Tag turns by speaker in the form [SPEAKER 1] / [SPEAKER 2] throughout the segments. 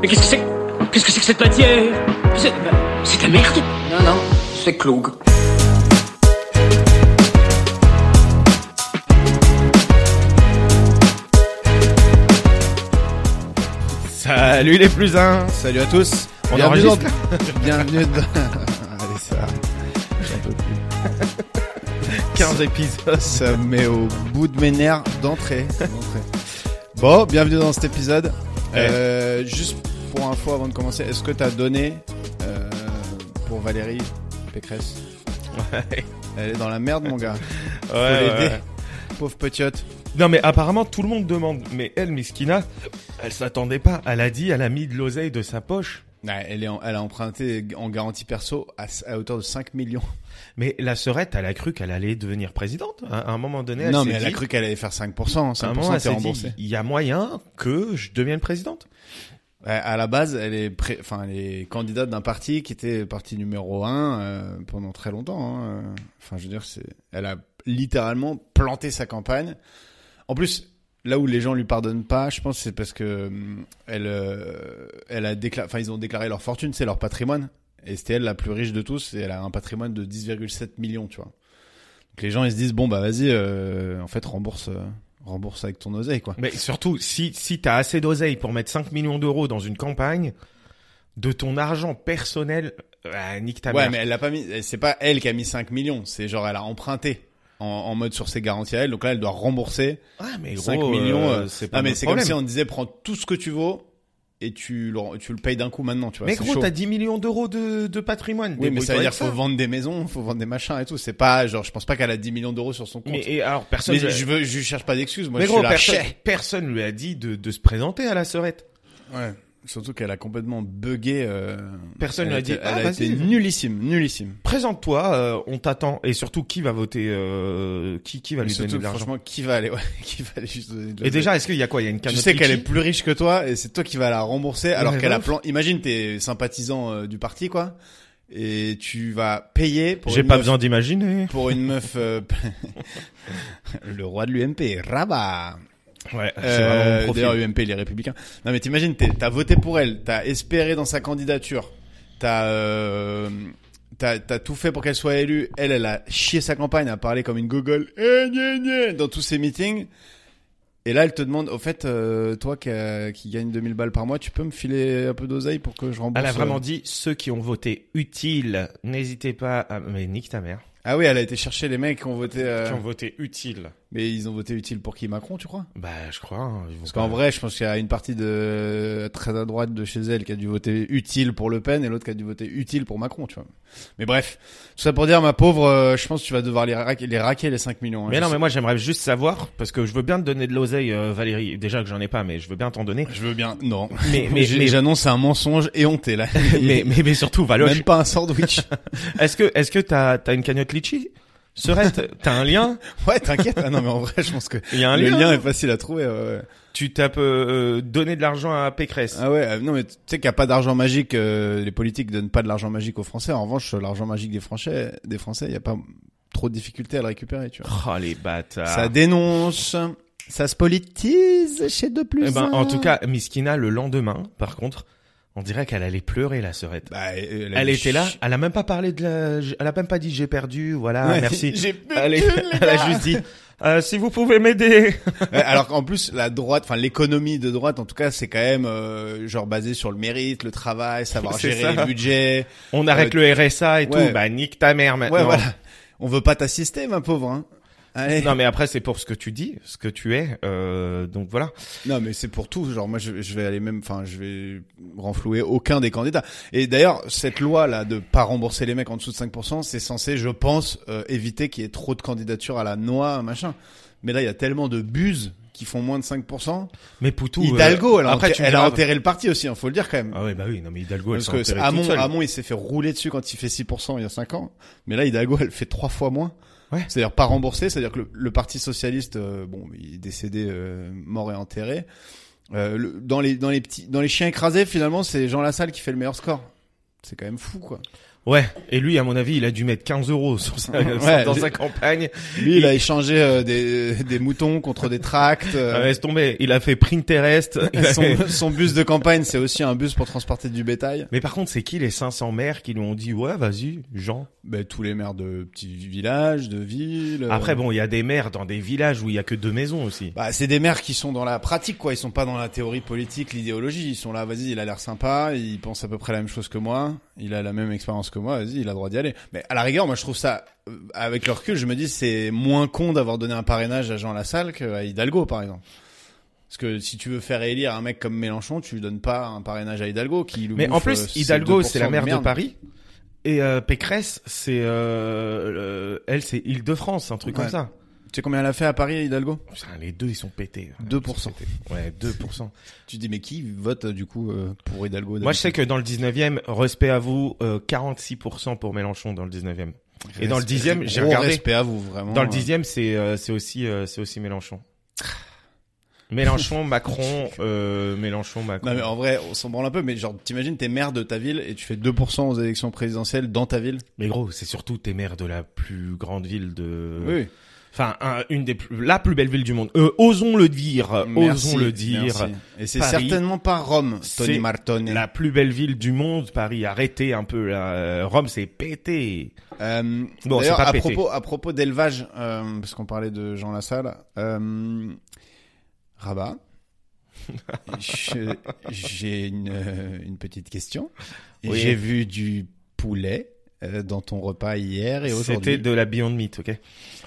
[SPEAKER 1] Mais qu'est-ce que c'est Qu'est-ce que c'est que cette matière C'est c'est de la merde
[SPEAKER 2] Non, non, c'est Cloug.
[SPEAKER 3] Salut les plus uns, salut à tous. On
[SPEAKER 4] Bienvenue
[SPEAKER 3] enregistre.
[SPEAKER 4] dans- Bienvenue dans... Allez, ça va.
[SPEAKER 3] 15 épisodes.
[SPEAKER 4] Ça me met au bout de mes nerfs d'entrée. d'entrée. Bon, bienvenue dans cet épisode. Euh, juste pour info avant de commencer, est-ce que t'as donné euh, pour Valérie Pécresse
[SPEAKER 3] Ouais.
[SPEAKER 4] Elle est dans la merde, mon gars.
[SPEAKER 3] Ouais,
[SPEAKER 4] Faut
[SPEAKER 3] ouais,
[SPEAKER 4] l'aider.
[SPEAKER 3] ouais.
[SPEAKER 4] Pauvre petite.
[SPEAKER 3] Non mais apparemment tout le monde demande. Mais elle, Miskina, elle s'attendait pas. Elle a dit, elle a mis de l'oseille de sa poche.
[SPEAKER 4] Ouais, elle, est en- elle a emprunté en garantie perso à, à hauteur de 5 millions.
[SPEAKER 3] Mais la sœurette, elle a cru qu'elle allait devenir présidente. À à un moment donné, elle
[SPEAKER 4] non,
[SPEAKER 3] s'est
[SPEAKER 4] mais elle a
[SPEAKER 3] dit-
[SPEAKER 4] cru qu'elle allait faire 5%. 5%
[SPEAKER 3] à un moment, elle
[SPEAKER 4] t'es
[SPEAKER 3] s'est
[SPEAKER 4] remboursé.
[SPEAKER 3] dit, il y a moyen que je devienne présidente.
[SPEAKER 4] Ouais, À la base, elle est, pré- enfin, elle est candidate d'un parti qui était parti numéro un euh, pendant très longtemps. hein. Euh, Enfin, je veux dire, c'est, elle a littéralement planté sa campagne. En plus, là où les gens lui pardonnent pas, je pense, c'est parce que hum, elle, euh, elle a déclaré, enfin, ils ont déclaré leur fortune, c'est leur patrimoine, et c'était elle la plus riche de tous, et elle a un patrimoine de 10,7 millions, tu vois. Donc les gens, ils se disent, bon bah vas-y, euh, en fait, rembourse, euh, rembourse avec ton oseille, quoi.
[SPEAKER 3] Mais surtout, si, si t'as assez d'oseille pour mettre 5 millions d'euros dans une campagne, de ton argent personnel, euh, nique ta
[SPEAKER 4] Ouais,
[SPEAKER 3] mère.
[SPEAKER 4] mais elle l'a pas mis. C'est pas elle qui a mis 5 millions. C'est genre elle a emprunté en, en mode sur ses garanties à elle. Donc là, elle doit rembourser
[SPEAKER 3] Ah, mais gros,
[SPEAKER 4] 5 millions.
[SPEAKER 3] euh,
[SPEAKER 4] euh,
[SPEAKER 3] c'est pas
[SPEAKER 4] Ah, mais
[SPEAKER 3] notre
[SPEAKER 4] c'est comme
[SPEAKER 3] problème.
[SPEAKER 4] si on disait prends tout ce que tu vaux et tu le, tu le payes d'un coup maintenant. Tu vois,
[SPEAKER 3] mais
[SPEAKER 4] c'est
[SPEAKER 3] gros,
[SPEAKER 4] chaud.
[SPEAKER 3] t'as 10 millions d'euros de, de patrimoine.
[SPEAKER 4] Oui, mais ça veut
[SPEAKER 3] Débrouille-toi
[SPEAKER 4] dire
[SPEAKER 3] avec
[SPEAKER 4] faut vendre des maisons, faut vendre des machins et tout. C'est pas genre je pense pas qu'elle a 10 millions d'euros sur son compte.
[SPEAKER 3] Mais
[SPEAKER 4] Mais,
[SPEAKER 3] et alors, personne. lui a-
[SPEAKER 4] je veux, je cherche pas d'excuses. Moi,
[SPEAKER 3] mais
[SPEAKER 4] je
[SPEAKER 3] gros,
[SPEAKER 4] suis là.
[SPEAKER 3] personne,
[SPEAKER 4] chais.
[SPEAKER 3] personne lui a dit de, de se présenter à la sœurette.
[SPEAKER 4] Ouais. Surtout qu'elle a complètement bugué. euh,
[SPEAKER 3] Personne
[SPEAKER 4] elle
[SPEAKER 3] lui a dit,
[SPEAKER 4] était-
[SPEAKER 3] ah,
[SPEAKER 4] Elle a été
[SPEAKER 3] vas-y.
[SPEAKER 4] nullissime, nullissime.
[SPEAKER 3] Présente-toi, euh, on t'attend. Et surtout, qui va voter euh, Qui, qui va
[SPEAKER 4] Mais
[SPEAKER 3] lui donner
[SPEAKER 4] Surtout,
[SPEAKER 3] de l'argent
[SPEAKER 4] franchement, qui va aller, ouais, qui va aller juste donner de
[SPEAKER 3] Et
[SPEAKER 4] l'argent
[SPEAKER 3] déjà, est-ce qu'il y a quoi Il y a une
[SPEAKER 4] Tu
[SPEAKER 3] canotte
[SPEAKER 4] sais qu'elle est
[SPEAKER 3] Litchi
[SPEAKER 4] plus riche que toi et c'est toi qui vas la rembourser alors
[SPEAKER 3] mais
[SPEAKER 4] qu'elle a
[SPEAKER 3] meuf.
[SPEAKER 4] plan. Imagine t'es sympathisant euh, du parti quoi et tu vas payer pour
[SPEAKER 3] J'ai
[SPEAKER 4] une
[SPEAKER 3] pas
[SPEAKER 4] meuf,
[SPEAKER 3] besoin d'imaginer.
[SPEAKER 4] pour une meuf. euh, Le roi de l'UMP, rabat.
[SPEAKER 3] Ouais, Ah, c'est vraiment
[SPEAKER 4] Euh,
[SPEAKER 3] mon profil.
[SPEAKER 4] D'ailleurs UMP les Républicains. Non mais t'imagines t'es- t'as voté pour elle, t'as espéré dans sa candidature, t'as euh, t'as t'as tout fait pour qu'elle soit élue. Elle elle a chié sa campagne, a parlé comme une gogole eh, gna, gna, dans tous ses meetings. Et là, elle te demande, au fait, euh, toi qui, euh, qui gagne 2000 balles par mois, tu peux me filer un peu d'oseille pour que je rembourse
[SPEAKER 3] Elle a
[SPEAKER 4] euh,
[SPEAKER 3] vraiment dit ceux qui ont voté utile, n'hésitez pas à. Mais nique ta mère.
[SPEAKER 4] Ah oui, elle a été chercher les mecs qui ont voté... euh,
[SPEAKER 3] Qui ont voté utile.
[SPEAKER 4] Mais ils ont voté utile pour qui Macron, tu crois
[SPEAKER 3] Bah, je crois. hein, ils vont
[SPEAKER 4] Parce
[SPEAKER 3] pas-
[SPEAKER 4] qu'en vrai, je pense qu'il y a une partie de très à droite de chez elle qui a dû voter utile pour Le Pen et l'autre qui a dû voter utile pour Macron, tu vois. Mais bref, tout ça pour dire, ma pauvre, euh, je pense que tu vas devoir les, raquer- les raquer les 5 millions. hein.
[SPEAKER 3] Mais
[SPEAKER 4] Je
[SPEAKER 3] non,
[SPEAKER 4] sais-
[SPEAKER 3] mais moi j'aimerais juste savoir parce que je veux bien te donner de l'oseille, euh, Valérie. Déjà que j'en ai pas, mais je veux bien t'en donner.
[SPEAKER 4] Je veux bien. Non.
[SPEAKER 3] Mais mais
[SPEAKER 4] Mais,
[SPEAKER 3] mais
[SPEAKER 4] j'annonce un mensonge éhonté là.
[SPEAKER 3] mais, mais, mais surtout Valoche.
[SPEAKER 4] Même pas un sandwich.
[SPEAKER 3] Est-ce que est-ce que t'as t'as une cagnotte litchi? Serette, t'as un lien
[SPEAKER 4] ouais, t'inquiète. Ah non, mais en vrai, je pense que
[SPEAKER 3] Il y a un
[SPEAKER 4] le
[SPEAKER 3] lien.
[SPEAKER 4] lien est facile à trouver. ouais, ouais.
[SPEAKER 3] Tu tapes euh, euh, donner de l'argent à Pécresse.
[SPEAKER 4] Ah ouais, euh, non mais tu sais qu'il n'y a pas d'argent magique, euh, les politiques donnent pas de l'argent magique aux Français. En revanche, l'argent magique des Français, des Français, il n'y a pas trop de difficulté à le récupérer, tu vois.
[SPEAKER 3] Oh les bâtards.
[SPEAKER 4] Ça dénonce, ça se politise chez De Plus.
[SPEAKER 3] Eh ben,
[SPEAKER 4] un.
[SPEAKER 3] en tout cas, Miskina le lendemain, par contre, on dirait qu'elle allait pleurer la sœurette.
[SPEAKER 4] Bah, elle,
[SPEAKER 3] Elle
[SPEAKER 4] a-
[SPEAKER 3] était là, elle a même pas parlé de la, elle a même pas dit j'ai perdu, voilà,
[SPEAKER 4] Ouais,
[SPEAKER 3] Ah, merci.
[SPEAKER 4] J'ai plus
[SPEAKER 3] Elle, est-
[SPEAKER 4] de thunes, les
[SPEAKER 3] elle a
[SPEAKER 4] gars.
[SPEAKER 3] juste dit, Euh, si vous pouvez m'aider.
[SPEAKER 4] Ouais, Alors qu'en plus, la droite, enfin l'économie de droite, en tout cas, c'est quand même euh, genre basé sur le mérite, le travail, savoir
[SPEAKER 3] C'est
[SPEAKER 4] gérer
[SPEAKER 3] ça.
[SPEAKER 4] les budgets.
[SPEAKER 3] On arrête le RSA et
[SPEAKER 4] ouais.
[SPEAKER 3] tout, bah nique ta mère maintenant.
[SPEAKER 4] Ouais, voilà. On veut pas t'assister, ma pauvre. Hein. Allez.
[SPEAKER 3] Non mais après c'est pour ce que tu dis, ce que tu es, euh, donc voilà.
[SPEAKER 4] Non, mais c'est pour tout. Genre, moi, je, je vais aller même, enfin, je vais renflouer aucun des candidats. Et d'ailleurs, cette loi-là de pas rembourser les mecs en dessous de 5%, c'est censé, je pense, euh, éviter qu'il y ait trop de candidatures à la noix, machin. Mais là, il y a tellement de buses qui font moins de 5%.
[SPEAKER 3] Mais Poutou. euh,
[SPEAKER 4] Hidalgo, elle, a
[SPEAKER 3] après
[SPEAKER 4] enterré-
[SPEAKER 3] tu me
[SPEAKER 4] elle a
[SPEAKER 3] diras-
[SPEAKER 4] enterré le parti aussi, hein, faut le dire quand même.
[SPEAKER 3] Ah ouais bah oui, non mais Hidalgo elle
[SPEAKER 4] Parce
[SPEAKER 3] s'est enterrée
[SPEAKER 4] que
[SPEAKER 3] toute
[SPEAKER 4] Hamon,
[SPEAKER 3] seule.
[SPEAKER 4] Hamon, il s'est fait rouler dessus quand il fait 6% il y a 5 ans. Mais là, Hidalgo, elle fait 3 fois moins.
[SPEAKER 3] Ouais.
[SPEAKER 4] C'est-à-dire pas remboursé. C'est-à-dire que le, le Parti Socialiste, euh, bon, il est décédé, euh, mort et enterré. Euh, le- dans les dans les petits dans les chiens écrasés finalement c'est Jean Lassalle qui fait le meilleur score c'est quand même fou quoi
[SPEAKER 3] Ouais. Et lui, à mon avis, il a dû mettre 15 euros sur sa,
[SPEAKER 4] Ouais,
[SPEAKER 3] dans
[SPEAKER 4] j'ai-
[SPEAKER 3] sa campagne.
[SPEAKER 4] Lui, il a échangé euh, des, des moutons contre des tracts. euh,
[SPEAKER 3] Ah, laisse tomber. Il a fait Printerest. Il a-
[SPEAKER 4] son, son bus de campagne, c'est aussi un bus pour transporter du bétail.
[SPEAKER 3] Mais par contre, c'est qui les 500 maires qui lui ont dit ouais, vas-y, Jean.
[SPEAKER 4] Ben, tous les maires de petits villages, de villes. euh,
[SPEAKER 3] Après, bon, il y a des maires dans des villages où il y a que deux maisons aussi.
[SPEAKER 4] Bah, c'est des maires qui sont dans la pratique, quoi. Ils sont pas dans la théorie politique, l'idéologie. Ils sont là, vas-y, il a l'air sympa, il pense à peu près la même chose que moi, il a la même expérience que moi, vas-y, il a le droit d'y aller. Mais à la rigueur, moi, je trouve ça, euh, avec le recul, je me dis, c'est moins con d'avoir donné un parrainage à Jean Lassalle qu'à Hidalgo, par exemple. Parce que si tu veux faire élire un mec comme Mélenchon, tu lui donnes pas un parrainage à Hidalgo qui lui
[SPEAKER 3] Mais en
[SPEAKER 4] bouffe, euh,
[SPEAKER 3] plus,
[SPEAKER 4] ses
[SPEAKER 3] Hidalgo,
[SPEAKER 4] 2%
[SPEAKER 3] c'est la maire de
[SPEAKER 4] merde.
[SPEAKER 3] Paris. Et euh, Pécresse, c'est euh, euh, elle, c'est Île-de-France, un truc
[SPEAKER 4] Ouais.
[SPEAKER 3] comme ça.
[SPEAKER 4] Tu sais combien elle a fait à Paris, Hidalgo
[SPEAKER 3] Putain, les deux, ils sont pétés.
[SPEAKER 4] 2%.
[SPEAKER 3] Ouais, 2%.
[SPEAKER 4] Tu te dis, mais qui vote, euh, du coup, euh, pour Hidalgo
[SPEAKER 3] Moi, je sais que dans le 19e, respect à vous, euh, 46% pour Mélenchon dans le 19e. Et dans le
[SPEAKER 4] Respect-
[SPEAKER 3] 10e, j'ai
[SPEAKER 4] gros
[SPEAKER 3] regardé.
[SPEAKER 4] respect à vous, vraiment.
[SPEAKER 3] Dans le
[SPEAKER 4] Euh,
[SPEAKER 3] 10e, c'est euh, c'est aussi euh, c'est aussi Mélenchon. Mélenchon, Macron, euh, Mélenchon, Macron.
[SPEAKER 4] Non mais en vrai, on s'en branle un peu, mais genre t'imagines t'es maire de ta ville et tu fais 2% aux élections présidentielles dans ta ville
[SPEAKER 3] Mais gros, c'est surtout t'es maire de la plus grande ville de.
[SPEAKER 4] Oui.
[SPEAKER 3] Enfin, un- une des plus, la plus belle ville du monde. Euh, osons le dire,
[SPEAKER 4] Merci,
[SPEAKER 3] euh, osons le dire.
[SPEAKER 4] merci. Et c'est
[SPEAKER 3] Paris,
[SPEAKER 4] certainement pas Rome, Tony
[SPEAKER 3] c'est
[SPEAKER 4] Martone.
[SPEAKER 3] La plus belle ville du monde, Paris. Arrêtez un peu. Là. Euh, Rome, c'est pété.
[SPEAKER 4] Euh,
[SPEAKER 3] Bon,
[SPEAKER 4] D'ailleurs,
[SPEAKER 3] c'est pas
[SPEAKER 4] à
[SPEAKER 3] pété.
[SPEAKER 4] propos, à propos d'élevage, euh, parce qu'on parlait de Jean Lassalle, euh, Rabat, je- j'ai une, euh, une petite question.
[SPEAKER 3] Oui.
[SPEAKER 4] J'ai vu du poulet euh, dans ton repas hier et
[SPEAKER 3] C'était
[SPEAKER 4] aujourd'hui.
[SPEAKER 3] de la Beyond Meat, ok.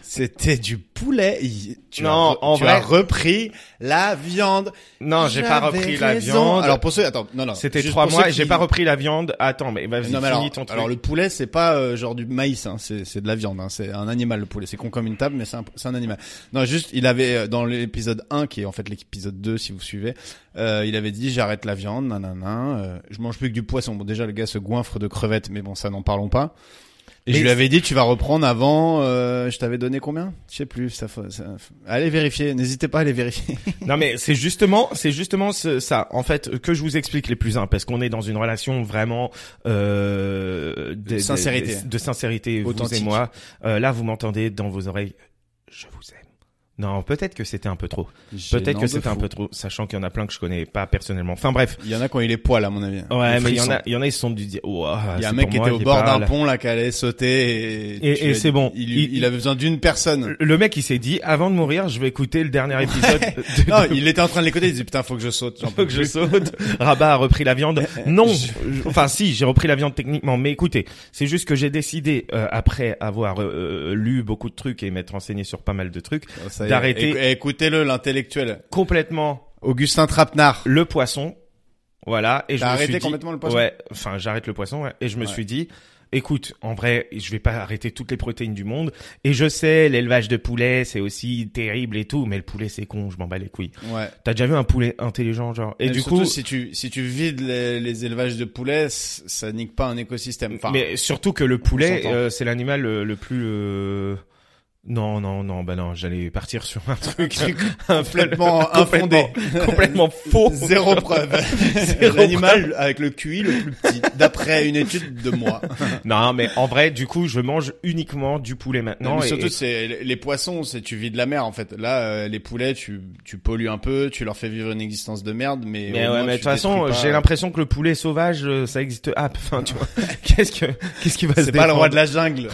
[SPEAKER 4] C'était du poulet. Il- Tu
[SPEAKER 3] Non,
[SPEAKER 4] as, re-
[SPEAKER 3] en
[SPEAKER 4] tu
[SPEAKER 3] vrai-
[SPEAKER 4] as repris la viande.
[SPEAKER 3] Non, j'ai pas
[SPEAKER 4] J'avais
[SPEAKER 3] repris la
[SPEAKER 4] raison.
[SPEAKER 3] viande.
[SPEAKER 4] Alors pour ceux, attends, non, non.
[SPEAKER 3] C'était
[SPEAKER 4] juste
[SPEAKER 3] trois
[SPEAKER 4] pour
[SPEAKER 3] mois.
[SPEAKER 4] ceux
[SPEAKER 3] et
[SPEAKER 4] qui-
[SPEAKER 3] J'ai pas repris la viande. Attends, mais vas-y,
[SPEAKER 4] Non,
[SPEAKER 3] finis
[SPEAKER 4] mais alors,
[SPEAKER 3] ton truc.
[SPEAKER 4] alors le poulet, c'est pas euh, genre du maïs, hein, c'est c'est de la viande, hein, c'est un animal le poulet. C'est con comme une table, mais c'est un, c'est un animal. Non, juste, il avait euh, dans l'épisode 1, qui est en fait l'épisode 2 si vous suivez, euh, il avait dit j'arrête la viande, nanana, euh, je mange plus que du poisson. Bon déjà le gars se goinfre de crevettes, mais bon ça n'en parlons pas. Et
[SPEAKER 3] Mais
[SPEAKER 4] je lui avais dit tu vas reprendre avant, euh, je t'avais donné combien Je sais plus, ça, fa- ça- allez vérifier, n'hésitez pas à aller vérifier.
[SPEAKER 3] Non mais c'est justement, c'est justement ce- ça. En fait, que je vous explique les plus uns, parce qu'on est dans une relation vraiment euh, de,
[SPEAKER 4] Sincérité.
[SPEAKER 3] de, de sincérité, vous et
[SPEAKER 4] Authentique.
[SPEAKER 3] moi. Euh, là, vous m'entendez dans vos oreilles. Je vous aime. Non, peut-être que c'était un peu trop. Peut-être
[SPEAKER 4] Gênant
[SPEAKER 3] que
[SPEAKER 4] de
[SPEAKER 3] c'était un
[SPEAKER 4] fou.
[SPEAKER 3] peu trop, sachant qu'il y en a plein que je connais pas personnellement. Enfin bref.
[SPEAKER 4] Il y en a quand il est poil à mon avis.
[SPEAKER 3] Ouais,
[SPEAKER 4] Les
[SPEAKER 3] mais il y en
[SPEAKER 4] frissons.
[SPEAKER 3] a, il y en a, ils se sont dû dire. Ouah,
[SPEAKER 4] Il y a un
[SPEAKER 3] c'est
[SPEAKER 4] mec
[SPEAKER 3] pour
[SPEAKER 4] qui
[SPEAKER 3] moi,
[SPEAKER 4] était au
[SPEAKER 3] il
[SPEAKER 4] bord d'un
[SPEAKER 3] parle.
[SPEAKER 4] pont là, qui allait sauter. Et,
[SPEAKER 3] Et-
[SPEAKER 4] tu
[SPEAKER 3] et
[SPEAKER 4] lui as-
[SPEAKER 3] c'est bon.
[SPEAKER 4] Il, lui-
[SPEAKER 3] Il-
[SPEAKER 4] il avait besoin d'une personne.
[SPEAKER 3] Le mec, il s'est dit, avant de mourir, je vais écouter le dernier épisode. de-
[SPEAKER 4] Non,
[SPEAKER 3] de-
[SPEAKER 4] il était en train de l'écouter. Il disait putain, faut que je saute. J'en
[SPEAKER 3] Faut
[SPEAKER 4] peux
[SPEAKER 3] que je
[SPEAKER 4] plus.
[SPEAKER 3] saute. Rabat a repris la viande. Non, je- enfin si, j'ai repris la viande techniquement, mais écoutez, c'est juste que j'ai décidé euh, après avoir euh, euh, lu beaucoup de trucs et m'être renseigné sur pas mal de trucs,
[SPEAKER 4] Ça y est.
[SPEAKER 3] D'arrêter.
[SPEAKER 4] Écou- eh, Écoutez-le, l'intellectuel.
[SPEAKER 3] complètement
[SPEAKER 4] Augustin Trapenard.
[SPEAKER 3] le poisson. Voilà, et je
[SPEAKER 4] T'as
[SPEAKER 3] me
[SPEAKER 4] arrêté
[SPEAKER 3] suis dit-
[SPEAKER 4] complètement le poisson
[SPEAKER 3] Ouais, enfin j'arrête le poisson ouais, et je me
[SPEAKER 4] Ouais.
[SPEAKER 3] suis dit écoute, en vrai, je vais pas arrêter toutes les protéines du monde et je sais l'élevage de poulet, c'est aussi terrible et tout, mais le poulet c'est con, je m'en bats les couilles.
[SPEAKER 4] Ouais.
[SPEAKER 3] T'as déjà vu un poulet intelligent genre et du
[SPEAKER 4] surtout,
[SPEAKER 3] coup
[SPEAKER 4] si tu si tu vides les, les élevages de poulets, c- ça nique pas un écosystème. Enfin,
[SPEAKER 3] mais surtout que le poulet,
[SPEAKER 4] s'entend.
[SPEAKER 3] euh, c'est l'animal euh, le, plus. euh, Non, non, non, bah non, j'allais partir sur un
[SPEAKER 4] un
[SPEAKER 3] truc,
[SPEAKER 4] truc
[SPEAKER 3] un peu-
[SPEAKER 4] complètement infondé.
[SPEAKER 3] complètement, complètement faux.
[SPEAKER 4] Zéro preuve.
[SPEAKER 3] Zéro
[SPEAKER 4] L'animal avec le QI le plus petit, d'après une étude de moi.
[SPEAKER 3] Non, mais en vrai, du coup, je mange uniquement du poulet maintenant.
[SPEAKER 4] Non, mais
[SPEAKER 3] et-
[SPEAKER 4] surtout,
[SPEAKER 3] et-
[SPEAKER 4] c'est les poissons, c'est tu vis de la mer en fait. Là, euh, les poulets, tu, tu pollues un peu, tu leur fais vivre une existence de merde, mais
[SPEAKER 3] mais
[SPEAKER 4] au
[SPEAKER 3] ouais,
[SPEAKER 4] moins,
[SPEAKER 3] mais de
[SPEAKER 4] tu
[SPEAKER 3] toute façon,
[SPEAKER 4] détruis pas-
[SPEAKER 3] j'ai l'impression que le poulet sauvage, euh, ça existe. Ah, enfin, tu vois, qu'est-ce que, qu'est-ce qui va se
[SPEAKER 4] c'est pas le roi de
[SPEAKER 3] défendre
[SPEAKER 4] la jungle.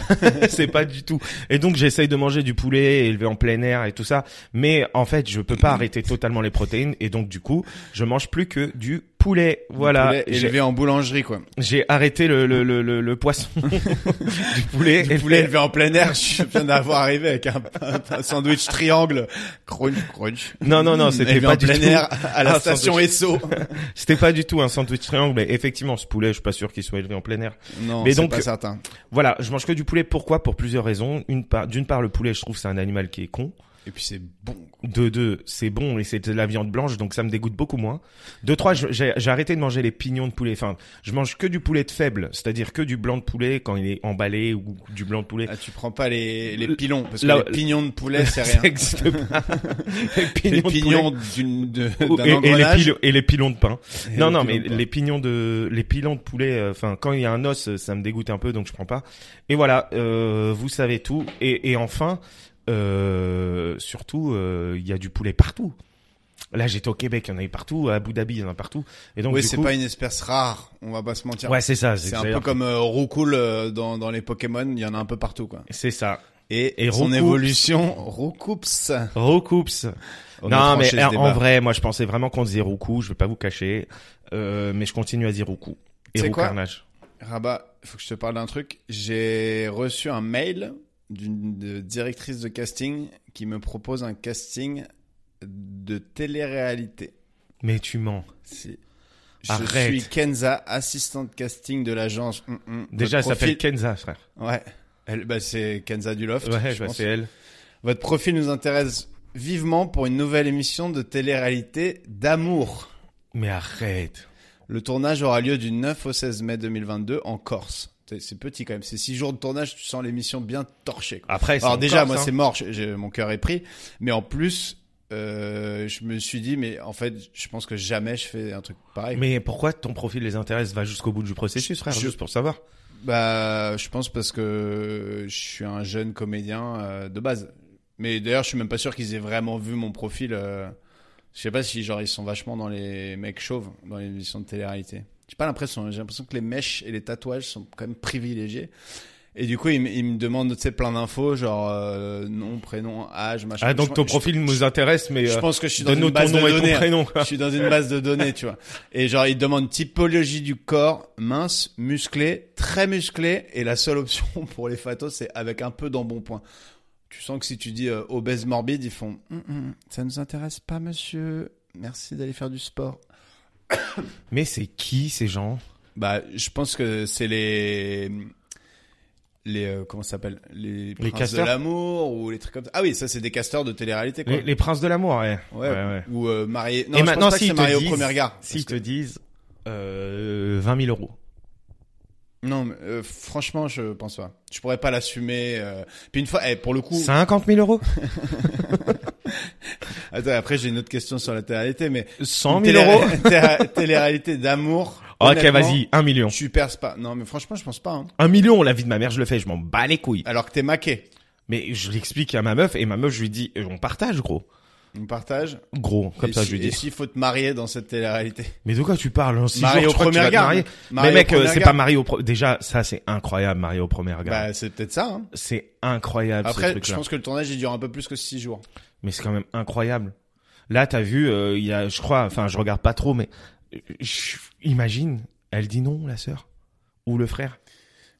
[SPEAKER 3] C'est pas du tout. Et donc, j'essaye de manger du poulet élevé en plein air et tout ça. Mais en fait, je peux
[SPEAKER 4] Mm.
[SPEAKER 3] pas arrêter totalement les protéines. Et donc, du coup, je mange plus que du poulet. Voilà.
[SPEAKER 4] Poulet
[SPEAKER 3] J'ai-
[SPEAKER 4] élevé en boulangerie quoi.
[SPEAKER 3] J'ai arrêté le, le, le, le, le poisson du poulet.
[SPEAKER 4] Du poulet élevé en plein air, je viens d'avoir arrivé avec un, un sandwich triangle. Crunch, crunch.
[SPEAKER 3] Non, non, non, c'était
[SPEAKER 4] Élevé
[SPEAKER 3] pas
[SPEAKER 4] en
[SPEAKER 3] du
[SPEAKER 4] plein
[SPEAKER 3] tout.
[SPEAKER 4] air à la
[SPEAKER 3] un
[SPEAKER 4] station Esso.
[SPEAKER 3] C'était pas du tout un sandwich triangle, mais effectivement, ce poulet, je suis pas sûr qu'il soit élevé en plein air.
[SPEAKER 4] Non,
[SPEAKER 3] Mais
[SPEAKER 4] c'est
[SPEAKER 3] donc-
[SPEAKER 4] pas certain.
[SPEAKER 3] Voilà, je mange que du poulet. Pourquoi Pour plusieurs raisons. Une part, d'une part, le poulet, je trouve, c'est un animal qui est con.
[SPEAKER 4] Et puis c'est bon. quoi.
[SPEAKER 3] De deux, c'est bon et c'est de la viande blanche, donc ça me dégoûte beaucoup moins. De trois, je- j'ai j'ai arrêté de manger les pignons de poulet. Enfin, je mange que du poulet de faible, c'est-à-dire que du blanc de poulet quand il est emballé ou du blanc de poulet.
[SPEAKER 4] Ah, tu prends pas les, les pilons, parce que
[SPEAKER 3] Là-
[SPEAKER 4] les pignons de poulet, c'est
[SPEAKER 3] Ça
[SPEAKER 4] rien.
[SPEAKER 3] existe pas. les pignons, de
[SPEAKER 4] les
[SPEAKER 3] poulet.
[SPEAKER 4] pignons d'une, de-
[SPEAKER 3] Ou-
[SPEAKER 4] d'un
[SPEAKER 3] et, et les
[SPEAKER 4] engrenage.
[SPEAKER 3] pilo- et les pilons de pain.
[SPEAKER 4] Et
[SPEAKER 3] non,
[SPEAKER 4] les
[SPEAKER 3] non,
[SPEAKER 4] pilons
[SPEAKER 3] mais
[SPEAKER 4] de pain.
[SPEAKER 3] les pignons de, les pilons de poulet. Enfin, quand il y a un os, euh, ça me dégoûte un peu, donc je prends pas. Et voilà, euh, vous savez tout. Et, et enfin, euh, surtout, euh, il y a du poulet partout. Là, j'étais au Québec, il y en avait partout. À Abu Dhabi, il y en a partout. Et donc,
[SPEAKER 4] Oui,
[SPEAKER 3] du
[SPEAKER 4] c'est
[SPEAKER 3] coup-
[SPEAKER 4] pas une espèce rare, on va pas se mentir.
[SPEAKER 3] ouais, c'est ça.
[SPEAKER 4] c'est un
[SPEAKER 3] c'est-
[SPEAKER 4] peu comme euh, Roucoule euh, dans, dans les Pokémon, il y en a un peu partout, quoi.
[SPEAKER 3] C'est ça.
[SPEAKER 4] Et,
[SPEAKER 3] Et
[SPEAKER 4] son
[SPEAKER 3] Roucoups.
[SPEAKER 4] évolution, Roucoups.
[SPEAKER 3] Roucoups.
[SPEAKER 4] On a
[SPEAKER 3] non,
[SPEAKER 4] tranché
[SPEAKER 3] mais
[SPEAKER 4] ce
[SPEAKER 3] en- en
[SPEAKER 4] débat.
[SPEAKER 3] vrai, moi, je pensais vraiment qu'on disait Roucou. Je vais pas vous cacher, euh, mais je continue à dire Roucou. Et
[SPEAKER 4] C'est quoi
[SPEAKER 3] Roucarnage.
[SPEAKER 4] Rabat, il faut que je te parle d'un truc. J'ai reçu un mail d'une de- directrice de casting qui me propose un casting de télé-réalité.
[SPEAKER 3] Mais tu mens.
[SPEAKER 4] Si. Je
[SPEAKER 3] Arrête.
[SPEAKER 4] suis Kenza, assistante casting de l'agence. Hum, hum. Votre
[SPEAKER 3] Déjà, elle s'appelle
[SPEAKER 4] profil-
[SPEAKER 3] Kenza, frère.
[SPEAKER 4] Ouais. Elle, bah, c'est Kenza du Loft.
[SPEAKER 3] Ouais,
[SPEAKER 4] je
[SPEAKER 3] bah,
[SPEAKER 4] pense.
[SPEAKER 3] c'est elle.
[SPEAKER 4] Votre profil nous intéresse vivement pour une nouvelle émission de télé-réalité d'amour.
[SPEAKER 3] Mais arrête.
[SPEAKER 4] Le tournage aura lieu du 9 au 16 mai 2022 en Corse. C'est- C'est petit quand même. C'est six jours de tournage, tu sens l'émission bien torchée. quoi.
[SPEAKER 3] Après, c'est
[SPEAKER 4] Alors
[SPEAKER 3] en
[SPEAKER 4] déjà,
[SPEAKER 3] Corse,
[SPEAKER 4] moi
[SPEAKER 3] hein.
[SPEAKER 4] c'est mort, j'ai- j'ai- mon cœur est pris. Mais en plus, euh, je me suis dit, mais en fait, je pense que jamais je fais un truc pareil.
[SPEAKER 3] Mais pourquoi ton profil les intéresse Va jusqu'au bout du processus, frère,
[SPEAKER 4] Je-
[SPEAKER 3] juste pour savoir.
[SPEAKER 4] Bah, je pense parce que je suis un jeune comédien euh, de base. Mais d'ailleurs, je suis même pas sûr qu'ils aient vraiment vu mon profil. euh, je sais pas si genre ils sont vachement dans les mecs chauves dans les émissions de télé-réalité. J'ai pas l'impression. J'ai l'impression que les mèches et les tatouages sont quand même privilégiés. Et du coup, ils, me- ils me demandent tu sais plein d'infos, genre euh, nom, prénom, âge, machin.
[SPEAKER 3] Ah, donc
[SPEAKER 4] Je-
[SPEAKER 3] ton
[SPEAKER 4] je-
[SPEAKER 3] profil nous intéresse, mais
[SPEAKER 4] Je
[SPEAKER 3] euh,
[SPEAKER 4] pense que je suis dans
[SPEAKER 3] donne-nous
[SPEAKER 4] une
[SPEAKER 3] ton
[SPEAKER 4] base de
[SPEAKER 3] nom et
[SPEAKER 4] données. hein.
[SPEAKER 3] ton prénom.
[SPEAKER 4] Je suis dans une base de données, tu vois. Et genre, il demande typologie du corps, mince, musclé, très musclé. Et la seule option pour les fatos, c'est avec un peu d'embonpoint. Tu sens que si tu dis euh, obèse morbide, ils font Hum, hum, ça nous intéresse pas, monsieur. Merci d'aller faire du sport.
[SPEAKER 3] Mais c'est qui ces gens
[SPEAKER 4] Bah, je pense que c'est les les euh, comment ça s'appelle les, princes
[SPEAKER 3] casteurs
[SPEAKER 4] de l'amour ou les trucs comme ça. Ah oui, ça c'est des casteurs de télé-réalité quoi.
[SPEAKER 3] les, les princes de l'amour, ouais.
[SPEAKER 4] Ouais,
[SPEAKER 3] ouais.
[SPEAKER 4] ou euh, mariés. Non,
[SPEAKER 3] Et
[SPEAKER 4] je
[SPEAKER 3] maintenant,
[SPEAKER 4] pense pas que
[SPEAKER 3] s'ils
[SPEAKER 4] c'est
[SPEAKER 3] te
[SPEAKER 4] marié au
[SPEAKER 3] disent-
[SPEAKER 4] premier regard.
[SPEAKER 3] S'ils te disent euh, 20 000 euros.
[SPEAKER 4] Non, mais, euh, franchement, je pense pas. Je pourrais pas l'assumer. euh. Puis une fois, eh, pour le coup,
[SPEAKER 3] 50 000 euros
[SPEAKER 4] attends, après j'ai une autre question sur la télé-réalité, mais
[SPEAKER 3] 100
[SPEAKER 4] Télé-
[SPEAKER 3] 000 euros
[SPEAKER 4] télé- Télé-réalité d'amour.
[SPEAKER 3] Ok,
[SPEAKER 4] honnêtement,
[SPEAKER 3] vas-y, 1 million.
[SPEAKER 4] Tu perces pas. Non, mais franchement, je pense pas. hein.
[SPEAKER 3] 1 million, la vie de ma mère, je le fais, je m'en bats les couilles.
[SPEAKER 4] Alors que t'es maqué,
[SPEAKER 3] Mais je l'explique à ma meuf, et ma meuf, je lui dis, euh, on partage, gros.
[SPEAKER 4] on partage.
[SPEAKER 3] Gros, comme
[SPEAKER 4] Et
[SPEAKER 3] ça,
[SPEAKER 4] si-
[SPEAKER 3] je lui
[SPEAKER 4] Et
[SPEAKER 3] dis.
[SPEAKER 4] s'il faut te marier dans cette télé-réalité,
[SPEAKER 3] Mais de quoi tu parles en six
[SPEAKER 4] marié
[SPEAKER 3] jours,
[SPEAKER 4] au
[SPEAKER 3] tu crois que tu vas
[SPEAKER 4] premier
[SPEAKER 3] te
[SPEAKER 4] regard.
[SPEAKER 3] marier
[SPEAKER 4] Marié
[SPEAKER 3] mais
[SPEAKER 4] au
[SPEAKER 3] mec, euh,
[SPEAKER 4] premier
[SPEAKER 3] c'est
[SPEAKER 4] regard.
[SPEAKER 3] pas Mario Pro. Déjà, ça c'est incroyable, Mario au premier regard.
[SPEAKER 4] Bah, c'est peut-être ça. hein.
[SPEAKER 3] c'est incroyable ce
[SPEAKER 4] Après, je
[SPEAKER 3] truc-là.
[SPEAKER 4] pense que le tournage il dure un peu plus que six jours.
[SPEAKER 3] Mais c'est quand même incroyable. Là, t'as vu, euh, il y a, je crois, enfin, je regarde pas trop, mais euh, je- imagine, elle dit non, la sœur ou le frère.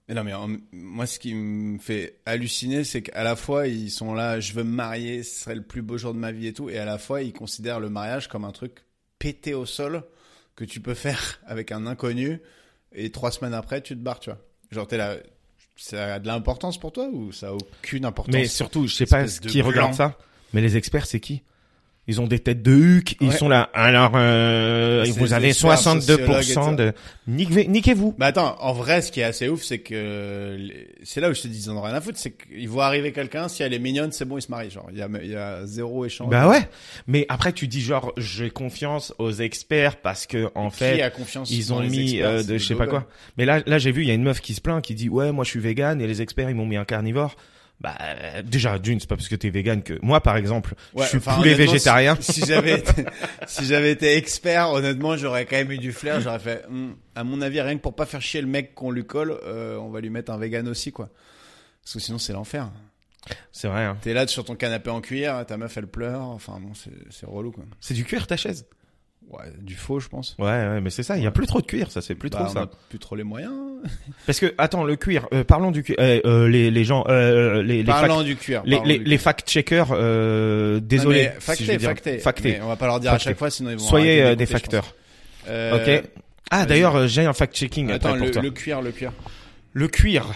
[SPEAKER 4] Mais non, mais en- moi, ce qui me fait halluciner, c'est qu'à la fois, ils sont là, je veux me marier, ce serait le plus beau jour de ma vie et tout, et à la fois, ils considèrent le mariage comme un truc pété au sol que tu peux faire avec un inconnu, et trois semaines après, tu te barres, tu vois. Genre, t'es là, ça a de l'importance pour toi ou ça a aucune importance
[SPEAKER 3] Mais surtout, je sais pas
[SPEAKER 4] espèce de
[SPEAKER 3] qui regarde
[SPEAKER 4] blanc.
[SPEAKER 3] ça, mais les experts, c'est qui Ils ont des têtes de huc, ils
[SPEAKER 4] Ouais.
[SPEAKER 3] sont là. Alors, euh,
[SPEAKER 4] C'est
[SPEAKER 3] vous
[SPEAKER 4] des
[SPEAKER 3] avez
[SPEAKER 4] experts, sociologues
[SPEAKER 3] 62%
[SPEAKER 4] et
[SPEAKER 3] de Niquez- niquez-vous.
[SPEAKER 4] Bah attends, en vrai, ce qui est assez ouf, c'est que les- c'est là où je te dis, ils en ont rien à foutre, c'est qu'ils voient arriver quelqu'un, si elle est mignonne, c'est bon, ils se marient. Genre, il y a, il y a zéro échange.
[SPEAKER 3] Bah ouais, mais après tu dis genre j'ai confiance aux experts parce que en fait
[SPEAKER 4] Qui a confiance
[SPEAKER 3] ils
[SPEAKER 4] dans
[SPEAKER 3] ont
[SPEAKER 4] les
[SPEAKER 3] mis
[SPEAKER 4] experts,
[SPEAKER 3] euh,
[SPEAKER 4] c'est
[SPEAKER 3] de
[SPEAKER 4] des
[SPEAKER 3] je sais pas
[SPEAKER 4] gogos.
[SPEAKER 3] quoi. Mais là là j'ai vu il y a une meuf qui se plaint qui dit ouais moi je suis végane et les experts ils m'ont mis un carnivore. Bah euh, déjà d'une c'est pas parce que t'es végane que moi par exemple
[SPEAKER 4] Ouais,
[SPEAKER 3] je suis
[SPEAKER 4] enfin,
[SPEAKER 3] poulet
[SPEAKER 4] honnêtement,
[SPEAKER 3] végétarien.
[SPEAKER 4] Si, si j'avais été, si j'avais été expert, honnêtement, j'aurais quand même eu du flair. J'aurais fait, Hum, à mon avis, rien que pour pas faire chier le mec qu'on lui colle, euh, on va lui mettre un vegan aussi, quoi. Parce que sinon, c'est l'enfer.
[SPEAKER 3] C'est vrai. Hein.
[SPEAKER 4] T'es là sur ton canapé en cuir, ta meuf elle pleure. Enfin bon, c'est c'est relou quoi.
[SPEAKER 3] C'est du cuir ta chaise.
[SPEAKER 4] Ouais, du faux, je pense.
[SPEAKER 3] Ouais ouais mais c'est ça il y a plus trop de cuir ça c'est plus
[SPEAKER 4] Bah,
[SPEAKER 3] trop
[SPEAKER 4] on
[SPEAKER 3] ça.
[SPEAKER 4] a plus trop les moyens. hein.
[SPEAKER 3] Parce que attends le cuir euh, parlons du cuir euh, euh, les les gens euh, les les
[SPEAKER 4] parlant
[SPEAKER 3] fact-
[SPEAKER 4] du cuir.
[SPEAKER 3] les,
[SPEAKER 4] parlant
[SPEAKER 3] les,
[SPEAKER 4] du
[SPEAKER 3] les fact checkers euh,
[SPEAKER 4] cuir. Non,
[SPEAKER 3] désolé
[SPEAKER 4] mais
[SPEAKER 3] si
[SPEAKER 4] Facté,
[SPEAKER 3] je vais dire-
[SPEAKER 4] facté.
[SPEAKER 3] facté.
[SPEAKER 4] Mais on va pas leur dire
[SPEAKER 3] Facté.
[SPEAKER 4] à chaque fois, sinon ils vont.
[SPEAKER 3] soyez
[SPEAKER 4] arrêter
[SPEAKER 3] euh,
[SPEAKER 4] d'écouter,
[SPEAKER 3] des
[SPEAKER 4] je pense.
[SPEAKER 3] facteurs.
[SPEAKER 4] Euh,
[SPEAKER 3] Ok. Ah
[SPEAKER 4] vas-y.
[SPEAKER 3] d'ailleurs euh, j'ai un fact-checking
[SPEAKER 4] Attends,
[SPEAKER 3] après pour
[SPEAKER 4] le,
[SPEAKER 3] toi.
[SPEAKER 4] le cuir, le cuir.
[SPEAKER 3] Le cuir.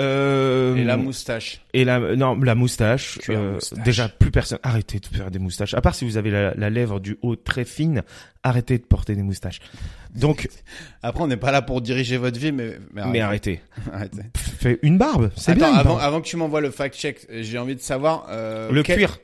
[SPEAKER 3] Euh,
[SPEAKER 4] Et la moustache.
[SPEAKER 3] Et la, non, la moustache.
[SPEAKER 4] Cuir,
[SPEAKER 3] euh,
[SPEAKER 4] moustache.
[SPEAKER 3] Déjà, plus personne. Arrêtez de faire des moustaches. À part si vous avez la, la lèvre du haut très fine, arrêtez de porter des moustaches. Donc,
[SPEAKER 4] Après, on n'est pas là pour diriger votre vie, mais, mais
[SPEAKER 3] mais
[SPEAKER 4] arrête-
[SPEAKER 3] arrêtez.
[SPEAKER 4] arrêtez.
[SPEAKER 3] Fais une barbe. C'est
[SPEAKER 4] Attends,
[SPEAKER 3] bien. une
[SPEAKER 4] avant,
[SPEAKER 3] barbe.
[SPEAKER 4] avant que tu m'envoies le fact-check, j'ai envie de savoir. euh,
[SPEAKER 3] le
[SPEAKER 4] quel-
[SPEAKER 3] cuir.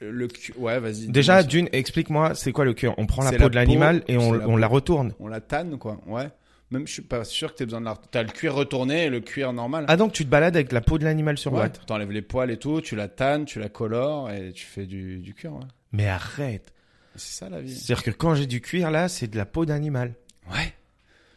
[SPEAKER 4] Le cu- Ouais, vas-y.
[SPEAKER 3] Déjà, d'une,
[SPEAKER 4] dis-moi.
[SPEAKER 3] explique-moi, c'est quoi le cuir On prend la
[SPEAKER 4] C'est
[SPEAKER 3] peau
[SPEAKER 4] la
[SPEAKER 3] de l'animal
[SPEAKER 4] peau,
[SPEAKER 3] et on,
[SPEAKER 4] c'est la
[SPEAKER 3] on
[SPEAKER 4] peau.
[SPEAKER 3] la retourne.
[SPEAKER 4] On la tanne, quoi. Ouais. Même, je suis pas sûr que t'aies besoin de la. T'as le cuir retourné et le cuir normal. hein.
[SPEAKER 3] Ah donc tu te balades avec la peau de l'animal sur
[SPEAKER 4] ouais.
[SPEAKER 3] boîte
[SPEAKER 4] T'enlèves les poils et tout, tu la tannes, tu la colores et tu fais du, du cuir, ouais.
[SPEAKER 3] Mais arrête.
[SPEAKER 4] C'est ça la vie.
[SPEAKER 3] C'est-à-dire que quand j'ai du cuir là, c'est de la peau d'animal.
[SPEAKER 4] Ouais.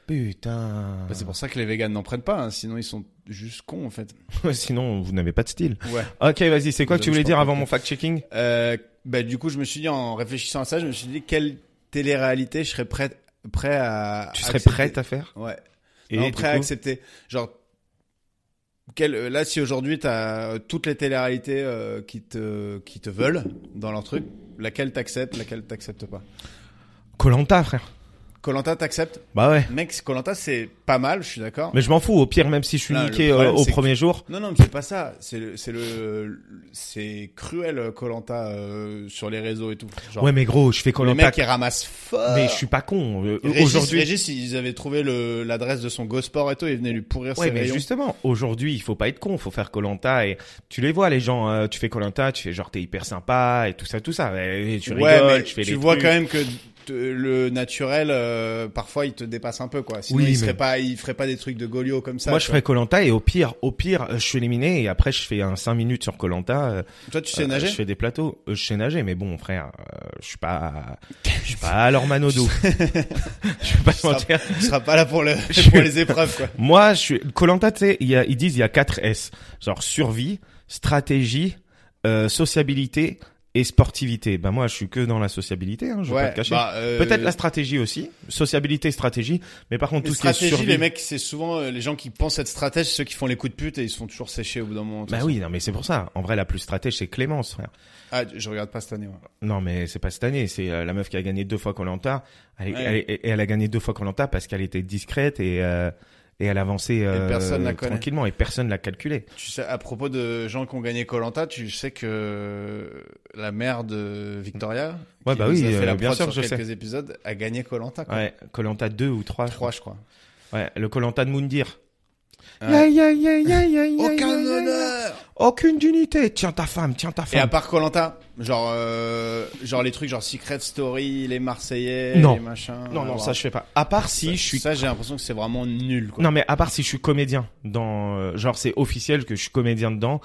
[SPEAKER 3] Putain.
[SPEAKER 4] Bah, c'est pour ça que les véganes n'en prennent pas, hein, sinon ils sont juste cons en fait.
[SPEAKER 3] Sinon, vous n'avez pas de style.
[SPEAKER 4] Ouais.
[SPEAKER 3] Ok, vas-y. C'est quoi que tu voulais
[SPEAKER 4] Désolé, je
[SPEAKER 3] dire
[SPEAKER 4] parle
[SPEAKER 3] avant
[SPEAKER 4] pas.
[SPEAKER 3] mon fact-checking
[SPEAKER 4] Euh, bah, du coup, je me suis dit, en réfléchissant à ça, je me suis dit, quelle télé-réalité je serais prêt, prêt à.
[SPEAKER 3] Tu serais
[SPEAKER 4] accepter.
[SPEAKER 3] prête à faire
[SPEAKER 4] Ouais.
[SPEAKER 3] Et
[SPEAKER 4] Ah, non,
[SPEAKER 3] du
[SPEAKER 4] prêt à
[SPEAKER 3] coup-
[SPEAKER 4] accepter. Genre, quel, euh, là, si aujourd'hui t'as euh, toutes les téléréalités euh, qui te qui te veulent dans leur truc, laquelle t'acceptes, laquelle t'acceptes pas.
[SPEAKER 3] Colanta, frère.
[SPEAKER 4] Colanta t'acceptes.
[SPEAKER 3] Bah ouais.
[SPEAKER 4] Mec, Colanta c'est pas mal, je suis d'accord.
[SPEAKER 3] Mais je m'en fous. Au pire, même si je suis
[SPEAKER 4] Là, le
[SPEAKER 3] niqué
[SPEAKER 4] problème,
[SPEAKER 3] euh, au
[SPEAKER 4] c'est que-
[SPEAKER 3] premier jour,
[SPEAKER 4] Non, non, mais c'est pas ça. C'est le, c'est le, c'est cruel Colanta euh, sur les réseaux et tout. Genre,
[SPEAKER 3] ouais, mais gros, je fais
[SPEAKER 4] les
[SPEAKER 3] Colanta.
[SPEAKER 4] mecs ils ramassent fort.
[SPEAKER 3] Mais je suis pas con. Euh,
[SPEAKER 4] Régis-
[SPEAKER 3] Aujourd'hui,
[SPEAKER 4] Régis, ils avaient trouvé le, l'adresse de son Gosport et tout, ils venaient lui pourrir
[SPEAKER 3] Ouais,
[SPEAKER 4] ses
[SPEAKER 3] mais
[SPEAKER 4] rayons.
[SPEAKER 3] justement, aujourd'hui, il faut pas être con, faut faire Colanta et tu les vois les gens, euh, tu fais Colanta, tu fais genre t'es hyper sympa et tout ça, tout ça, et tu rigoles,
[SPEAKER 4] Ouais, mais
[SPEAKER 3] tu fais
[SPEAKER 4] tu
[SPEAKER 3] les
[SPEAKER 4] vois
[SPEAKER 3] trucs.
[SPEAKER 4] quand même que te- le naturel, euh, parfois, il te dépasse un peu, quoi. Sinon,
[SPEAKER 3] Oui,
[SPEAKER 4] il serait
[SPEAKER 3] mais-
[SPEAKER 4] pas, il ferait pas des trucs de Goliot comme ça.
[SPEAKER 3] Moi,
[SPEAKER 4] tu
[SPEAKER 3] je ferais Colanta et au pire, au pire, euh, je suis éliminé et après je fais un 5 minutes sur Colanta.
[SPEAKER 4] vois. Toi, tu sais nager.
[SPEAKER 3] Euh, Je fais des plateaux, Euh, je sais nager, mais bon, frère, euh, je suis pas, je suis pas alors manodo. je vais pas te
[SPEAKER 4] seras-
[SPEAKER 3] mentir.
[SPEAKER 4] Tu seras pas là pour le,
[SPEAKER 3] Je-
[SPEAKER 4] pour les épreuves, quoi.
[SPEAKER 3] Moi, je suis Colanta, tu sais, il y a- ils disent il y a 4 S, genre survie, stratégie, euh, sociabilité et sportivité. Ben moi, je suis que dans la sociabilité, hein, je vais
[SPEAKER 4] Ouais,
[SPEAKER 3] pas te cacher.
[SPEAKER 4] bah, euh,
[SPEAKER 3] Peut-être la stratégie aussi, sociabilité, stratégie, mais par contre
[SPEAKER 4] les
[SPEAKER 3] tout ce qui est
[SPEAKER 4] stratégies,
[SPEAKER 3] survie.
[SPEAKER 4] les mecs, c'est souvent euh, les gens qui pensent être stratèges, ceux qui font les coups de pute et ils se font toujours sécher au bout d'un moment. de toute
[SPEAKER 3] Bah
[SPEAKER 4] façon.
[SPEAKER 3] oui, non mais c'est pour ça. En vrai, la plus stratège c'est Clémence, frère.
[SPEAKER 4] Ah, je regarde pas cette année. ouais.
[SPEAKER 3] Non mais c'est pas cette année, c'est euh, la meuf qui a gagné deux fois Colanta. Elle, est-
[SPEAKER 4] Ouais.
[SPEAKER 3] elle est- et elle a gagné deux fois Colanta parce qu'elle était discrète et euh, et elle avançait euh,
[SPEAKER 4] personne la connaît.
[SPEAKER 3] tranquillement et personne l'a calculé.
[SPEAKER 4] Tu sais, à propos de gens qui ont gagné Colanta, tu sais que la mère de Victoria,
[SPEAKER 3] Ouais,
[SPEAKER 4] qui
[SPEAKER 3] bah
[SPEAKER 4] nous
[SPEAKER 3] oui,
[SPEAKER 4] a fait
[SPEAKER 3] euh,
[SPEAKER 4] la
[SPEAKER 3] bien
[SPEAKER 4] prod
[SPEAKER 3] sûr,
[SPEAKER 4] sur
[SPEAKER 3] je sais.
[SPEAKER 4] quelques épisodes, a gagné Colanta.
[SPEAKER 3] Ouais, Colanta 2 ou 3.
[SPEAKER 4] Trois, je crois.
[SPEAKER 3] Ouais, le Colanta de Moundir.
[SPEAKER 4] Ouais.
[SPEAKER 3] Ya, ya, ya, ya, ya, ya,
[SPEAKER 4] Aucun
[SPEAKER 3] ya, ya, ya.
[SPEAKER 4] honneur.
[SPEAKER 3] Aucune dignité. Tiens ta femme, tiens ta
[SPEAKER 4] Et à
[SPEAKER 3] femme.
[SPEAKER 4] part Colanta, genre euh, genre les trucs genre Secret Story, les Marseillais,
[SPEAKER 3] Non.
[SPEAKER 4] les machins.
[SPEAKER 3] Non, non,
[SPEAKER 4] voilà.
[SPEAKER 3] ça je fais pas. À part si
[SPEAKER 4] Ah, Ça,
[SPEAKER 3] je suis
[SPEAKER 4] ça j'ai l'impression que c'est vraiment nul quoi.
[SPEAKER 3] Non mais à part si je suis comédien dans euh, genre c'est officiel que je suis comédien dedans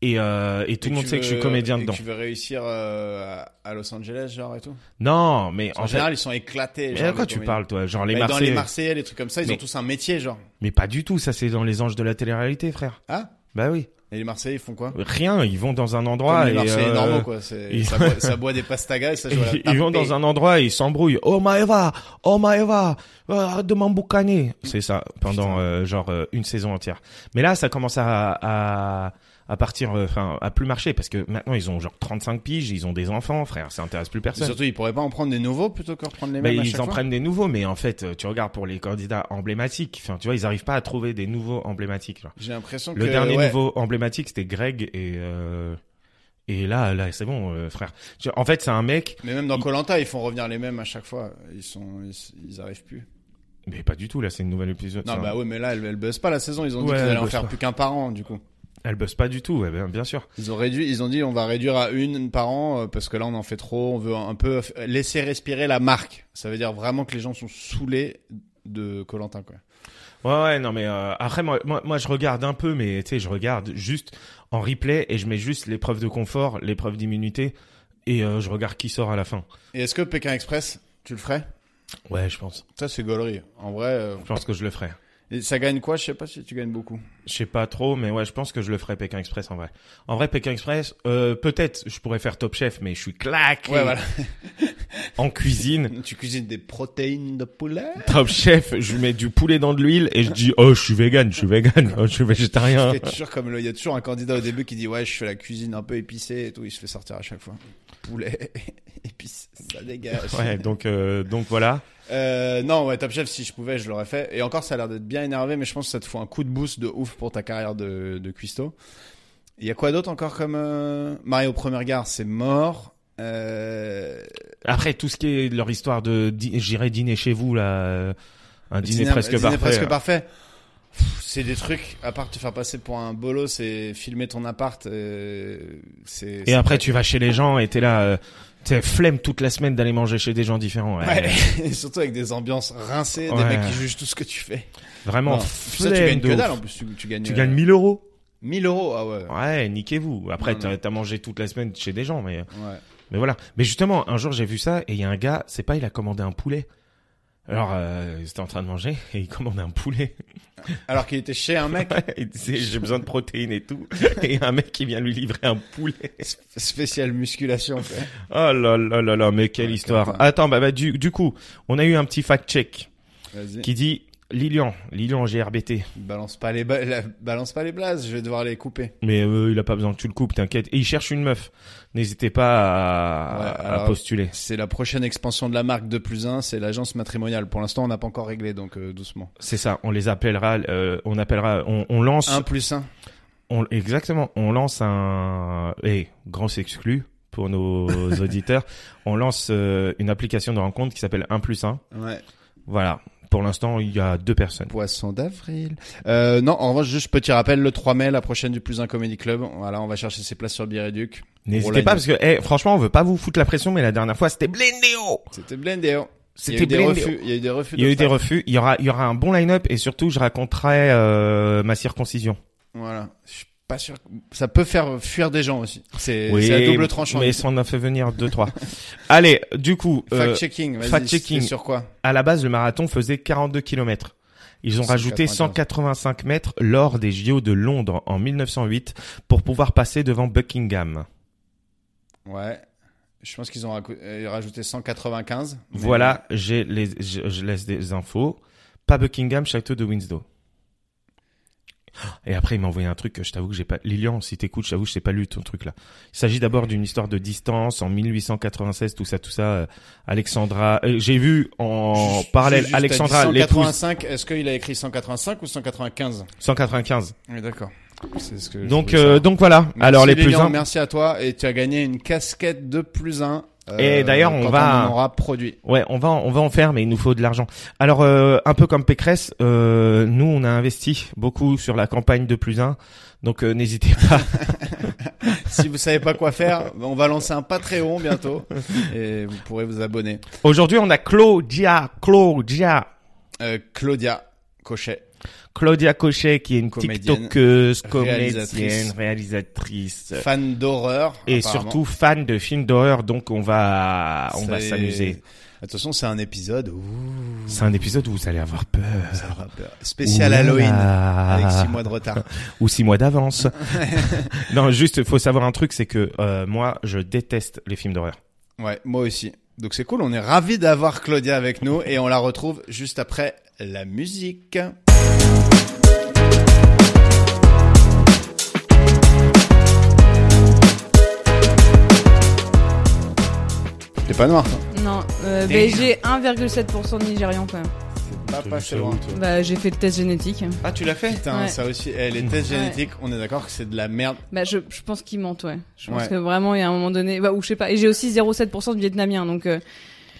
[SPEAKER 3] et euh, et tout
[SPEAKER 4] Et
[SPEAKER 3] le monde
[SPEAKER 4] tu
[SPEAKER 3] sait que je suis
[SPEAKER 4] veux-
[SPEAKER 3] comédien
[SPEAKER 4] et
[SPEAKER 3] dedans.
[SPEAKER 4] Tu veux réussir euh, à- à Los Angeles genre et tout.
[SPEAKER 3] Non, mais en
[SPEAKER 4] En,
[SPEAKER 3] fait
[SPEAKER 4] général, ils sont éclatés.
[SPEAKER 3] mais
[SPEAKER 4] genre,
[SPEAKER 3] à quoi
[SPEAKER 4] les
[SPEAKER 3] tu
[SPEAKER 4] comédiens.
[SPEAKER 3] parles toi Genre les
[SPEAKER 4] Mais Dans
[SPEAKER 3] Marseillais
[SPEAKER 4] les Marseillais, les trucs comme ça, ils
[SPEAKER 3] Mais-
[SPEAKER 4] ont tous un métier genre.
[SPEAKER 3] Mais pas du tout, ça c'est dans les anges de la télé-réalité frère.
[SPEAKER 4] Ah
[SPEAKER 3] Bah oui.
[SPEAKER 4] Et les Marseillais, ils font quoi
[SPEAKER 3] Rien, ils vont dans un
[SPEAKER 4] Comme
[SPEAKER 3] endroit
[SPEAKER 4] les
[SPEAKER 3] et
[SPEAKER 4] Marseillais
[SPEAKER 3] euh,
[SPEAKER 4] normaux quoi. c'est-
[SPEAKER 3] ils-
[SPEAKER 4] Ça, boit, ça boit des pastagas et ça joue à la
[SPEAKER 3] ils, ils vont
[SPEAKER 4] tapée.
[SPEAKER 3] dans un endroit et ils s'embrouillent. Oh Maeva, oh Maeva, euh, arrête de m'emboucaner. C'est ça, pendant
[SPEAKER 4] Putain.
[SPEAKER 3] euh, genre euh, une saison entière. Mais là, ça commence à, à, à partir, euh, enfin, à plus marcher parce que maintenant ils ont genre 35 piges, ils ont des enfants, frère, ça intéresse plus
[SPEAKER 4] Et
[SPEAKER 3] personne.
[SPEAKER 4] Surtout, ils pourraient pas en prendre des nouveaux plutôt que reprendre les
[SPEAKER 3] Mais
[SPEAKER 4] mêmes à
[SPEAKER 3] ils
[SPEAKER 4] chaque
[SPEAKER 3] en
[SPEAKER 4] fois
[SPEAKER 3] prennent des nouveaux, mais en fait, euh, tu regardes pour les candidats emblématiques, enfin, tu vois, ils arrivent pas à trouver des nouveaux emblématiques. genre.
[SPEAKER 4] J'ai l'impression que
[SPEAKER 3] Le dernier
[SPEAKER 4] euh, ouais,
[SPEAKER 3] nouveau emblématique, c'était Greg et euh, et là, là, c'est bon, euh, frère. Tu- En fait, c'est un mec.
[SPEAKER 4] Mais même dans
[SPEAKER 3] Ils-
[SPEAKER 4] Colanta, ils font revenir les mêmes à chaque fois. Ils sont, ils, ils arrivent plus.
[SPEAKER 3] Mais pas du tout, là, c'est une nouvelle épisode.
[SPEAKER 4] Non,
[SPEAKER 3] ça.
[SPEAKER 4] bah ouais, mais là, elle, elle buzz pas la saison. Ils ont dit
[SPEAKER 3] Ouais,
[SPEAKER 4] qu'ils
[SPEAKER 3] elle
[SPEAKER 4] allaient en
[SPEAKER 3] buzz
[SPEAKER 4] faire
[SPEAKER 3] pas.
[SPEAKER 4] plus qu'un par an, du coup.
[SPEAKER 3] Elle bosse pas du tout, ouais, ben, bien, bien sûr.
[SPEAKER 4] Ils ont réduit, ils ont dit on va réduire à une par an euh, parce que là on en fait trop. On veut un peu f- laisser respirer la marque. Ça veut dire vraiment que les gens sont saoulés de Colanta, quoi.
[SPEAKER 3] Ouais, ouais, non, mais euh, après, moi, moi, moi, je regarde un peu, mais tu sais, je regarde juste en replay et je mets juste l'épreuve de confort, l'épreuve d'immunité et euh, je regarde qui sort à la fin.
[SPEAKER 4] Et est-ce que Pékin Express, tu le ferais
[SPEAKER 3] Ouais, je pense.
[SPEAKER 4] Ça c'est gaulerie. En vrai, euh,
[SPEAKER 3] Je pense que je le ferai.
[SPEAKER 4] et ça gagne quoi Je sais pas si tu gagnes beaucoup.
[SPEAKER 3] Je sais pas trop, mais ouais, je pense que je le ferai Pékin Express en vrai. En vrai, Pékin Express, euh, peut-être, je pourrais faire Top Chef, mais je suis claqué.
[SPEAKER 4] Ouais, voilà.
[SPEAKER 3] en cuisine.
[SPEAKER 4] Tu cuisines des protéines de poulet
[SPEAKER 3] Top chef, je lui mets du poulet dans de l'huile et je dis oh je suis vegan, je suis vegan, oh, je suis végétarien.
[SPEAKER 4] C'est toujours comme le- il y a toujours un candidat au début qui dit ouais je fais la cuisine un peu épicée et tout, il se fait sortir à chaque fois. Poulet épice, ça dégage.
[SPEAKER 3] Ouais, donc euh, donc voilà.
[SPEAKER 4] Euh, non ouais Top Chef si je pouvais je l'aurais fait. Et encore ça a l'air d'être bien énervé mais je pense que ça te fout un coup de boost de ouf pour ta carrière de, de cuistot. Il y a quoi d'autre encore comme euh, Mario au premier regard c'est mort. Euh,
[SPEAKER 3] Après tout ce qui est leur histoire de di- j'irai dîner chez vous là, euh, un dîner,
[SPEAKER 4] Dîner-
[SPEAKER 3] presque
[SPEAKER 4] dîner
[SPEAKER 3] parfait. euh.
[SPEAKER 4] presque parfait. Pff, C'est des trucs, à part te faire passer pour un bolo, c'est filmer ton appart. euh, c'est-
[SPEAKER 3] Et
[SPEAKER 4] c'est-
[SPEAKER 3] après tu vas chez les gens et t'es là, euh, t'es flemme toute la semaine d'aller manger chez des gens différents. Ouais.
[SPEAKER 4] Ouais, et surtout avec des ambiances rincées, des
[SPEAKER 3] Ouais.
[SPEAKER 4] mecs qui jugent tout ce que tu fais.
[SPEAKER 3] Vraiment
[SPEAKER 4] Non. Puis ça,
[SPEAKER 3] flemme
[SPEAKER 4] tu gagnes
[SPEAKER 3] de
[SPEAKER 4] que
[SPEAKER 3] ouf.
[SPEAKER 4] dalle en plus. Tu, tu gagnes,
[SPEAKER 3] Tu
[SPEAKER 4] euh,
[SPEAKER 3] gagnes 1000 euros.
[SPEAKER 4] 1000 euros. Ah ouais.
[SPEAKER 3] Ouais, niquez-vous. Après
[SPEAKER 4] Non,
[SPEAKER 3] t'as
[SPEAKER 4] non.
[SPEAKER 3] t'as mangé toute la semaine chez des gens, mais
[SPEAKER 4] ouais.
[SPEAKER 3] Mais voilà. Mais justement, un jour j'ai vu ça et il y a un gars, c'est pas, il a commandé un poulet. Alors, euh, il était en train de manger et il commandait un poulet.
[SPEAKER 4] Alors qu'il était chez un mec
[SPEAKER 3] il disait, j'ai besoin de protéines et tout. Et il y a un mec qui vient lui livrer un poulet.
[SPEAKER 4] sp- spécial musculation. quoi.
[SPEAKER 3] Oh là là là là, mais quelle
[SPEAKER 4] Ouais,
[SPEAKER 3] histoire.
[SPEAKER 4] captain.
[SPEAKER 3] Attends, bah, bah du, du coup, on a eu un petit fact-check
[SPEAKER 4] Vas-y.
[SPEAKER 3] qui dit Lilian, Lilian GRBT.
[SPEAKER 4] Balance pas les ba- la- balance pas les blazes. Je vais devoir les couper.
[SPEAKER 3] Mais euh, il a pas besoin que tu le coupes, t'inquiète. Et il cherche une meuf. N'hésitez pas à,
[SPEAKER 4] Ouais,
[SPEAKER 3] à
[SPEAKER 4] alors-
[SPEAKER 3] postuler.
[SPEAKER 4] C'est la prochaine expansion de la marque 2 plus 1, c'est l'agence matrimoniale. Pour l'instant, on n'a pas encore réglé, donc euh, doucement.
[SPEAKER 3] C'est ça, on les appellera, euh, on appellera, on, on lance
[SPEAKER 4] 1 plus 1.
[SPEAKER 3] On, exactement, on lance un et grand exclu pour nos auditeurs. On lance euh, une application de rencontre qui s'appelle 1 plus 1.
[SPEAKER 4] Ouais.
[SPEAKER 3] Voilà. Pour l'instant, il y a deux personnes.
[SPEAKER 4] Poisson d'avril. Euh, non, en revanche, juste petit rappel, le 3 mai, la prochaine du plus 1 Comedy Club. Voilà, on va chercher ses places sur Biréduc. Oh là,
[SPEAKER 3] N'hésitez pas parce que eh, franchement, on veut pas vous foutre la pression mais la dernière fois, c'était blindéo.
[SPEAKER 4] C'était blindéo. Il y a
[SPEAKER 3] C'était
[SPEAKER 4] eu des
[SPEAKER 3] blindéo.
[SPEAKER 4] refus. Il y a eu des refus.
[SPEAKER 3] Il y a eu des
[SPEAKER 4] d'obstacles.
[SPEAKER 3] refus, il y aura il y aura un bon line-up et surtout je raconterai euh, ma circoncision.
[SPEAKER 4] Voilà. Je suis pas sûr. que- Ça peut faire fuir des gens aussi. C'est
[SPEAKER 3] Oui,
[SPEAKER 4] c'est à double tranchant.
[SPEAKER 3] Mais ça en a fait venir deux trois. Allez, du coup, euh,
[SPEAKER 4] Fact-checking. vas-y,
[SPEAKER 3] fact-checking.
[SPEAKER 4] c'était Sur quoi
[SPEAKER 3] À la base, le marathon faisait 42 km. Ils ont rajouté 185 mètres lors des JO de Londres en 1908 pour pouvoir passer devant Buckingham.
[SPEAKER 4] Ouais. Je pense qu'ils ont racou- euh, rajouté 195. mais-
[SPEAKER 3] Voilà, j'ai les, je, je laisse des infos. Pas Buckingham, château de Windsor. Et après, il m'a envoyé un truc que je t'avoue que j'ai pas. Lilian, si t'écoutes, je t'avoue, je sais pas lu ton truc là. Il s'agit d'abord d'une histoire de distance en 1896, tout ça, tout ça. euh, Alexandra, euh, j'ai vu en
[SPEAKER 4] Juste-
[SPEAKER 3] parallèle
[SPEAKER 4] juste, t'as dit
[SPEAKER 3] Alexandra l'épouse
[SPEAKER 4] 185, est-ce qu'il a écrit 185 ou 195
[SPEAKER 3] 195.
[SPEAKER 4] Oui, d'accord. C'est ce que je
[SPEAKER 3] Donc
[SPEAKER 4] voulais
[SPEAKER 3] euh,
[SPEAKER 4] savoir.
[SPEAKER 3] donc voilà.
[SPEAKER 4] Merci
[SPEAKER 3] Alors les plus
[SPEAKER 4] Lilian,
[SPEAKER 3] un-
[SPEAKER 4] Merci à toi et tu as gagné une casquette de plus 1.
[SPEAKER 3] Et d'ailleurs, on va-
[SPEAKER 4] On en aura produit.
[SPEAKER 3] Ouais, on va on va en faire, mais il nous faut de l'argent. Alors euh, un peu comme Pécresse, euh, nous on a investi beaucoup sur la campagne de plus un, donc euh, n'hésitez pas.
[SPEAKER 4] si vous savez pas quoi faire, on va lancer un Patreon bientôt et vous pourrez vous abonner.
[SPEAKER 3] Aujourd'hui on a Claudia, Claudia,
[SPEAKER 4] Euh, Claudia Cochet.
[SPEAKER 3] Claudia Cochet qui est une
[SPEAKER 4] Comédienne,
[SPEAKER 3] TikTokeuse, comédienne,
[SPEAKER 4] réalisatrice.
[SPEAKER 3] réalisatrice.
[SPEAKER 4] Fan d'horreur.
[SPEAKER 3] Et
[SPEAKER 4] apparemment.
[SPEAKER 3] surtout fan de films d'horreur, donc on va on va
[SPEAKER 4] C'est-
[SPEAKER 3] s'amuser.
[SPEAKER 4] Attention, c'est un épisode ouh,
[SPEAKER 3] C'est un épisode où vous allez avoir peur.
[SPEAKER 4] ça fera peur. spécial
[SPEAKER 3] Ouh là
[SPEAKER 4] Halloween
[SPEAKER 3] là.
[SPEAKER 4] avec 6 mois de retard.
[SPEAKER 3] ou six mois d'avance. non, juste, faut savoir un truc, c'est que euh, moi, je déteste les films d'horreur.
[SPEAKER 4] Ouais, moi aussi. Donc c'est cool, on est ravis d'avoir Claudia avec nous et on la retrouve juste après la musique. T'es pas noir, toi
[SPEAKER 2] Non, euh,
[SPEAKER 4] Des-
[SPEAKER 2] bah, j'ai 1,7% de Nigérians quand même.
[SPEAKER 4] C'est pas passé loin.
[SPEAKER 2] Bah, j'ai fait le test génétique.
[SPEAKER 4] Ah, tu l'as fait Putain,
[SPEAKER 2] Ouais.
[SPEAKER 4] ça aussi. eh, les tests
[SPEAKER 2] Ouais.
[SPEAKER 4] génétiques, on est d'accord que c'est de la merde.
[SPEAKER 2] Bah, je, je pense qu'ils mentent, ouais. Je pense
[SPEAKER 4] Ouais.
[SPEAKER 2] que vraiment, il y a un moment donné, bah, ou je sais pas. Et j'ai aussi 0,7% de Vietnamiens, donc euh,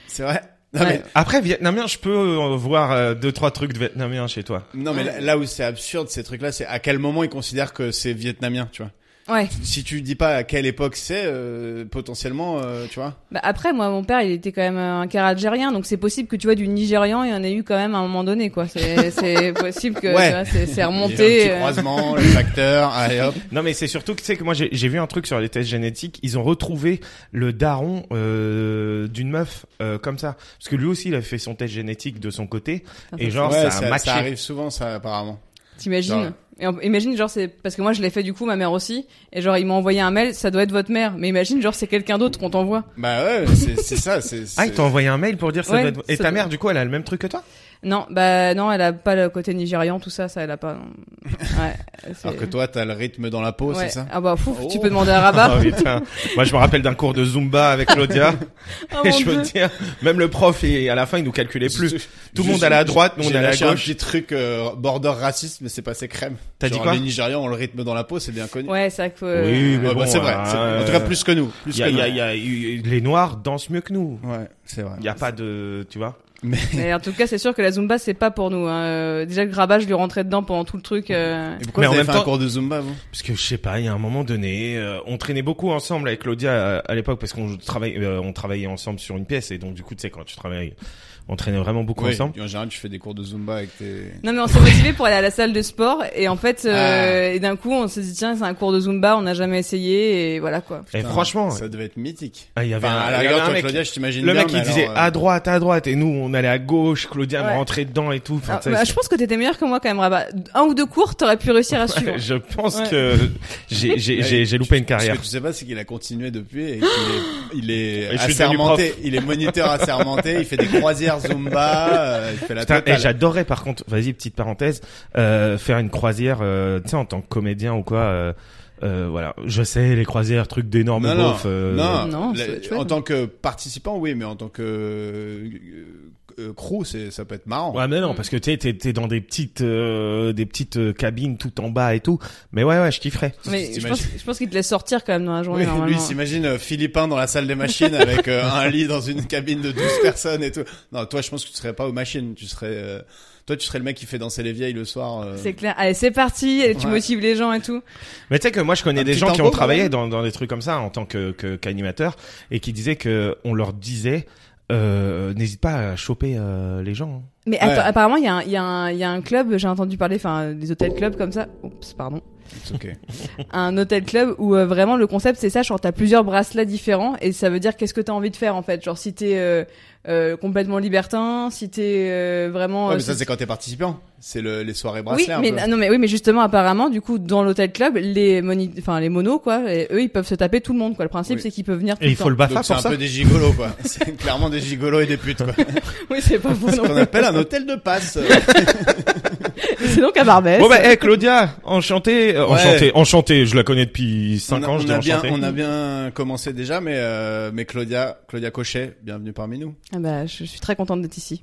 [SPEAKER 4] C'est vrai non,
[SPEAKER 2] Ouais.
[SPEAKER 3] Après, vietnamien, je peux euh, voir euh, deux, trois trucs de vietnamien chez toi.
[SPEAKER 4] mais, non, mais là, là où c'est absurde, ces trucs-là, c'est à quel moment ils considèrent que c'est vietnamien, tu vois
[SPEAKER 2] ouais.
[SPEAKER 4] si tu dis pas à quelle époque c'est, euh, potentiellement, euh, tu vois.
[SPEAKER 2] Bah, après, moi, mon père, il était quand même euh, un quart algérien, donc c'est possible que tu vois du Nigérian, il y en ait eu quand même à un moment donné, quoi. C'est c'est possible que
[SPEAKER 4] Ouais.
[SPEAKER 2] tu vois, c'est c'est
[SPEAKER 4] Il y a un
[SPEAKER 2] remonté.
[SPEAKER 4] petit
[SPEAKER 2] euh.
[SPEAKER 4] croisement, le facteur, allez hop.
[SPEAKER 3] Non, mais c'est surtout que, tu sais, que moi, j'ai j'ai vu un truc sur les tests génétiques. Ils ont retrouvé le daron euh, d'une meuf euh, comme ça. Parce que lui aussi, il a fait son test génétique de son côté.
[SPEAKER 2] Enfin,
[SPEAKER 3] Et
[SPEAKER 2] Ah, ça,
[SPEAKER 3] genre,
[SPEAKER 4] ouais,
[SPEAKER 3] ça a
[SPEAKER 4] ça,
[SPEAKER 3] matché.
[SPEAKER 4] ça arrive souvent, ça, apparemment. Genre-
[SPEAKER 2] T'imagines Et on- imagine genre c'est parce que moi je l'ai fait du coup ma mère aussi et genre ils m'ont envoyé un mail ça doit être votre mère mais imagine genre c'est quelqu'un d'autre qu'on t'envoie
[SPEAKER 4] Bah ouais, c'est c'est ça. c'est
[SPEAKER 3] Ah,
[SPEAKER 4] c'est-
[SPEAKER 3] il t'a envoyé un mail pour dire ça
[SPEAKER 2] Ouais,
[SPEAKER 3] doit être- Et
[SPEAKER 2] ça
[SPEAKER 3] ta
[SPEAKER 2] doit-
[SPEAKER 3] mère, du coup, elle a le même truc que toi
[SPEAKER 2] non bah non elle a pas le côté nigérian tout ça ça elle a pas non. ouais, c'est-
[SPEAKER 4] Alors que toi, t'as le rythme dans la peau,
[SPEAKER 2] Ouais.
[SPEAKER 4] c'est ça
[SPEAKER 2] ah bah fouf, tu
[SPEAKER 4] Oh.
[SPEAKER 2] peux demander à Rabat
[SPEAKER 3] Oh, putain. Moi, je me rappelle d'un cours de Zumba avec Claudia.
[SPEAKER 2] Ah,
[SPEAKER 3] et
[SPEAKER 2] mon
[SPEAKER 3] je peux
[SPEAKER 2] Dieu.
[SPEAKER 3] te dire, même le prof, il- à la fin, il nous calculait plus. Tout le monde allait à droite, nous, on allait à
[SPEAKER 4] lâché un
[SPEAKER 3] gauche.
[SPEAKER 4] petit truc euh, border raciste, mais c'est passé crème.
[SPEAKER 3] T'as dit
[SPEAKER 4] Genre,
[SPEAKER 3] quoi
[SPEAKER 4] Les Nigérians ont le rythme dans la peau, c'est bien connu.
[SPEAKER 2] ouais c'est vrai que faut-
[SPEAKER 3] Oui, mais
[SPEAKER 4] Ouais, bah,
[SPEAKER 3] bon,
[SPEAKER 4] c'est vrai.
[SPEAKER 3] euh,
[SPEAKER 4] c'est- En tout cas, plus que nous. Plus
[SPEAKER 3] y a-
[SPEAKER 4] que
[SPEAKER 3] y a-
[SPEAKER 4] nous.
[SPEAKER 3] y a- y- les Noirs dansent mieux que nous.
[SPEAKER 4] Ouais, c'est vrai.
[SPEAKER 3] Il n'y a pas de, tu vois.
[SPEAKER 4] Mais...
[SPEAKER 2] mais en tout cas c'est sûr que la zumba c'est pas pour nous hein. Euh, déjà que Rabat je lui rentrais dedans pendant tout le truc euh,
[SPEAKER 4] Et pourquoi
[SPEAKER 3] Mais en
[SPEAKER 4] vous avez
[SPEAKER 3] même
[SPEAKER 4] fait un
[SPEAKER 3] temps-
[SPEAKER 4] cours de Zumba, vous
[SPEAKER 3] Parce que je sais pas, il y a un moment donné, euh, on traînait beaucoup ensemble avec Claudia à, à l'époque parce qu'on travaille, euh, on travaillait ensemble sur une pièce et donc du coup, tu sais, quand tu travailles, on traînait vraiment beaucoup
[SPEAKER 4] Oui,
[SPEAKER 3] ensemble.
[SPEAKER 4] En général, tu fais des cours de Zumba avec tes...
[SPEAKER 2] Non mais on s'est motivé pour aller à la salle de sport et en fait
[SPEAKER 4] Ah.
[SPEAKER 2] euh, et d'un coup on s'est dit tiens c'est un cours de zumba on n'a jamais essayé et voilà quoi.
[SPEAKER 3] Et
[SPEAKER 4] Putain,
[SPEAKER 3] franchement,
[SPEAKER 4] Ça devait être mythique.
[SPEAKER 3] ah, il y avait
[SPEAKER 4] Enfin,
[SPEAKER 3] un- il
[SPEAKER 4] à la
[SPEAKER 3] y avait
[SPEAKER 4] rigueur,
[SPEAKER 3] un
[SPEAKER 4] toi,
[SPEAKER 3] mec-
[SPEAKER 4] Claudia, je t'imagine
[SPEAKER 3] le
[SPEAKER 4] bien,
[SPEAKER 3] mec, il
[SPEAKER 4] mais
[SPEAKER 3] disait ah,
[SPEAKER 4] alors, euh,
[SPEAKER 3] à droite, à droite, et nous, on allait à gauche, Claudia me
[SPEAKER 2] Ouais.
[SPEAKER 3] rentrait dedans et tout. Enfin,
[SPEAKER 2] Ah,
[SPEAKER 3] tu sais,
[SPEAKER 2] bah,
[SPEAKER 3] c'est-
[SPEAKER 2] je pense que t'étais meilleur que moi quand même Rabat. Un ou deux cours t'aurais pu réussir à suivre.
[SPEAKER 3] je pense
[SPEAKER 2] Ouais.
[SPEAKER 3] que j'ai- j'ai j'ai- j'ai loupé une
[SPEAKER 4] Ce
[SPEAKER 3] carrière.
[SPEAKER 4] que tu sais pas, c'est qu'il a continué depuis et qu'il est, il est
[SPEAKER 3] Et je suis devenu
[SPEAKER 4] assermenté. Il est moniteur assermenté. Il fait des croisières Zumba. euh, il fait la
[SPEAKER 3] Putain, eh, et
[SPEAKER 4] totale.
[SPEAKER 3] j'adorais par contre, vas-y petite parenthèse, euh, faire une croisière, euh, tu sais en tant que comédien ou quoi, euh, euh, voilà, je sais les croisières, truc d'énorme
[SPEAKER 4] Non, non,
[SPEAKER 3] beauf. euh,
[SPEAKER 4] non,
[SPEAKER 2] Non,
[SPEAKER 4] la-
[SPEAKER 2] ça doit être
[SPEAKER 4] en
[SPEAKER 2] chouette.
[SPEAKER 4] tant que participant, oui, mais en tant que euh, euh, crew, c'est, ça peut être marrant.
[SPEAKER 3] Ouais mais non parce que tu sais, t'es t'es dans des petites euh, des petites euh, cabines tout en bas et tout, mais ouais ouais je kifferais.
[SPEAKER 2] Mais je pense,
[SPEAKER 4] T'imagines-
[SPEAKER 2] je pense qu'il te laisse sortir quand même dans la
[SPEAKER 4] Oui,
[SPEAKER 2] journée
[SPEAKER 4] lui, il
[SPEAKER 2] normalement.
[SPEAKER 4] s'imagine euh, Philippin dans la salle des machines avec euh, un lit dans une cabine de 12 personnes et tout. Non, toi, je pense que tu serais pas aux machines. Tu serais, euh, toi, tu serais le mec qui fait danser les vieilles le soir. euh,
[SPEAKER 2] C'est clair. Allez c'est parti. Allez, tu
[SPEAKER 4] Ouais.
[SPEAKER 2] motives les gens et tout.
[SPEAKER 3] Mais tu sais que moi je connais
[SPEAKER 4] Un
[SPEAKER 3] des
[SPEAKER 4] petit
[SPEAKER 3] gens qui ont
[SPEAKER 4] tango,
[SPEAKER 3] travaillé
[SPEAKER 4] quand
[SPEAKER 3] dans, dans des trucs comme ça en tant que que- qu'animateur et qui disaient que on leur disait euh, n'hésite pas à choper euh, les gens. hein.
[SPEAKER 2] Mais attends, apparemment il y, a un- il y, a un- il y a un club j'ai entendu parler enfin des hôtels clubs comme ça. Oups pardon.
[SPEAKER 4] it's okay.
[SPEAKER 2] un hôtel club où euh, vraiment le concept c'est ça genre t'as plusieurs bracelets différents et ça veut dire qu'est-ce que t'as envie de faire en fait genre si t'es euh, euh, complètement libertin si t'es euh, vraiment
[SPEAKER 4] Ouais,
[SPEAKER 2] euh,
[SPEAKER 4] mais ça,
[SPEAKER 2] si-
[SPEAKER 4] c'est quand t'es participant. C'est le, les soirées
[SPEAKER 2] oui
[SPEAKER 4] bracelets. un
[SPEAKER 2] mais
[SPEAKER 4] peu.
[SPEAKER 2] ah, non mais oui mais justement apparemment du coup dans l'hôtel club les moni enfin les monos quoi et eux ils peuvent se taper tout le monde quoi le principe
[SPEAKER 4] Oui.
[SPEAKER 2] c'est qu'ils peuvent venir tout
[SPEAKER 3] Et il
[SPEAKER 2] le
[SPEAKER 3] faut
[SPEAKER 2] temps.
[SPEAKER 3] le bafa
[SPEAKER 4] Donc, c'est
[SPEAKER 3] pour
[SPEAKER 4] un
[SPEAKER 3] ça.
[SPEAKER 4] peu des gigolos, quoi. C'est clairement des gigolos et des putes, quoi.
[SPEAKER 2] oui c'est pas faux
[SPEAKER 4] C'est ce
[SPEAKER 2] non
[SPEAKER 4] qu'on appelle un hôtel de passe.
[SPEAKER 2] Eh, c'est donc à Barbès
[SPEAKER 3] Bon bah, hey, Claudia, enchanté, euh,
[SPEAKER 4] Ouais.
[SPEAKER 3] enchanté, enchanté. Je la connais depuis 5
[SPEAKER 4] on a,
[SPEAKER 3] ans.
[SPEAKER 4] on
[SPEAKER 3] je dis
[SPEAKER 4] a bien,
[SPEAKER 3] enchanté.
[SPEAKER 4] on a bien commencé déjà, mais, euh, mais Claudia, Claudia Cochet, bienvenue parmi nous.
[SPEAKER 2] ah bah je suis très contente d'être ici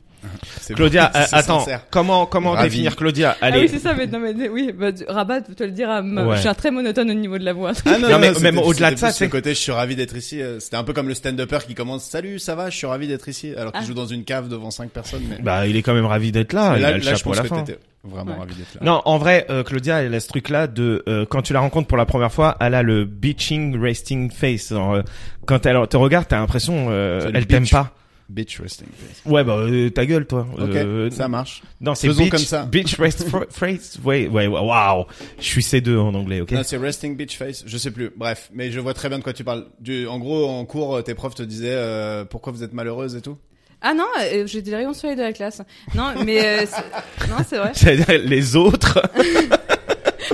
[SPEAKER 4] C'est
[SPEAKER 3] Claudia,
[SPEAKER 4] bon,
[SPEAKER 3] euh,
[SPEAKER 4] c'est
[SPEAKER 3] attends,
[SPEAKER 4] sincère.
[SPEAKER 3] comment comment
[SPEAKER 4] Ravi.
[SPEAKER 3] définir Claudia
[SPEAKER 2] ah oui
[SPEAKER 3] Allez.
[SPEAKER 2] c'est ça mais non mais oui bah, tu- Rabat tu te le diras ma-
[SPEAKER 3] Ouais.
[SPEAKER 2] je suis un très monotone au niveau de la voix
[SPEAKER 4] Ah non,
[SPEAKER 3] Non, mais
[SPEAKER 4] c'était-
[SPEAKER 3] même au-delà de
[SPEAKER 4] c'était
[SPEAKER 3] ça,
[SPEAKER 4] plus
[SPEAKER 3] c'est-
[SPEAKER 4] le côté, je suis ravi d'être ici. euh, C'était un peu comme le stand-upper qui commence, salut, ça va, je suis ravi d'être ici, alors qu'il
[SPEAKER 2] Ah.
[SPEAKER 4] joue dans une cave devant cinq personnes. Mais...
[SPEAKER 3] bah, il est quand même ravi d'être là. Bah,
[SPEAKER 4] mais
[SPEAKER 3] il a
[SPEAKER 4] là,
[SPEAKER 3] le
[SPEAKER 4] là, je
[SPEAKER 3] chapeau à
[SPEAKER 4] pense
[SPEAKER 3] la
[SPEAKER 4] que
[SPEAKER 3] fin.
[SPEAKER 4] t'étais vraiment
[SPEAKER 2] Ouais.
[SPEAKER 4] ravi d'être là.
[SPEAKER 3] Non, en vrai, euh, Claudia, elle a ce truc-là de euh, quand tu la rencontres pour la première fois, elle a le bitching resting face. Genre, euh, quand elle te regarde, t'as l'impression euh,
[SPEAKER 4] C'est une
[SPEAKER 3] elle t'aime
[SPEAKER 4] bitch.
[SPEAKER 3] pas.
[SPEAKER 4] Bitch resting face.
[SPEAKER 3] Ouais, bah euh, ta gueule, toi.
[SPEAKER 4] Ok,
[SPEAKER 3] Euh,
[SPEAKER 4] ça marche.
[SPEAKER 3] non, c'est
[SPEAKER 4] Faisons
[SPEAKER 3] bitch,
[SPEAKER 4] comme ça.
[SPEAKER 3] bitch rest fr- phrase. Ouais, ouais, ouais, waouh. Je suis C2 en anglais, ok.
[SPEAKER 4] Non, c'est resting bitch face, je sais plus. Bref, mais je vois très bien de quoi tu parles. Du, en gros, en cours, tes profs te disaient euh, pourquoi vous êtes malheureuse et tout.
[SPEAKER 2] Ah non, euh, j'étais le rayon soleil de la classe. Non, mais euh, c'est- non, c'est vrai.
[SPEAKER 3] C'est-à-dire les autres.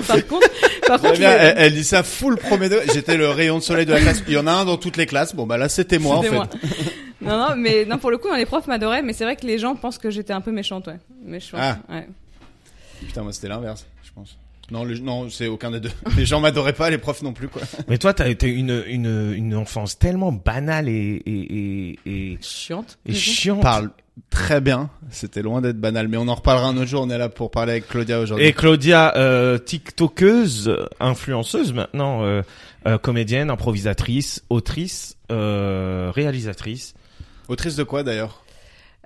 [SPEAKER 2] Par contre, par
[SPEAKER 4] Très
[SPEAKER 2] contre,
[SPEAKER 4] bien, eh,
[SPEAKER 2] le-
[SPEAKER 4] elle, elle dit ça full premier degré. J'étais le rayon de soleil de la classe. Il y en a un dans toutes les classes. Bon bah là c'était moi en
[SPEAKER 2] c'était
[SPEAKER 4] fait.
[SPEAKER 2] moi. Non, non, mais non, pour le coup, non, les profs m'adoraient, mais c'est vrai que les gens pensent que j'étais un peu méchante, ouais. Mais je pense,
[SPEAKER 4] Ah.
[SPEAKER 2] ouais.
[SPEAKER 4] Putain moi c'était l'inverse, je pense. Non, le- non, c'est aucun des deux. Les gens m'adoraient pas, les profs non plus quoi.
[SPEAKER 3] Mais toi, t'as été une, une, une enfance tellement banale et, et, et, et,
[SPEAKER 2] Chiante.
[SPEAKER 3] et
[SPEAKER 2] du coup.
[SPEAKER 3] chiante.
[SPEAKER 4] Parle très bien. C'était loin d'être banal, mais on en reparlera un autre jour. On est là pour parler avec Claudia aujourd'hui.
[SPEAKER 3] Et Claudia, euh, tiktokeuse, influenceuse maintenant, euh, euh, comédienne, improvisatrice, autrice, euh, réalisatrice
[SPEAKER 4] Autrice de quoi d'ailleurs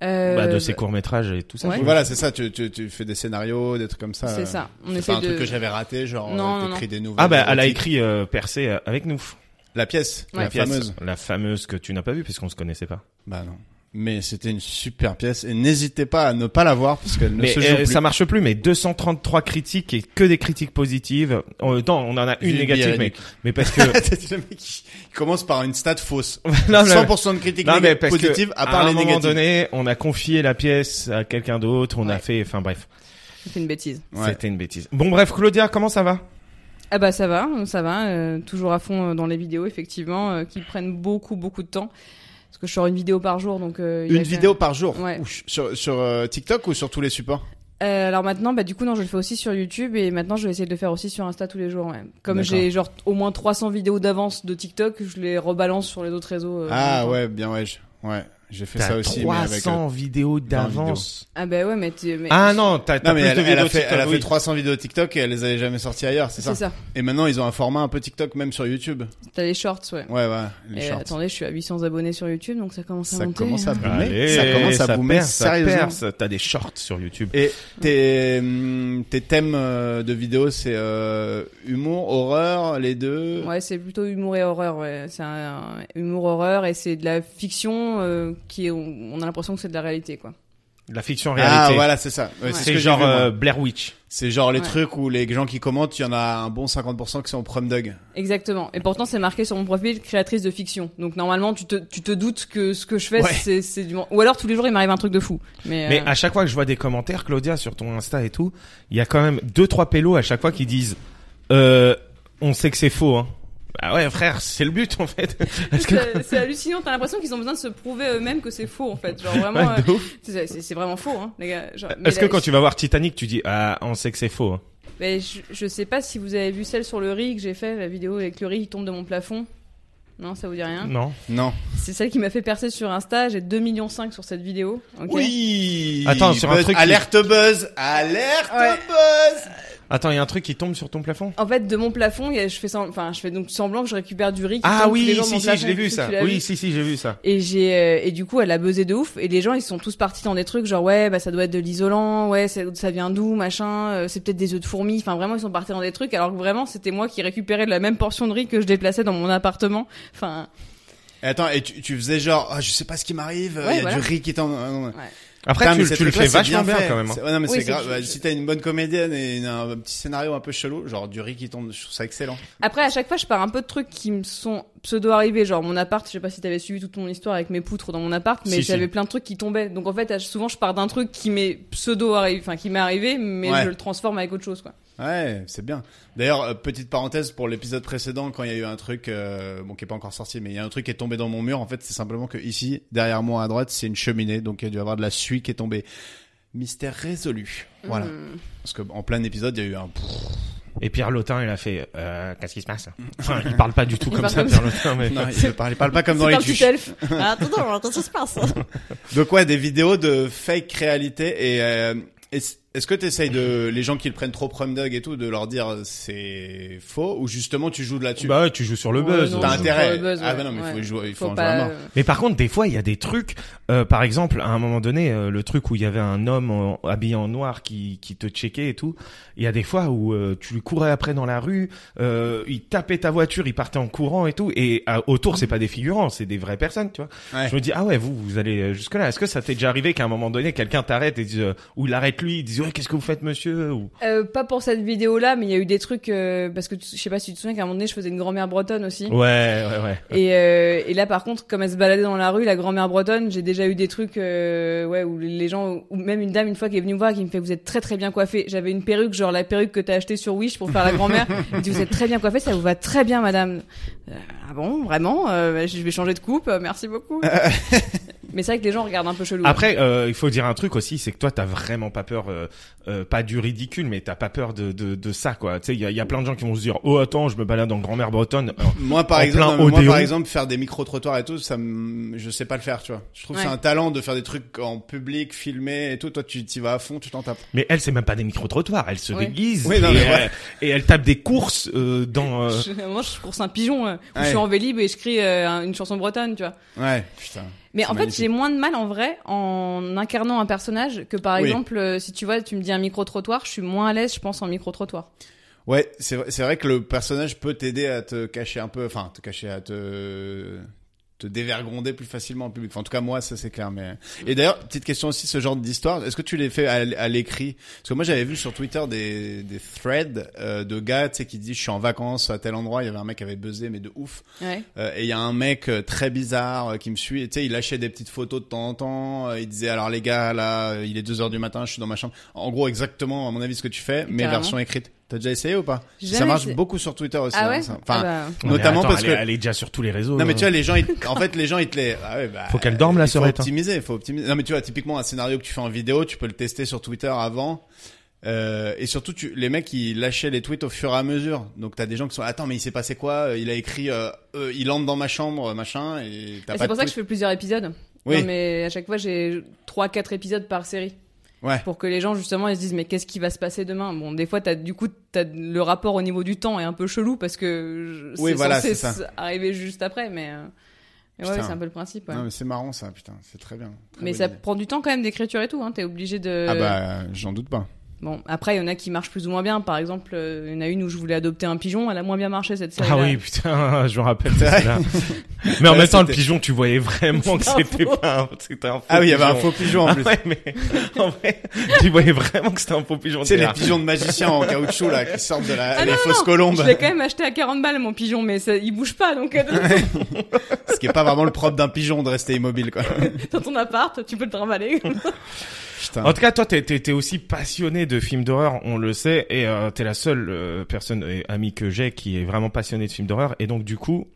[SPEAKER 2] Euh,
[SPEAKER 3] bah, de ses courts-métrages et tout ça.
[SPEAKER 2] Ouais.
[SPEAKER 3] je-
[SPEAKER 4] Voilà, c'est ça. Tu, tu, tu fais des scénarios, des trucs comme ça.
[SPEAKER 2] C'est ça. On
[SPEAKER 4] Euh, C'est
[SPEAKER 2] essaie
[SPEAKER 4] pas un
[SPEAKER 2] de.
[SPEAKER 4] truc que j'avais raté, genre
[SPEAKER 2] Non, non,
[SPEAKER 4] t'écris des nouvelles.
[SPEAKER 3] Ah bah elle a
[SPEAKER 4] érotiques.
[SPEAKER 3] écrit euh, Percé euh, avec nous.
[SPEAKER 4] La pièce,
[SPEAKER 2] Ouais.
[SPEAKER 4] la
[SPEAKER 3] pièce,
[SPEAKER 4] fameuse.
[SPEAKER 3] La fameuse que tu n'as pas vue puisqu'on se connaissait pas.
[SPEAKER 4] Bah non. Mais c'était une super pièce et n'hésitez pas à ne pas la voir parce qu'elle ne
[SPEAKER 3] mais
[SPEAKER 4] se
[SPEAKER 3] euh,
[SPEAKER 4] joue plus.
[SPEAKER 3] ça marche plus. Mais 233 critiques et que des critiques positives. Euh, non, on en a une
[SPEAKER 4] Julie
[SPEAKER 3] négative, mais
[SPEAKER 4] Bialanic.
[SPEAKER 3] mais parce que
[SPEAKER 4] C'est le mec qui commence par une stat fausse.
[SPEAKER 3] Non, mais-
[SPEAKER 4] 100% de critiques
[SPEAKER 3] Non, mais
[SPEAKER 4] néga-
[SPEAKER 3] parce
[SPEAKER 4] positives
[SPEAKER 3] que,
[SPEAKER 4] à part
[SPEAKER 3] un
[SPEAKER 4] les
[SPEAKER 3] moment
[SPEAKER 4] négatives.
[SPEAKER 3] donné, on a confié la pièce à quelqu'un d'autre, on a
[SPEAKER 2] Ouais.
[SPEAKER 3] fait, enfin bref.
[SPEAKER 2] J'ai fait une bêtise.
[SPEAKER 4] Ouais.
[SPEAKER 3] C'était une bêtise. Bon, bref, Claudia, comment ça va
[SPEAKER 2] Ah bah ça va, ça va. euh, toujours à fond euh, dans les vidéos, effectivement, euh, qui prennent beaucoup, beaucoup de temps. Parce que je sors une vidéo par jour, donc... euh, il y a
[SPEAKER 4] Une
[SPEAKER 2] quand
[SPEAKER 4] vidéo par jour
[SPEAKER 2] Ouais.
[SPEAKER 4] Ouh, Sur, sur euh, TikTok ou sur tous les supports
[SPEAKER 2] Euh, alors maintenant, bah du coup non, je le fais aussi sur YouTube et maintenant je vais essayer de le faire aussi sur Insta tous les jours. ouais. Comme
[SPEAKER 4] D'accord.
[SPEAKER 2] j'ai genre au moins 300 vidéos d'avance de TikTok, je les rebalance sur les autres réseaux. euh, en
[SPEAKER 4] Ah
[SPEAKER 2] même temps.
[SPEAKER 4] ouais, bien ouais. je- Ouais, j'ai fait
[SPEAKER 3] T'as
[SPEAKER 4] ça aussi, mais avec... euh,
[SPEAKER 3] 300 vidéos d'avance.
[SPEAKER 2] Ah bah ouais, mais, t'es- mais
[SPEAKER 3] Ah non, t'as t'as
[SPEAKER 4] Non mais
[SPEAKER 3] plus
[SPEAKER 4] elle,
[SPEAKER 3] de
[SPEAKER 4] elle
[SPEAKER 3] vidéos
[SPEAKER 4] a fait,
[SPEAKER 3] TikTok,
[SPEAKER 4] elle a
[SPEAKER 3] oui.
[SPEAKER 4] fait 300 vidéos TikTok et elle les avait jamais sorties ailleurs, c'est ça
[SPEAKER 2] c'est ça.
[SPEAKER 4] Et maintenant ils ont un format un peu TikTok même sur YouTube.
[SPEAKER 2] T'as les shorts, ouais.
[SPEAKER 4] Ouais ouais, les
[SPEAKER 2] Et
[SPEAKER 4] shorts.
[SPEAKER 2] attendez, je suis à 800 abonnés sur YouTube, donc ça commence à
[SPEAKER 4] ça
[SPEAKER 2] monter.
[SPEAKER 4] commence à
[SPEAKER 2] hein.
[SPEAKER 4] boomer,
[SPEAKER 3] Allez,
[SPEAKER 4] ça commence à boomer
[SPEAKER 3] perce, ça
[SPEAKER 4] sérieusement.
[SPEAKER 3] perce. T'as des shorts sur YouTube.
[SPEAKER 4] Et tes, hum, tes thèmes euh, de vidéos, c'est euh, humour, horreur, les deux.
[SPEAKER 2] Ouais, c'est plutôt humour et horreur. Ouais. C'est un, un humour horreur et c'est de la fiction euh, qui est, on, on a l'impression que c'est de la réalité quoi.
[SPEAKER 3] La fiction réalité.
[SPEAKER 4] ah voilà, c'est ça. Ouais,
[SPEAKER 2] Ouais.
[SPEAKER 4] C'est ce
[SPEAKER 3] C'est
[SPEAKER 4] que j'ai
[SPEAKER 3] genre
[SPEAKER 4] vu, moi.
[SPEAKER 3] euh, Blair Witch.
[SPEAKER 4] C'est genre les
[SPEAKER 2] Ouais.
[SPEAKER 4] trucs où les gens qui commentent, il y en a un bon 50% qui sont au prom dog.
[SPEAKER 2] Exactement. Et pourtant c'est marqué sur mon profil créatrice de fiction. Donc normalement tu te, tu te doutes que ce que je fais
[SPEAKER 4] Ouais.
[SPEAKER 2] c'est c'est du ou alors tous les jours il m'arrive un truc de fou. Mais,
[SPEAKER 3] Mais ah,
[SPEAKER 2] euh,
[SPEAKER 3] à chaque fois que je vois des commentaires, Claudia, sur ton Insta et tout, il y a quand même deux trois pélos à chaque fois qui disent euh, "On sait que c'est faux." Hein. Ah ouais, frère, c'est le but en fait. Parce que
[SPEAKER 2] c'est c'est hallucinant, t'as l'impression qu'ils ont besoin de se prouver eux-mêmes que c'est faux en fait. Genre vraiment,
[SPEAKER 3] Ouais, de
[SPEAKER 2] euh, c'est- c'est c'est vraiment faux, hein, les gars. Genre, mais
[SPEAKER 3] Est-ce que
[SPEAKER 2] là,
[SPEAKER 3] quand
[SPEAKER 2] je-
[SPEAKER 3] tu vas voir Titanic, tu dis "Ah, on sait que c'est faux." hein.
[SPEAKER 2] mais je, je sais pas si vous avez vu celle sur le riz que j'ai fait, la vidéo avec le riz qui tombe de mon plafond. Non, ça vous dit rien
[SPEAKER 3] Non.
[SPEAKER 4] Non.
[SPEAKER 2] C'est celle qui m'a fait percer sur Insta. J'ai 2,5 millions sur cette vidéo. ok
[SPEAKER 4] Oui.
[SPEAKER 3] Attends, sur un
[SPEAKER 4] Buzz-
[SPEAKER 3] truc qui-
[SPEAKER 4] Alerte buzz, alerte
[SPEAKER 2] Ouais.
[SPEAKER 4] buzz.
[SPEAKER 3] Attends, il y a un truc qui tombe sur ton plafond
[SPEAKER 2] En fait, de mon plafond, il y a- je fais, sem- enfin, je fais donc semblant que je récupère du riz. Qui
[SPEAKER 3] Ah
[SPEAKER 2] tombe tous les
[SPEAKER 3] oui,
[SPEAKER 2] jours de mon
[SPEAKER 3] si si,
[SPEAKER 2] plafond.
[SPEAKER 3] je l'ai vu
[SPEAKER 2] Tu
[SPEAKER 3] ça.
[SPEAKER 2] l'as
[SPEAKER 3] Oui, si si, j'ai vu ça.
[SPEAKER 2] Et j'ai euh, et du coup elle a buzzé de ouf et les gens ils sont tous partis dans des trucs genre ouais bah ça doit être de l'isolant ouais ça, ça vient d'où machin euh, c'est peut-être des œufs de fourmis enfin vraiment ils sont partis dans des trucs alors que vraiment c'était moi qui récupérais de la même portion de riz que je déplaçais dans mon appartement enfin
[SPEAKER 4] Et attends, et tu, tu faisais genre, Ah, je sais pas ce qui m'arrive, il
[SPEAKER 2] Ouais,
[SPEAKER 4] y a
[SPEAKER 2] voilà.
[SPEAKER 4] du riz qui tombe. Ah, non, non.
[SPEAKER 3] Après,
[SPEAKER 4] Putain, mais
[SPEAKER 3] tu,
[SPEAKER 4] ces
[SPEAKER 3] tu le
[SPEAKER 4] trucs-là,
[SPEAKER 3] fais
[SPEAKER 4] c'est bien
[SPEAKER 3] vachement bien,
[SPEAKER 4] fait.
[SPEAKER 3] quand même. hein.
[SPEAKER 4] C'est- ouais, non, mais
[SPEAKER 2] Oui,
[SPEAKER 4] c'est
[SPEAKER 2] c'est
[SPEAKER 4] grave.
[SPEAKER 2] du-
[SPEAKER 4] Bah, Si t'as une bonne comédienne et une- un petit scénario un peu chelou, genre du riz qui tombe, je trouve ça excellent.
[SPEAKER 2] après à chaque fois je pars un peu de trucs qui me sont pseudo arrivés genre mon appart je sais pas si t'avais suivi toute mon histoire avec mes poutres dans mon appart mais
[SPEAKER 3] Si, si.
[SPEAKER 2] j'avais plein de trucs qui tombaient donc en fait à- souvent je pars d'un truc qui m'est pseudo arrivé enfin qui m'est arrivé mais
[SPEAKER 4] Ouais.
[SPEAKER 2] je le transforme avec autre chose quoi
[SPEAKER 4] Ouais, c'est bien. D'ailleurs, euh, petite parenthèse pour l'épisode précédent, quand il y a eu un truc, euh, bon, qui est pas encore sorti, mais il y a un truc qui est tombé dans mon mur. En fait, c'est simplement que ici, derrière moi à droite, c'est une cheminée, donc il y a dû y avoir de la suie qui est tombée. Mystère résolu. Voilà.
[SPEAKER 2] Hmm.
[SPEAKER 4] Parce que en plein épisode, il y a eu un.
[SPEAKER 3] Et Pierre Lotin, il a fait euh, "Qu'est-ce qui se passe Enfin, Il parle pas du tout
[SPEAKER 2] Il
[SPEAKER 3] comme
[SPEAKER 2] parle
[SPEAKER 3] ça,
[SPEAKER 2] comme
[SPEAKER 3] Pierre Lotin. Mais...
[SPEAKER 4] Non, il parle, il parle pas comme dans
[SPEAKER 2] c'est
[SPEAKER 4] les
[SPEAKER 2] un petit
[SPEAKER 4] tuches.
[SPEAKER 2] elfe Ah, attends attends ça se passe
[SPEAKER 4] Donc ouais, des vidéos de fake réalité et euh, est-ce est-ce que t'essayes de les gens qui le prennent trop prom dog et tout de leur dire euh, c'est faux ou justement tu joues de là-dessus
[SPEAKER 3] Bah, ouais, tu joues sur le
[SPEAKER 2] Ouais,
[SPEAKER 3] buzz.
[SPEAKER 2] non,
[SPEAKER 4] T'as
[SPEAKER 2] je joue sur
[SPEAKER 4] intérêt.
[SPEAKER 2] le buzz,
[SPEAKER 4] ah
[SPEAKER 2] ouais.
[SPEAKER 4] bah non mais il faut
[SPEAKER 2] Ouais.
[SPEAKER 4] y jouer, il faut,
[SPEAKER 2] faut
[SPEAKER 4] en jouer à
[SPEAKER 2] pas
[SPEAKER 4] mort.
[SPEAKER 2] euh,
[SPEAKER 3] Mais par contre, des fois, il y a des trucs. euh, par exemple, à un moment donné, euh, le truc où il y avait un homme en- habillé en noir qui, qui te checkait et tout. Il y a des fois où euh, tu lui courais après dans la rue, euh, il tapait ta voiture, il partait en courant et tout. Et à- autour, c'est pas des figurants, c'est des vraies personnes, tu vois.
[SPEAKER 4] Ouais.
[SPEAKER 3] Je me dis ah ouais, vous vous allez jusque là. Est-ce que ça t'est déjà arrivé qu'à un moment donné, quelqu'un t'arrête et dise euh, ou il arrête lui, il dit ouais qu'est-ce que vous faites monsieur ou
[SPEAKER 2] Euh, pas pour cette vidéo là mais il y a eu des trucs euh, parce que tu- je sais pas si tu te souviens qu'à un moment donné je faisais une grand-mère bretonne aussi
[SPEAKER 3] ouais ouais ouais.
[SPEAKER 2] et, euh, et là par contre comme elle se baladait dans la rue la grand-mère bretonne j'ai déjà eu des trucs euh, ouais où les gens ou même une dame une fois qui est venue me voir et qui me fait vous êtes très très bien coiffée j'avais une perruque genre la perruque que t'as achetée sur Wish pour faire la grand-mère elle dit vous êtes très bien coiffée ça vous va très bien madame Euh, ah bon vraiment Euh, je vais changer de coupe euh, merci beaucoup mais c'est vrai que les gens regardent un peu chelou
[SPEAKER 3] Après, euh, il faut dire un truc aussi, c'est que toi, t'as vraiment pas peur, euh, euh, pas du ridicule, mais t'as pas peur de, de, de ça, quoi. Tu sais, il y a, il y a plein de gens qui vont se dire, oh attends, je me balade en grand-mère bretonne. Alors,
[SPEAKER 4] Moi par
[SPEAKER 3] En
[SPEAKER 4] exemple,
[SPEAKER 3] plein
[SPEAKER 4] non, mais moi
[SPEAKER 3] Odéon.
[SPEAKER 4] par exemple faire des micro trottoirs et tout, ça me- je sais pas le faire, tu vois. Je trouve que c'est
[SPEAKER 2] Ouais.
[SPEAKER 4] un talent de faire des trucs en public, filmé et tout. Toi tu t'y vas à fond, tu t'en tapes.
[SPEAKER 3] mais elle, c'est même pas des micro-trottoirs, elle se
[SPEAKER 2] Ouais.
[SPEAKER 3] déguise
[SPEAKER 4] Oui, non,
[SPEAKER 3] et,
[SPEAKER 4] mais
[SPEAKER 3] elle,
[SPEAKER 4] ouais.
[SPEAKER 3] et elle tape des courses euh, dans. euh,
[SPEAKER 2] Je- moi je course un pigeon euh, ou
[SPEAKER 4] Ouais.
[SPEAKER 2] je suis en vélib et je crie euh, un- une chanson bretonne tu vois
[SPEAKER 4] Ouais, putain.
[SPEAKER 2] mais
[SPEAKER 4] C'est
[SPEAKER 2] en fait
[SPEAKER 4] magnifique.
[SPEAKER 2] j'ai moins de mal en vrai en incarnant un personnage que par
[SPEAKER 4] Oui.
[SPEAKER 2] exemple euh, si tu vois tu me dis un micro trottoir je suis moins à l'aise je pense en micro trottoir
[SPEAKER 4] Ouais, c'est vrai, c'est vrai que le personnage peut t'aider à te cacher un peu, enfin te cacher à te te dévergonder plus facilement en public. Enfin, en tout cas, moi, ça c'est clair. Mais et d'ailleurs, petite question aussi, ce genre d'histoire, est-ce que tu les fais à, l- à l'écrit Parce que moi, j'avais vu sur Twitter des, des threads euh, de gars, tu sais, qui disent je suis en vacances à tel endroit. Il y avait un mec qui avait buzzé, mais de ouf.
[SPEAKER 2] Ouais.
[SPEAKER 4] Euh, et il y a un mec euh, très bizarre euh, qui me suit. et Tu sais, il lâchait des petites photos de temps en temps. euh, il disait alors les gars, là, euh, il est 2 heures du matin, je suis dans ma chambre. En gros, exactement à mon avis ce que tu fais, mais
[SPEAKER 2] Carrément.
[SPEAKER 4] version écrite. T'as déjà essayé ou pas
[SPEAKER 2] J'ai
[SPEAKER 4] Ça
[SPEAKER 2] jamais
[SPEAKER 4] marche
[SPEAKER 2] essayé.
[SPEAKER 4] beaucoup sur Twitter aussi.
[SPEAKER 2] Ah
[SPEAKER 4] hein,
[SPEAKER 2] ouais
[SPEAKER 4] ça. Enfin,
[SPEAKER 2] Ah bah,
[SPEAKER 4] notamment parce que
[SPEAKER 3] elle, est- elle est déjà sur tous les réseaux.
[SPEAKER 4] non mais
[SPEAKER 3] hein.
[SPEAKER 4] tu vois les gens ils- en fait les gens ils te les ah ouais, bah,
[SPEAKER 3] Faut qu'elle dorme, la
[SPEAKER 4] il faut
[SPEAKER 3] sœurette, hein.
[SPEAKER 4] optimiser, faut optimiser. Non mais tu vois typiquement un scénario que tu fais en vidéo, tu peux le tester sur Twitter avant. Euh, et surtout tu les mecs ils lâchaient les tweets au fur et à mesure. Donc t'as des gens qui sont attends mais il s'est passé quoi Il a écrit euh, euh, il entre dans ma chambre machin et t'as pas
[SPEAKER 2] Et C'est
[SPEAKER 4] de
[SPEAKER 2] pour ça que je
[SPEAKER 4] tweet.
[SPEAKER 2] fais plusieurs épisodes.
[SPEAKER 4] Oui.
[SPEAKER 2] Non, mais à chaque fois, j'ai 3-4 épisodes par série.
[SPEAKER 4] Ouais.
[SPEAKER 2] Pour que les gens, justement, ils se disent, mais qu'est-ce qui va se passer demain Bon, des fois, as, du coup, as, le rapport au niveau du temps est un peu chelou parce que je-
[SPEAKER 4] Oui, voilà, c'est
[SPEAKER 2] censé
[SPEAKER 4] ça.
[SPEAKER 2] s- arriver juste après, mais. euh, mais ouais,
[SPEAKER 4] Putain.
[SPEAKER 2] c'est un peu le principe. ouais.
[SPEAKER 4] Non mais c'est marrant ça putain, c'est très bien. Très
[SPEAKER 2] mais
[SPEAKER 4] bonne
[SPEAKER 2] ça
[SPEAKER 4] idée.
[SPEAKER 2] prend du temps quand même d'écriture et tout. Hein. T'es obligé de.
[SPEAKER 4] Ah bah j'en doute pas.
[SPEAKER 2] Bon, après, il y en a qui marchent plus ou moins bien. Par exemple, euh, il y en a une où je voulais adopter un pigeon, elle a moins bien marché cette série.
[SPEAKER 3] Ah oui, putain, je me rappelle de celle-là. Mais en
[SPEAKER 4] Ouais,
[SPEAKER 3] même temps, le
[SPEAKER 4] c'était-
[SPEAKER 3] pigeon, tu voyais vraiment que
[SPEAKER 2] C'était un
[SPEAKER 3] c'était
[SPEAKER 2] faux.
[SPEAKER 3] pas un, c'était un faux
[SPEAKER 4] Ah oui, il y avait un
[SPEAKER 3] pigeon.
[SPEAKER 4] faux pigeon en
[SPEAKER 3] Ah
[SPEAKER 4] plus.
[SPEAKER 3] ouais, mais en vrai, tu voyais vraiment que c'était un faux pigeon.
[SPEAKER 4] Tu sais
[SPEAKER 3] t'es
[SPEAKER 4] les
[SPEAKER 3] là.
[SPEAKER 4] pigeons de magiciens en caoutchouc là qui sortent de la
[SPEAKER 2] Ah
[SPEAKER 4] les
[SPEAKER 2] non, non,
[SPEAKER 4] fausses
[SPEAKER 2] non,
[SPEAKER 4] colombes.
[SPEAKER 2] Je l'ai quand même acheté à 40 balles, mon pigeon, mais ça, il bouge pas. Donc, euh,
[SPEAKER 4] Ce qui est pas vraiment le propre d'un pigeon de rester immobile quoi.
[SPEAKER 2] dans ton appart, tu peux le trimballer.
[SPEAKER 4] Putain.
[SPEAKER 3] En tout cas, toi, t'es, t'es- t'es aussi passionné de films d'horreur, on le sait, et euh, t'es la seule euh, personne et amie que j'ai qui est vraiment passionnée de films d'horreur, et donc du coup,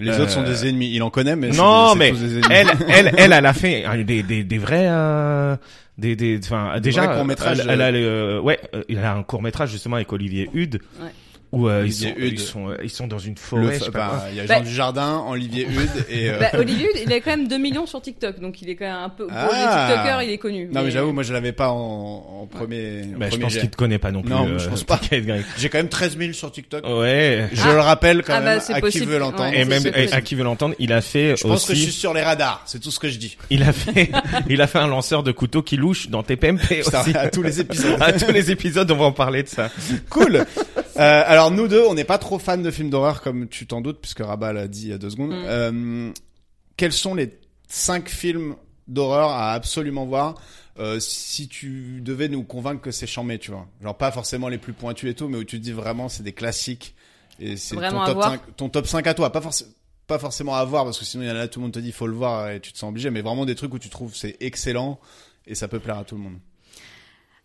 [SPEAKER 4] Les
[SPEAKER 3] Euh,
[SPEAKER 4] autres sont des ennemis. Il en connaît, mais c'est-
[SPEAKER 3] Non,
[SPEAKER 4] c'est
[SPEAKER 3] mais
[SPEAKER 4] tous des ennemis.
[SPEAKER 3] elle, elle, elle, elle a fait euh, des, des, des vrais, euh, des, des, enfin, déjà,
[SPEAKER 4] vrais courts-métrages,
[SPEAKER 3] elle, elle a, le- euh, ouais, euh, il a un court métrage justement avec Olivier Hude,
[SPEAKER 2] Ouais.
[SPEAKER 3] où euh, ils
[SPEAKER 4] Olivier
[SPEAKER 3] sont,
[SPEAKER 4] Hude.
[SPEAKER 3] ils sont, euh, ils sont dans une
[SPEAKER 4] Le
[SPEAKER 3] forêt. je
[SPEAKER 4] fa-
[SPEAKER 3] sais pas
[SPEAKER 4] bah,
[SPEAKER 3] quoi.
[SPEAKER 4] il y a
[SPEAKER 2] Bah-
[SPEAKER 4] Jean Dujardin, Olivier Hude et. euh,
[SPEAKER 2] Bah, Olivier, Hude, il a quand même 2 millions sur TikTok, donc il est quand même un peu. Pour
[SPEAKER 4] Ah.
[SPEAKER 2] les TikTokers, il est connu. euh,
[SPEAKER 4] Non mais j'avoue, moi je l'avais pas en, en premier. en
[SPEAKER 3] Bah, je
[SPEAKER 4] premier
[SPEAKER 3] pense
[SPEAKER 4] jet.
[SPEAKER 3] qu'il te connaît pas non plus. euh,
[SPEAKER 4] Non, je pense pas.
[SPEAKER 3] Kate Greg.
[SPEAKER 4] J'ai quand même 13 000 sur TikTok.
[SPEAKER 3] Ouais.
[SPEAKER 4] Je
[SPEAKER 2] Ah.
[SPEAKER 4] le rappelle quand
[SPEAKER 2] Ah, bah,
[SPEAKER 4] même
[SPEAKER 2] c'est
[SPEAKER 4] à
[SPEAKER 2] possible.
[SPEAKER 4] qui veut l'entendre.
[SPEAKER 2] Ouais.
[SPEAKER 3] Et
[SPEAKER 2] c'est
[SPEAKER 3] même
[SPEAKER 2] ce que
[SPEAKER 3] et-
[SPEAKER 2] je-
[SPEAKER 3] à qui veut l'entendre, il a fait
[SPEAKER 4] Je pense que je suis
[SPEAKER 3] aussi.
[SPEAKER 4] sur les radars. C'est tout ce que je dis.
[SPEAKER 3] Il a fait, il a fait un lanceur de couteau qui louche dans TPMP
[SPEAKER 4] Putain,
[SPEAKER 3] aussi.
[SPEAKER 4] à tous les épisodes.
[SPEAKER 3] À tous les épisodes, on va en parler de ça.
[SPEAKER 4] Cool. Euh, alors nous deux, on n'est pas trop fans de films d'horreur comme tu t'en doutes, puisque Rabat l'a dit il y a deux secondes.
[SPEAKER 2] Mm.
[SPEAKER 4] Euh, quels sont les cinq films d'horreur à absolument voir euh, si tu devais nous convaincre que c'est chambé, tu vois Genre pas forcément les plus pointus et tout, mais où tu te dis vraiment c'est des classiques et c'est
[SPEAKER 2] Vraiment
[SPEAKER 4] ton
[SPEAKER 2] à
[SPEAKER 4] top,
[SPEAKER 2] voir.
[SPEAKER 4] 5, ton top 5 à toi, pas forcément pas forcément à voir parce que sinon il y en a là tout le monde te dit faut le voir et tu te sens obligé mais vraiment des trucs où tu trouves c'est excellent et ça peut plaire à tout le monde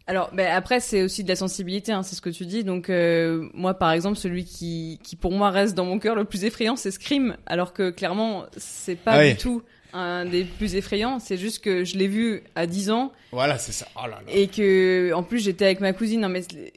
[SPEAKER 2] Alors, ben après, c'est aussi de la sensibilité, hein, c'est ce que tu dis. Donc, euh, moi, par exemple, celui qui, qui pour moi reste dans mon cœur le plus effrayant, c'est Scream. Alors que clairement, c'est pas
[SPEAKER 4] Ah oui.
[SPEAKER 2] du tout un des plus effrayants. C'est juste que je l'ai vu à 10 ans
[SPEAKER 4] voilà c'est ça oh là là
[SPEAKER 2] et que, en plus, j'étais avec ma cousine. Non, mais c'est- le-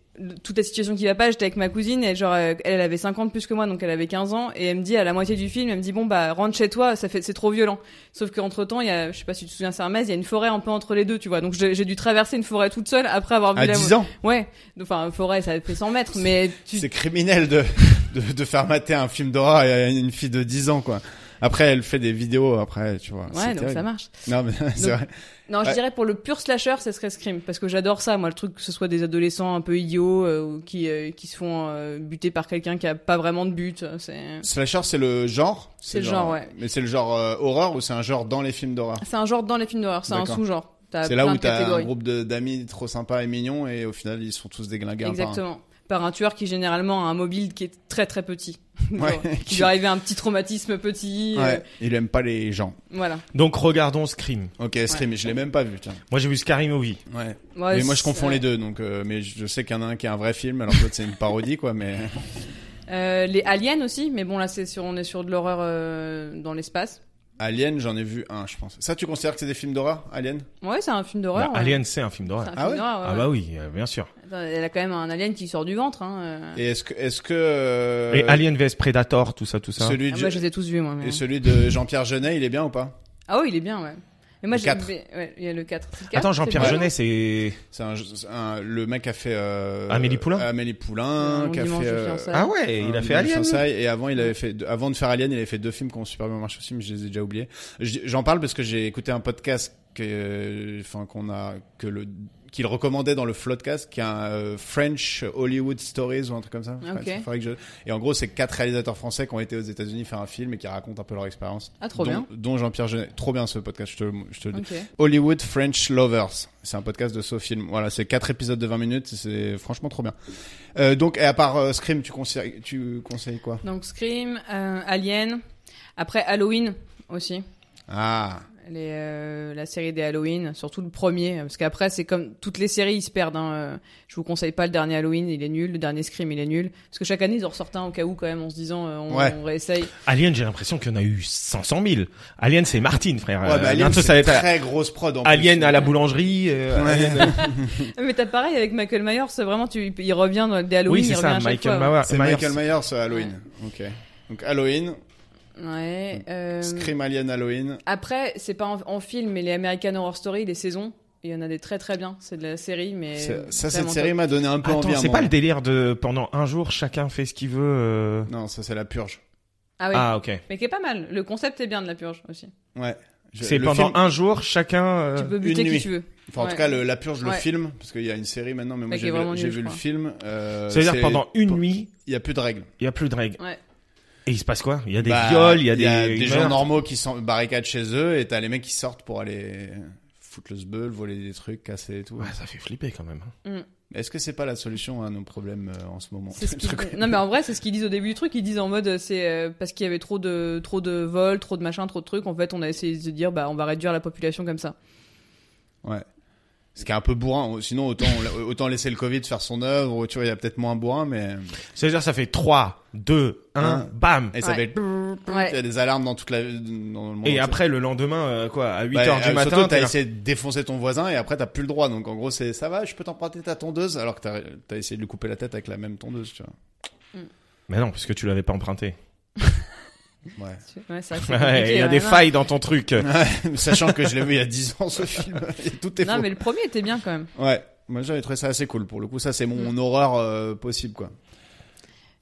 [SPEAKER 2] toute la situation qui va pas, j'étais avec ma cousine et genre, euh, elle elle avait 50 plus que moi, donc elle avait 15 ans. Et elle me dit à la moitié du film, elle me dit bon bah rentre chez toi, ça fait c'est trop violent. Sauf qu'entre temps, il y a, je sais pas si tu te souviens, Sarmez, il y a une forêt un peu entre les deux, tu vois. Donc j'ai j'ai dû traverser une forêt toute seule après avoir vu
[SPEAKER 4] à
[SPEAKER 2] la
[SPEAKER 4] 10 ans
[SPEAKER 2] Ouais, enfin forêt, ça fait 100 mètres, mais tu...
[SPEAKER 4] C'est criminel de, de, de faire mater un film d'horreur à une fille de 10 ans, quoi. Après, elle fait des vidéos, après, tu vois.
[SPEAKER 2] ouais, donc ça marche.
[SPEAKER 4] Non, mais c'est
[SPEAKER 2] Donc-
[SPEAKER 4] vrai.
[SPEAKER 2] Non, je
[SPEAKER 4] Ouais.
[SPEAKER 2] dirais pour le pur slasher, ça serait Scream, parce que j'adore ça, moi, le truc que ce soit des adolescents un peu idiots euh, ou qui euh, qui se font euh, buter par quelqu'un qui a pas vraiment de but. euh, C'est
[SPEAKER 4] Slasher, c'est le genre
[SPEAKER 2] C'est le genre, ouais.
[SPEAKER 4] Mais c'est le genre euh, horreur ou c'est un genre dans les films d'horreur
[SPEAKER 2] c'est un genre dans les films d'horreur, c'est un
[SPEAKER 4] D'accord.
[SPEAKER 2] sous-genre. T'as
[SPEAKER 4] C'est là
[SPEAKER 2] plein
[SPEAKER 4] où
[SPEAKER 2] de
[SPEAKER 4] t'as un
[SPEAKER 2] catégories.
[SPEAKER 4] groupe de- d'amis trop sympas et mignons et au final, ils sont tous déglingués. un par un.
[SPEAKER 2] Exactement. Par un tueur qui généralement a un mobile qui est très très petit.
[SPEAKER 4] Ouais.
[SPEAKER 2] qui lui arrive un petit traumatisme petit. euh,
[SPEAKER 4] Ouais, il aime pas les gens.
[SPEAKER 2] voilà.
[SPEAKER 3] Donc, regardons Scream.
[SPEAKER 4] Ok, Scream, je l'ai même pas vu, tiens.
[SPEAKER 3] Moi, j'ai vu Scary Movie.
[SPEAKER 4] Ouais.
[SPEAKER 2] Ouais,
[SPEAKER 4] mais moi, je
[SPEAKER 2] c'est-
[SPEAKER 4] confonds les deux, donc, euh, mais je sais qu'il y en a un qui est un vrai film, alors que l'autre, c'est une parodie, quoi, mais.
[SPEAKER 2] Euh, les aliens aussi, mais bon là c'est sur on est sur de l'horreur euh, dans l'espace.
[SPEAKER 4] Alien, j'en ai vu un, je pense. Ça, tu considères que c'est des films d'horreur, Alien?
[SPEAKER 2] Ouais, c'est un film
[SPEAKER 3] Bah,
[SPEAKER 2] d'horreur. ouais.
[SPEAKER 3] Alien, c'est un film
[SPEAKER 2] C'est
[SPEAKER 3] d'horreur.
[SPEAKER 2] un
[SPEAKER 4] Ah
[SPEAKER 2] film
[SPEAKER 4] ouais
[SPEAKER 2] d'horreur, ouais,
[SPEAKER 3] Ah
[SPEAKER 2] ouais.
[SPEAKER 3] bah oui, euh, bien sûr.
[SPEAKER 2] Attends, elle a quand même un alien qui sort du ventre. Hein. euh.
[SPEAKER 4] Et est-ce que, est-ce que euh,
[SPEAKER 3] Et Alien vs Predator, tout ça, tout ça.
[SPEAKER 4] celui
[SPEAKER 2] Ah,
[SPEAKER 4] de,
[SPEAKER 2] moi, je les ai tous vus, moi. mais-
[SPEAKER 4] et celui de Jean-Pierre Jeunet, il est bien ou pas
[SPEAKER 2] Ah oui, il est bien, ouais. Mais moi,
[SPEAKER 4] Le
[SPEAKER 2] j'ai-
[SPEAKER 4] quatre.
[SPEAKER 2] ouais, il y a le 4. C'est le 4
[SPEAKER 3] Attends, Jean-Pierre
[SPEAKER 2] c'est
[SPEAKER 3] Jeunet, c'est...
[SPEAKER 4] C'est un, c'est un- le mec qui a fait euh,
[SPEAKER 3] Amélie Poulain
[SPEAKER 4] Amélie
[SPEAKER 2] Euh,
[SPEAKER 4] Poulain,
[SPEAKER 2] Mon
[SPEAKER 4] qui a
[SPEAKER 2] dimanche
[SPEAKER 4] fait
[SPEAKER 2] de
[SPEAKER 4] euh,
[SPEAKER 2] fiançailles.
[SPEAKER 3] Ah ouais, il a
[SPEAKER 4] Un
[SPEAKER 3] fait
[SPEAKER 4] Dimanche
[SPEAKER 3] Alien.
[SPEAKER 4] Fiançailles, Et avant, il avait fait, avant de faire Alien, il avait fait deux films qui ont super bien marché aussi, mais je les ai déjà oubliés. Je- J'en parle parce que j'ai écouté un podcast que, enfin, qu'on a, que le, qu'il recommandait dans le Floodcast, qui est un euh, French Hollywood Stories ou un truc comme ça. Enfin,
[SPEAKER 2] Ok.
[SPEAKER 4] il faudrait que je- Et en gros, c'est quatre réalisateurs français qui ont été aux États-Unis faire un film et qui racontent un peu leur expérience.
[SPEAKER 2] Ah, trop
[SPEAKER 4] Dont-
[SPEAKER 2] bien.
[SPEAKER 4] Dont Jean-Pierre Jeunet. Trop bien ce podcast, je te, le- je te le dis.
[SPEAKER 2] Ok.
[SPEAKER 4] Hollywood French Lovers. C'est un podcast de SoFilm. Voilà, c'est quatre épisodes de 20 minutes. C'est franchement trop bien. Euh, donc, et à part euh, Scream, tu conseilles, tu conseilles quoi
[SPEAKER 2] Donc Scream, euh, Alien, après Halloween aussi.
[SPEAKER 4] Ah,
[SPEAKER 2] Les, euh, la série des Halloween, surtout le premier, parce qu'après c'est comme toutes les séries, ils se perdent. hein, euh, Je vous conseille pas le dernier Halloween, il est nul. Le dernier Scream, il est nul. Parce que chaque année ils en ressortent un au cas où quand même, en se disant euh, on,
[SPEAKER 4] Ouais.
[SPEAKER 2] on réessaye.
[SPEAKER 3] Alien, j'ai l'impression qu'il y en a eu 500 000. Alien, c'est Martine, frère.
[SPEAKER 4] ouais,
[SPEAKER 3] Euh,
[SPEAKER 4] bah, Alien,
[SPEAKER 3] bientôt,
[SPEAKER 4] c'est
[SPEAKER 3] ça va être
[SPEAKER 4] très grosse prod. En
[SPEAKER 3] Alien
[SPEAKER 4] plus.
[SPEAKER 3] à la boulangerie. euh,
[SPEAKER 4] Ouais.
[SPEAKER 3] Alien, euh,
[SPEAKER 2] Ah, Mais t'as pareil avec Michael Myers, c'est vraiment tu, il revient dans des Halloween,
[SPEAKER 3] oui, c'est
[SPEAKER 2] il revient
[SPEAKER 3] ça,
[SPEAKER 2] à chaque
[SPEAKER 3] Michael
[SPEAKER 2] fois.
[SPEAKER 3] Mauer-
[SPEAKER 4] C'est
[SPEAKER 3] Myers.
[SPEAKER 4] Michael Myers euh, Halloween. Ok. Donc Halloween,
[SPEAKER 2] Ouais. euh,
[SPEAKER 4] Scream Alien Halloween.
[SPEAKER 2] Après c'est pas en, en film, mais les American Horror Story, les saisons, il y en a des très très bien. C'est de la série, mais
[SPEAKER 4] C'est- ça, cette
[SPEAKER 2] vraiment
[SPEAKER 4] série
[SPEAKER 2] top.
[SPEAKER 4] m'a donné un peu envie.
[SPEAKER 3] Attends,
[SPEAKER 4] à un
[SPEAKER 3] c'est pas le
[SPEAKER 4] moment.
[SPEAKER 3] délire de pendant un jour chacun fait ce qu'il veut. euh,
[SPEAKER 4] Non, ça c'est la purge.
[SPEAKER 2] Ah ouais.
[SPEAKER 3] Ah ok.
[SPEAKER 2] Mais qui est pas mal. Le concept est bien de la purge aussi.
[SPEAKER 4] Ouais. Je-
[SPEAKER 3] C'est
[SPEAKER 4] le
[SPEAKER 3] pendant
[SPEAKER 4] film-
[SPEAKER 3] un jour chacun. euh,
[SPEAKER 2] tu peux buter
[SPEAKER 4] une
[SPEAKER 2] qui
[SPEAKER 4] nuit.
[SPEAKER 2] tu veux.
[SPEAKER 4] Enfin, en
[SPEAKER 2] ouais.
[SPEAKER 4] tout cas, le- la purge, le
[SPEAKER 2] Ouais.
[SPEAKER 4] film, parce qu'il y a une série maintenant, mais moi
[SPEAKER 2] Mais qui
[SPEAKER 4] j'ai
[SPEAKER 2] est
[SPEAKER 4] vu,
[SPEAKER 2] vraiment
[SPEAKER 4] j'ai
[SPEAKER 2] nul,
[SPEAKER 4] vu
[SPEAKER 2] je
[SPEAKER 4] le
[SPEAKER 2] crois.
[SPEAKER 4] film. euh,
[SPEAKER 3] Ça veut dire
[SPEAKER 4] c'est-
[SPEAKER 3] pendant une
[SPEAKER 4] pour-
[SPEAKER 3] nuit,
[SPEAKER 4] Il y a plus de règles.
[SPEAKER 3] il y a plus de règles.
[SPEAKER 2] Ouais.
[SPEAKER 3] Et il se passe quoi Il y a des
[SPEAKER 4] Bah,
[SPEAKER 3] viols, il y a des,
[SPEAKER 4] gens
[SPEAKER 3] meurtres.
[SPEAKER 4] normaux qui sont barricadent chez eux et t'as les mecs qui sortent pour aller foutre le sbeul, voler des trucs, casser et tout.
[SPEAKER 3] Ouais, ça fait flipper quand même. hein.
[SPEAKER 4] Est-ce que c'est pas la solution à nos problèmes euh, en ce moment
[SPEAKER 2] C'est ce qu'ils-
[SPEAKER 4] Parce que-
[SPEAKER 2] non mais en vrai c'est ce qu'ils disent au début du truc. Ils disent en mode euh, c'est euh, parce qu'il y avait trop de trop de vols, trop de machins, trop de trucs. En fait on a essayé de se dire bah on va réduire la population comme ça.
[SPEAKER 4] Ouais. Ce qui est un peu bourrin. Sinon, autant, autant laisser le Covid faire son œuvre. Tu vois, il y a peut-être moins bourrin, mais.
[SPEAKER 3] C'est-à-dire, ça fait 3, 2, 1,
[SPEAKER 4] Hein
[SPEAKER 3] bam
[SPEAKER 4] Et ça
[SPEAKER 2] Ouais.
[SPEAKER 4] fait. Il y a des alarmes dans toute la. Dans le monde
[SPEAKER 3] Et
[SPEAKER 4] entier.
[SPEAKER 3] après, le lendemain, euh, quoi, à 8
[SPEAKER 4] Bah,
[SPEAKER 3] heures
[SPEAKER 4] euh,
[SPEAKER 3] du matin,
[SPEAKER 4] Surtout,
[SPEAKER 3] t'es
[SPEAKER 4] t'as
[SPEAKER 3] là.
[SPEAKER 4] essayé de défoncer ton voisin et après, t'as plus le droit. Donc, en gros, c'est ça va, je peux t'emprunter ta tondeuse alors que t'as t'as essayé de lui couper la tête avec la même tondeuse, tu
[SPEAKER 3] Mais non, parce que tu l'avais pas emprunté.
[SPEAKER 4] vois. Ouais.
[SPEAKER 2] Ouais, c'est vrai que c'est
[SPEAKER 3] Ouais, Il
[SPEAKER 2] compliqué, hein.
[SPEAKER 3] y a
[SPEAKER 2] ouais,
[SPEAKER 3] des
[SPEAKER 2] non.
[SPEAKER 3] failles dans ton truc.
[SPEAKER 4] Sachant que je l'ai vu il y a 10 ans, ce film. Et tout est
[SPEAKER 2] Non
[SPEAKER 4] faux.
[SPEAKER 2] mais le premier était bien quand même.
[SPEAKER 4] Ouais. Moi, j'avais trouvé ça assez cool. Pour le coup, ça, c'est
[SPEAKER 2] Mm.
[SPEAKER 4] mon horreur euh, possible, quoi.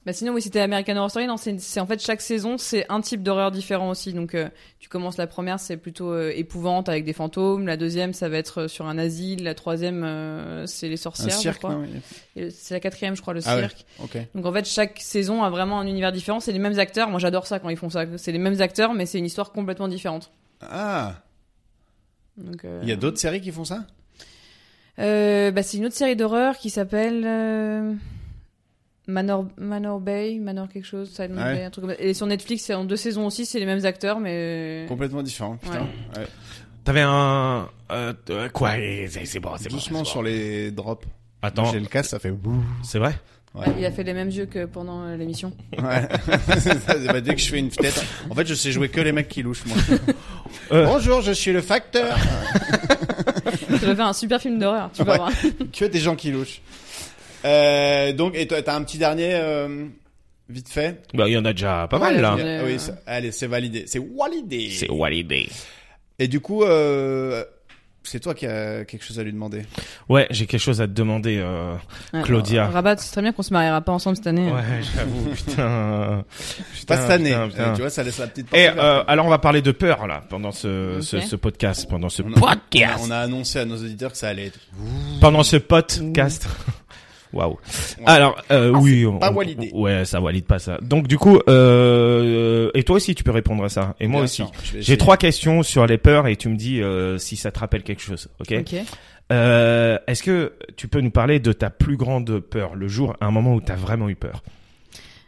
[SPEAKER 2] Bah sinon oui c'était American Horror Story. Non c'est c'est en fait chaque saison c'est un type d'horreur différent aussi. Donc euh, tu commences la première c'est plutôt euh, épouvante avec des fantômes. La deuxième ça va être euh, sur un asile. La troisième euh, c'est les
[SPEAKER 4] Un
[SPEAKER 2] sorcières. je
[SPEAKER 4] cirque,
[SPEAKER 2] crois.
[SPEAKER 4] non il y a-
[SPEAKER 2] Et C'est la quatrième je crois le
[SPEAKER 4] Ah ouais.
[SPEAKER 2] cirque.
[SPEAKER 4] Ok.
[SPEAKER 2] Donc en fait, chaque saison a vraiment un univers différent. C'est les mêmes acteurs. Moi, j'adore ça quand ils font ça. C'est les mêmes acteurs, mais c'est une histoire complètement différente.
[SPEAKER 4] Ah.
[SPEAKER 2] Donc, euh,
[SPEAKER 4] Il y a d'autres séries qui font ça?
[SPEAKER 2] euh, bah, c'est une autre série d'horreur qui s'appelle euh, Manor Manor Bay, Manor quelque chose, Silent
[SPEAKER 4] Ouais.
[SPEAKER 2] Bay, un truc comme ça. Et sur Netflix, c'est en deux saisons aussi. C'est les mêmes acteurs, mais
[SPEAKER 4] Complètement différent, putain. Ouais.
[SPEAKER 3] T'avais un. euh, euh, quoi et C'est c'est bon, Ah, c'est bon.
[SPEAKER 4] Doucement
[SPEAKER 3] c'est bon.
[SPEAKER 4] sur les drops.
[SPEAKER 3] Attends,
[SPEAKER 4] J'ai le casque, ça fait bouh.
[SPEAKER 3] c'est vrai
[SPEAKER 4] Ouais.
[SPEAKER 2] Ah, il a fait les mêmes yeux que pendant euh, l'émission.
[SPEAKER 4] Ouais. bah, dès que je fais une tête. En fait, je sais jouer que les mecs qui louchent, moi.
[SPEAKER 3] Euh.
[SPEAKER 4] Bonjour, je suis le facteur.
[SPEAKER 2] Tu vas faire un super film d'horreur. Tu vas
[SPEAKER 4] Ouais.
[SPEAKER 2] voir.
[SPEAKER 4] que des gens qui louchent. Euh, donc, et toi, t'as un petit dernier, euh, vite fait.
[SPEAKER 3] Bah, il y en a déjà pas
[SPEAKER 2] Ouais,
[SPEAKER 3] mal là.
[SPEAKER 2] j'en ai- Euh,
[SPEAKER 4] Ah Oui, ça- allez, c'est validé. C'est validé.
[SPEAKER 3] C'est Walidé.
[SPEAKER 4] Et du coup, euh, c'est toi qui as quelque chose à lui demander.
[SPEAKER 3] Ouais, j'ai quelque chose à te demander, euh,
[SPEAKER 2] Ouais.
[SPEAKER 3] Claudia.
[SPEAKER 2] Rabat, c'est très bien qu'on se mariera pas ensemble cette année. hein.
[SPEAKER 3] Ouais, j'avoue, putain.
[SPEAKER 4] Pas
[SPEAKER 3] Putain,
[SPEAKER 4] cette année. Euh,
[SPEAKER 3] putain, putain.
[SPEAKER 4] Tu vois, ça laisse la petite porte
[SPEAKER 3] Et
[SPEAKER 4] ouverte.
[SPEAKER 3] euh, alors on va parler de peur là pendant ce,
[SPEAKER 2] Ok.
[SPEAKER 3] ce, ce podcast, pendant ce
[SPEAKER 4] On a-
[SPEAKER 3] podcast,
[SPEAKER 4] On a annoncé à nos auditeurs que ça allait être
[SPEAKER 3] pendant ce podcast. Waouh. Alors euh, oui, on,
[SPEAKER 4] Ah, pas validé.
[SPEAKER 3] ouais, ça valide pas ça. Donc du coup, euh, et toi aussi tu peux répondre à ça, et moi
[SPEAKER 4] Bien
[SPEAKER 3] aussi.
[SPEAKER 4] sûr, je vais
[SPEAKER 3] J'ai
[SPEAKER 4] essayer.
[SPEAKER 3] trois questions sur les peurs et tu me dis euh, si ça te rappelle quelque chose, ok,
[SPEAKER 2] Ok.
[SPEAKER 3] Euh, Est-ce que tu peux nous parler de ta plus grande peur, le jour, un moment où t'as vraiment eu peur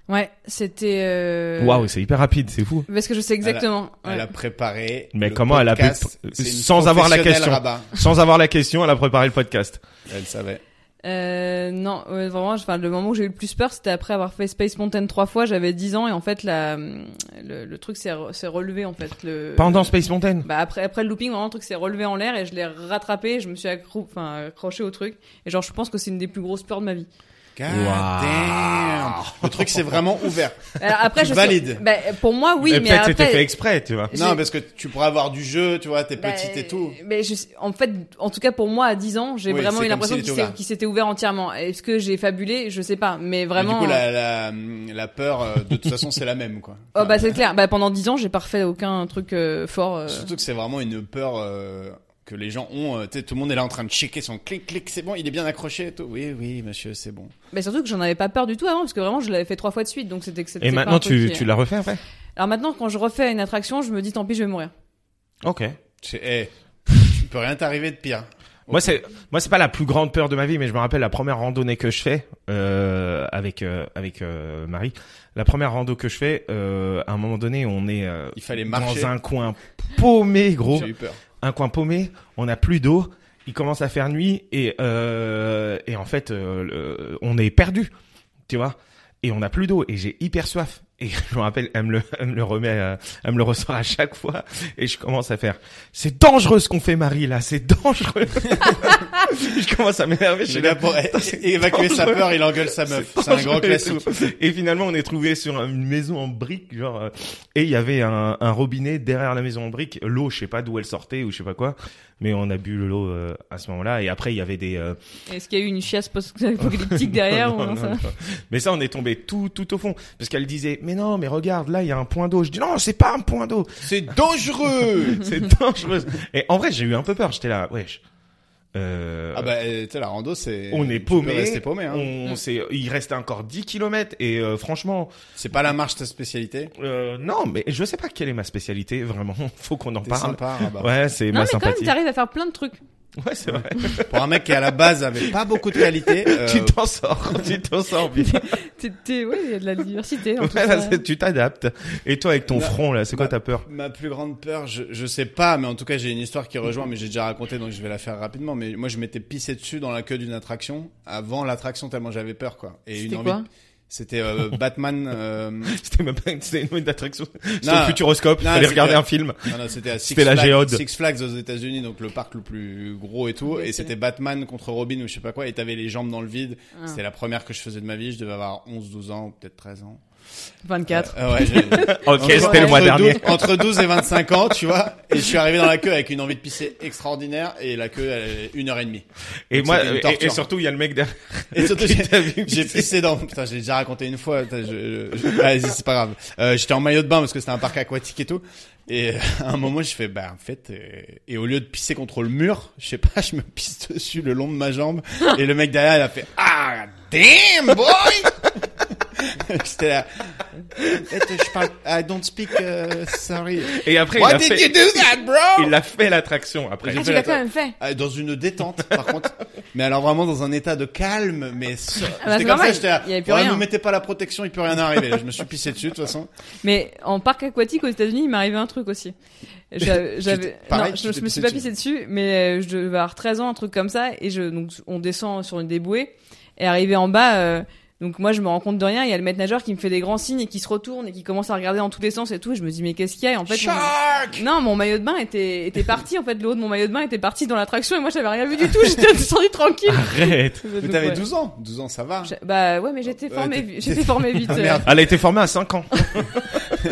[SPEAKER 2] Ouais, c'était. euh,
[SPEAKER 3] Waouh, c'est hyper rapide, c'est fou.
[SPEAKER 2] Parce que je sais exactement.
[SPEAKER 4] Elle
[SPEAKER 2] Ouais.
[SPEAKER 4] a préparé.
[SPEAKER 3] Mais
[SPEAKER 4] le
[SPEAKER 3] comment elle a pu-
[SPEAKER 4] podcast. C'est une
[SPEAKER 3] sans avoir la
[SPEAKER 4] professionnelle
[SPEAKER 3] question.
[SPEAKER 4] rabat.
[SPEAKER 3] Sans avoir la question, elle a préparé le podcast.
[SPEAKER 4] Elle savait.
[SPEAKER 2] Euh, non, ouais, vraiment, je- enfin, le moment où j'ai eu le plus peur, c'était après avoir fait Space Mountain trois fois. J'avais 10 ans et en fait, la, le, le truc s'est re- s'est relevé en fait. Le,
[SPEAKER 3] Pendant Space Mountain.
[SPEAKER 2] Bah après, après le looping, vraiment, le truc s'est relevé en l'air et je l'ai rattrapé. et Je me suis accro, enfin, accroché au truc. Et genre, je pense que c'est une des plus grosses peurs de ma vie.
[SPEAKER 4] God
[SPEAKER 3] Wow.
[SPEAKER 4] damn. Le truc s'est vraiment ouvert.
[SPEAKER 2] Alors, après,
[SPEAKER 4] Tu
[SPEAKER 2] je
[SPEAKER 4] valides.
[SPEAKER 2] Sais, bah, pour moi, oui,
[SPEAKER 3] Mais
[SPEAKER 2] mais
[SPEAKER 3] peut-être c'était fait
[SPEAKER 2] après.
[SPEAKER 3] exprès, tu vois.
[SPEAKER 4] Non,
[SPEAKER 2] J'ai-
[SPEAKER 4] parce que tu pourrais avoir du jeu, tu vois, t'es
[SPEAKER 2] bah,
[SPEAKER 4] petite et tout.
[SPEAKER 2] Mais je, sais- en fait, en tout cas pour moi, à 10 ans, j'ai
[SPEAKER 4] Oui,
[SPEAKER 2] vraiment
[SPEAKER 4] c'est
[SPEAKER 2] eu
[SPEAKER 4] comme
[SPEAKER 2] l'impression
[SPEAKER 4] s'il était
[SPEAKER 2] qu'il s'est-
[SPEAKER 4] ouvert.
[SPEAKER 2] qu'il s'était ouvert entièrement. Est-ce que j'ai fabulé Je sais pas, mais
[SPEAKER 4] Mais
[SPEAKER 2] vraiment. hein.
[SPEAKER 4] du coup, la, la, la peur, euh, de toute façon, c'est la même, quoi.
[SPEAKER 2] Oh bah c'est clair. Bah pendant 10 ans, j'ai pas refait aucun truc euh, fort. euh.
[SPEAKER 4] Surtout que c'est vraiment une peur euh, que les gens ont. euh, tu sais, tout le monde est là en train de checker son clic, clic, c'est bon, il est bien accroché et tout. Oui, oui, monsieur, c'est bon.
[SPEAKER 2] Mais surtout que j'en avais pas peur du tout avant, parce que vraiment, je l'avais fait trois fois de suite, donc c'était que c'était
[SPEAKER 3] Et
[SPEAKER 2] pas
[SPEAKER 3] maintenant,
[SPEAKER 2] un truc
[SPEAKER 3] tu,
[SPEAKER 2] qui-
[SPEAKER 3] tu la refais après
[SPEAKER 2] Alors maintenant, quand je refais une attraction, je me dis tant pis, je vais mourir.
[SPEAKER 3] Ok.
[SPEAKER 4] Tu eh, tu peux rien t'arriver de pire.
[SPEAKER 3] Moi c'est moi c'est pas la plus grande peur de ma vie mais je me rappelle la première randonnée que je fais euh, avec euh, avec euh, Marie la première rando que je fais euh, à un moment donné on est euh,
[SPEAKER 4] Il fallait marcher.
[SPEAKER 3] dans un coin paumé gros
[SPEAKER 4] J'ai eu peur.
[SPEAKER 3] un coin paumé, on n'a plus d'eau, il commence à faire nuit et euh, et en fait euh, le- on est perdu, tu vois, et on n'a plus d'eau et j'ai hyper soif et je me rappelle elle me le, elle me le remet, euh, elle me le ressort à chaque fois et je commence à faire c'est dangereux ce qu'on fait Marie là, c'est dangereux. je commence à m'énerver, je
[SPEAKER 4] Il est
[SPEAKER 3] suis
[SPEAKER 4] là
[SPEAKER 3] là
[SPEAKER 4] pour é- évacuer sa
[SPEAKER 3] dangereux.
[SPEAKER 4] peur, il engueule sa meuf. C'est un grand classique.
[SPEAKER 3] et finalement, on est trouvé sur une maison en briques, genre, euh, et il y avait un, un robinet derrière la maison en briques. L'eau, je sais pas d'où elle sortait ou je sais pas quoi, mais on a bu l'eau euh, à ce moment-là. Et après, il y avait des. euh,
[SPEAKER 2] Est-ce qu'il y a eu une chiasse post-apocalyptique derrière
[SPEAKER 3] non,
[SPEAKER 2] ou non,
[SPEAKER 3] non,
[SPEAKER 2] ça
[SPEAKER 3] non. Mais ça, on est tombé tout tout au fond parce qu'elle disait, mais non, mais regarde, là, il y a un point d'eau. Je dis non, c'est pas un point d'eau,
[SPEAKER 4] C'est dangereux!
[SPEAKER 3] c'est dangereux. et en vrai, j'ai eu un peu peur. J'étais là, wesh. Euh,
[SPEAKER 4] Ah bah, euh, tu sais, la rando, c'est...
[SPEAKER 3] on est
[SPEAKER 4] tu peux
[SPEAKER 3] paumé,
[SPEAKER 4] rester paumé, hein.
[SPEAKER 3] on, s'est- il restait encore 10 kilomètres et euh, franchement,
[SPEAKER 4] C'est pas la marche ta spécialité.
[SPEAKER 3] Euh, non, mais je sais pas quelle est ma spécialité, vraiment. Faut qu'on en
[SPEAKER 4] T'es
[SPEAKER 3] parle.
[SPEAKER 4] sympa, ah bah. Rabat.
[SPEAKER 3] Ouais, c'est
[SPEAKER 2] Non,
[SPEAKER 3] ma
[SPEAKER 2] mais quand même,
[SPEAKER 3] sympathie.
[SPEAKER 2] t'arrives à faire plein de trucs.
[SPEAKER 3] ouais, c'est vrai.
[SPEAKER 4] Pour un mec qui à la base avait pas beaucoup de qualité, euh,
[SPEAKER 3] tu t'en sors, tu t'en sors bien.
[SPEAKER 2] T'es- t'es- ouais, il y a de la diversité. dans tout
[SPEAKER 3] Ouais, là,
[SPEAKER 2] ça.
[SPEAKER 3] c'est- tu t'adaptes. Et toi, avec ton
[SPEAKER 4] Bah,
[SPEAKER 3] front, là, c'est quoi
[SPEAKER 4] bah,
[SPEAKER 3] ta peur
[SPEAKER 4] ma plus grande peur, je, je sais pas, mais en tout cas j'ai une histoire qui rejoint, mais j'ai déjà raconté, donc je vais la faire rapidement. Mais moi je m'étais pissé dessus dans la queue d'une attraction avant l'attraction tellement j'avais peur quoi. Et
[SPEAKER 2] C'était
[SPEAKER 4] une envie.
[SPEAKER 2] quoi
[SPEAKER 4] C'était euh, Batman. euh, non,
[SPEAKER 3] C'était même pas une, c'était une attraction. C'était
[SPEAKER 4] Non.
[SPEAKER 3] au futuroscope.
[SPEAKER 4] Non,
[SPEAKER 3] fallait
[SPEAKER 4] c'était-
[SPEAKER 3] regarder un film.
[SPEAKER 4] non, c'était à Six
[SPEAKER 3] C'était la
[SPEAKER 4] Flags-
[SPEAKER 3] géode.
[SPEAKER 4] Six Flags aux États-Unis, donc le parc le plus gros et tout.
[SPEAKER 2] Ok,
[SPEAKER 4] Et
[SPEAKER 2] ok.
[SPEAKER 4] c'était Batman contre Robin ou je sais pas quoi. Et t'avais les jambes dans le vide.
[SPEAKER 2] Ah.
[SPEAKER 4] C'était la première que je faisais de ma vie. Je devais avoir 11, 12 ans ou peut-être 13 ans.
[SPEAKER 2] 24.
[SPEAKER 4] Euh, ouais, j'ai-
[SPEAKER 3] Ok,
[SPEAKER 4] Entre-
[SPEAKER 3] c'était le mois
[SPEAKER 4] entre
[SPEAKER 3] dernier.
[SPEAKER 4] 12 entre 12 et 25 ans, tu vois. Et je suis arrivé dans la queue avec une envie de pisser extraordinaire et la queue, elle, une heure et demie.
[SPEAKER 3] Et
[SPEAKER 4] Donc,
[SPEAKER 3] moi,
[SPEAKER 4] c'était une
[SPEAKER 3] et- et,
[SPEAKER 4] torture.
[SPEAKER 3] surtout, il y a le mec derrière.
[SPEAKER 4] Et surtout,
[SPEAKER 3] qui
[SPEAKER 4] j'ai-
[SPEAKER 3] t'a vu
[SPEAKER 4] j'ai
[SPEAKER 3] pisser.
[SPEAKER 4] pissé dans, putain, j'ai déjà raconté une fois, Putain, je- je- je- vas-y, c'est pas grave. Euh, j'étais en maillot de bain parce que c'était un parc aquatique et tout. Et euh, à un moment, je fais, bah, en fait, euh, et au lieu de pisser contre le mur, je sais pas, je me pisse dessus le long de ma jambe. Et le mec derrière, il a fait, ah, damn, boy! J'étais là. En fait, Euh, je parle, I don't speak, euh, sorry.
[SPEAKER 3] Et après, il
[SPEAKER 4] Why
[SPEAKER 3] a
[SPEAKER 4] did
[SPEAKER 3] fait,
[SPEAKER 4] you do that, bro?
[SPEAKER 3] il a fait l'attraction après.
[SPEAKER 4] J'ai
[SPEAKER 2] Ah,
[SPEAKER 4] fait
[SPEAKER 2] tu l'as
[SPEAKER 4] la-
[SPEAKER 2] quand même fait.
[SPEAKER 4] Ah, Dans une détente, par contre. Mais alors vraiment dans un état de calme, mais so-
[SPEAKER 2] bah, c'est
[SPEAKER 4] j'étais comme ça,
[SPEAKER 2] normal,
[SPEAKER 4] j'étais là,
[SPEAKER 2] il y avait plus
[SPEAKER 4] ouais,
[SPEAKER 2] rien.
[SPEAKER 4] Ne mettez pas la protection, il peut rien arriver. Je me suis pissé dessus de toute façon.
[SPEAKER 2] Mais en parc aquatique aux États-Unis, il m'est arrivé un truc aussi. J'a- J'avais,
[SPEAKER 4] t'es- pareil,
[SPEAKER 2] non,
[SPEAKER 4] tu
[SPEAKER 2] je, je
[SPEAKER 4] t'es
[SPEAKER 2] me
[SPEAKER 4] pissé
[SPEAKER 2] suis pas
[SPEAKER 4] dessus.
[SPEAKER 2] pissé dessus, mais euh, je devais avoir 13 ans, un truc comme ça, et je, donc on descend sur une des bouées, et arrivé en bas, euh, donc moi je me rends compte de rien, il y a le maître nageur qui me fait des grands signes et qui se retourne et qui commence à regarder dans tous les sens et tout, et je me dis mais qu'est-ce qu'il y a, et en fait, mon-
[SPEAKER 4] Shark
[SPEAKER 2] non, mon maillot de bain était, était parti, en fait, le haut de mon maillot de bain était parti dans l'attraction, et moi j'avais rien vu du tout, j'étais descendu tranquille.
[SPEAKER 3] Arrête.
[SPEAKER 4] Ah, Mais t'avais 12 ans, 12 ans ça va.
[SPEAKER 2] Je- Bah ouais, mais j'étais
[SPEAKER 4] Ouais,
[SPEAKER 2] formée,
[SPEAKER 4] t'es-
[SPEAKER 2] vi- j'étais formée vite.
[SPEAKER 4] Ah,
[SPEAKER 2] euh,
[SPEAKER 4] merde.
[SPEAKER 3] Elle a été formée à 5 ans.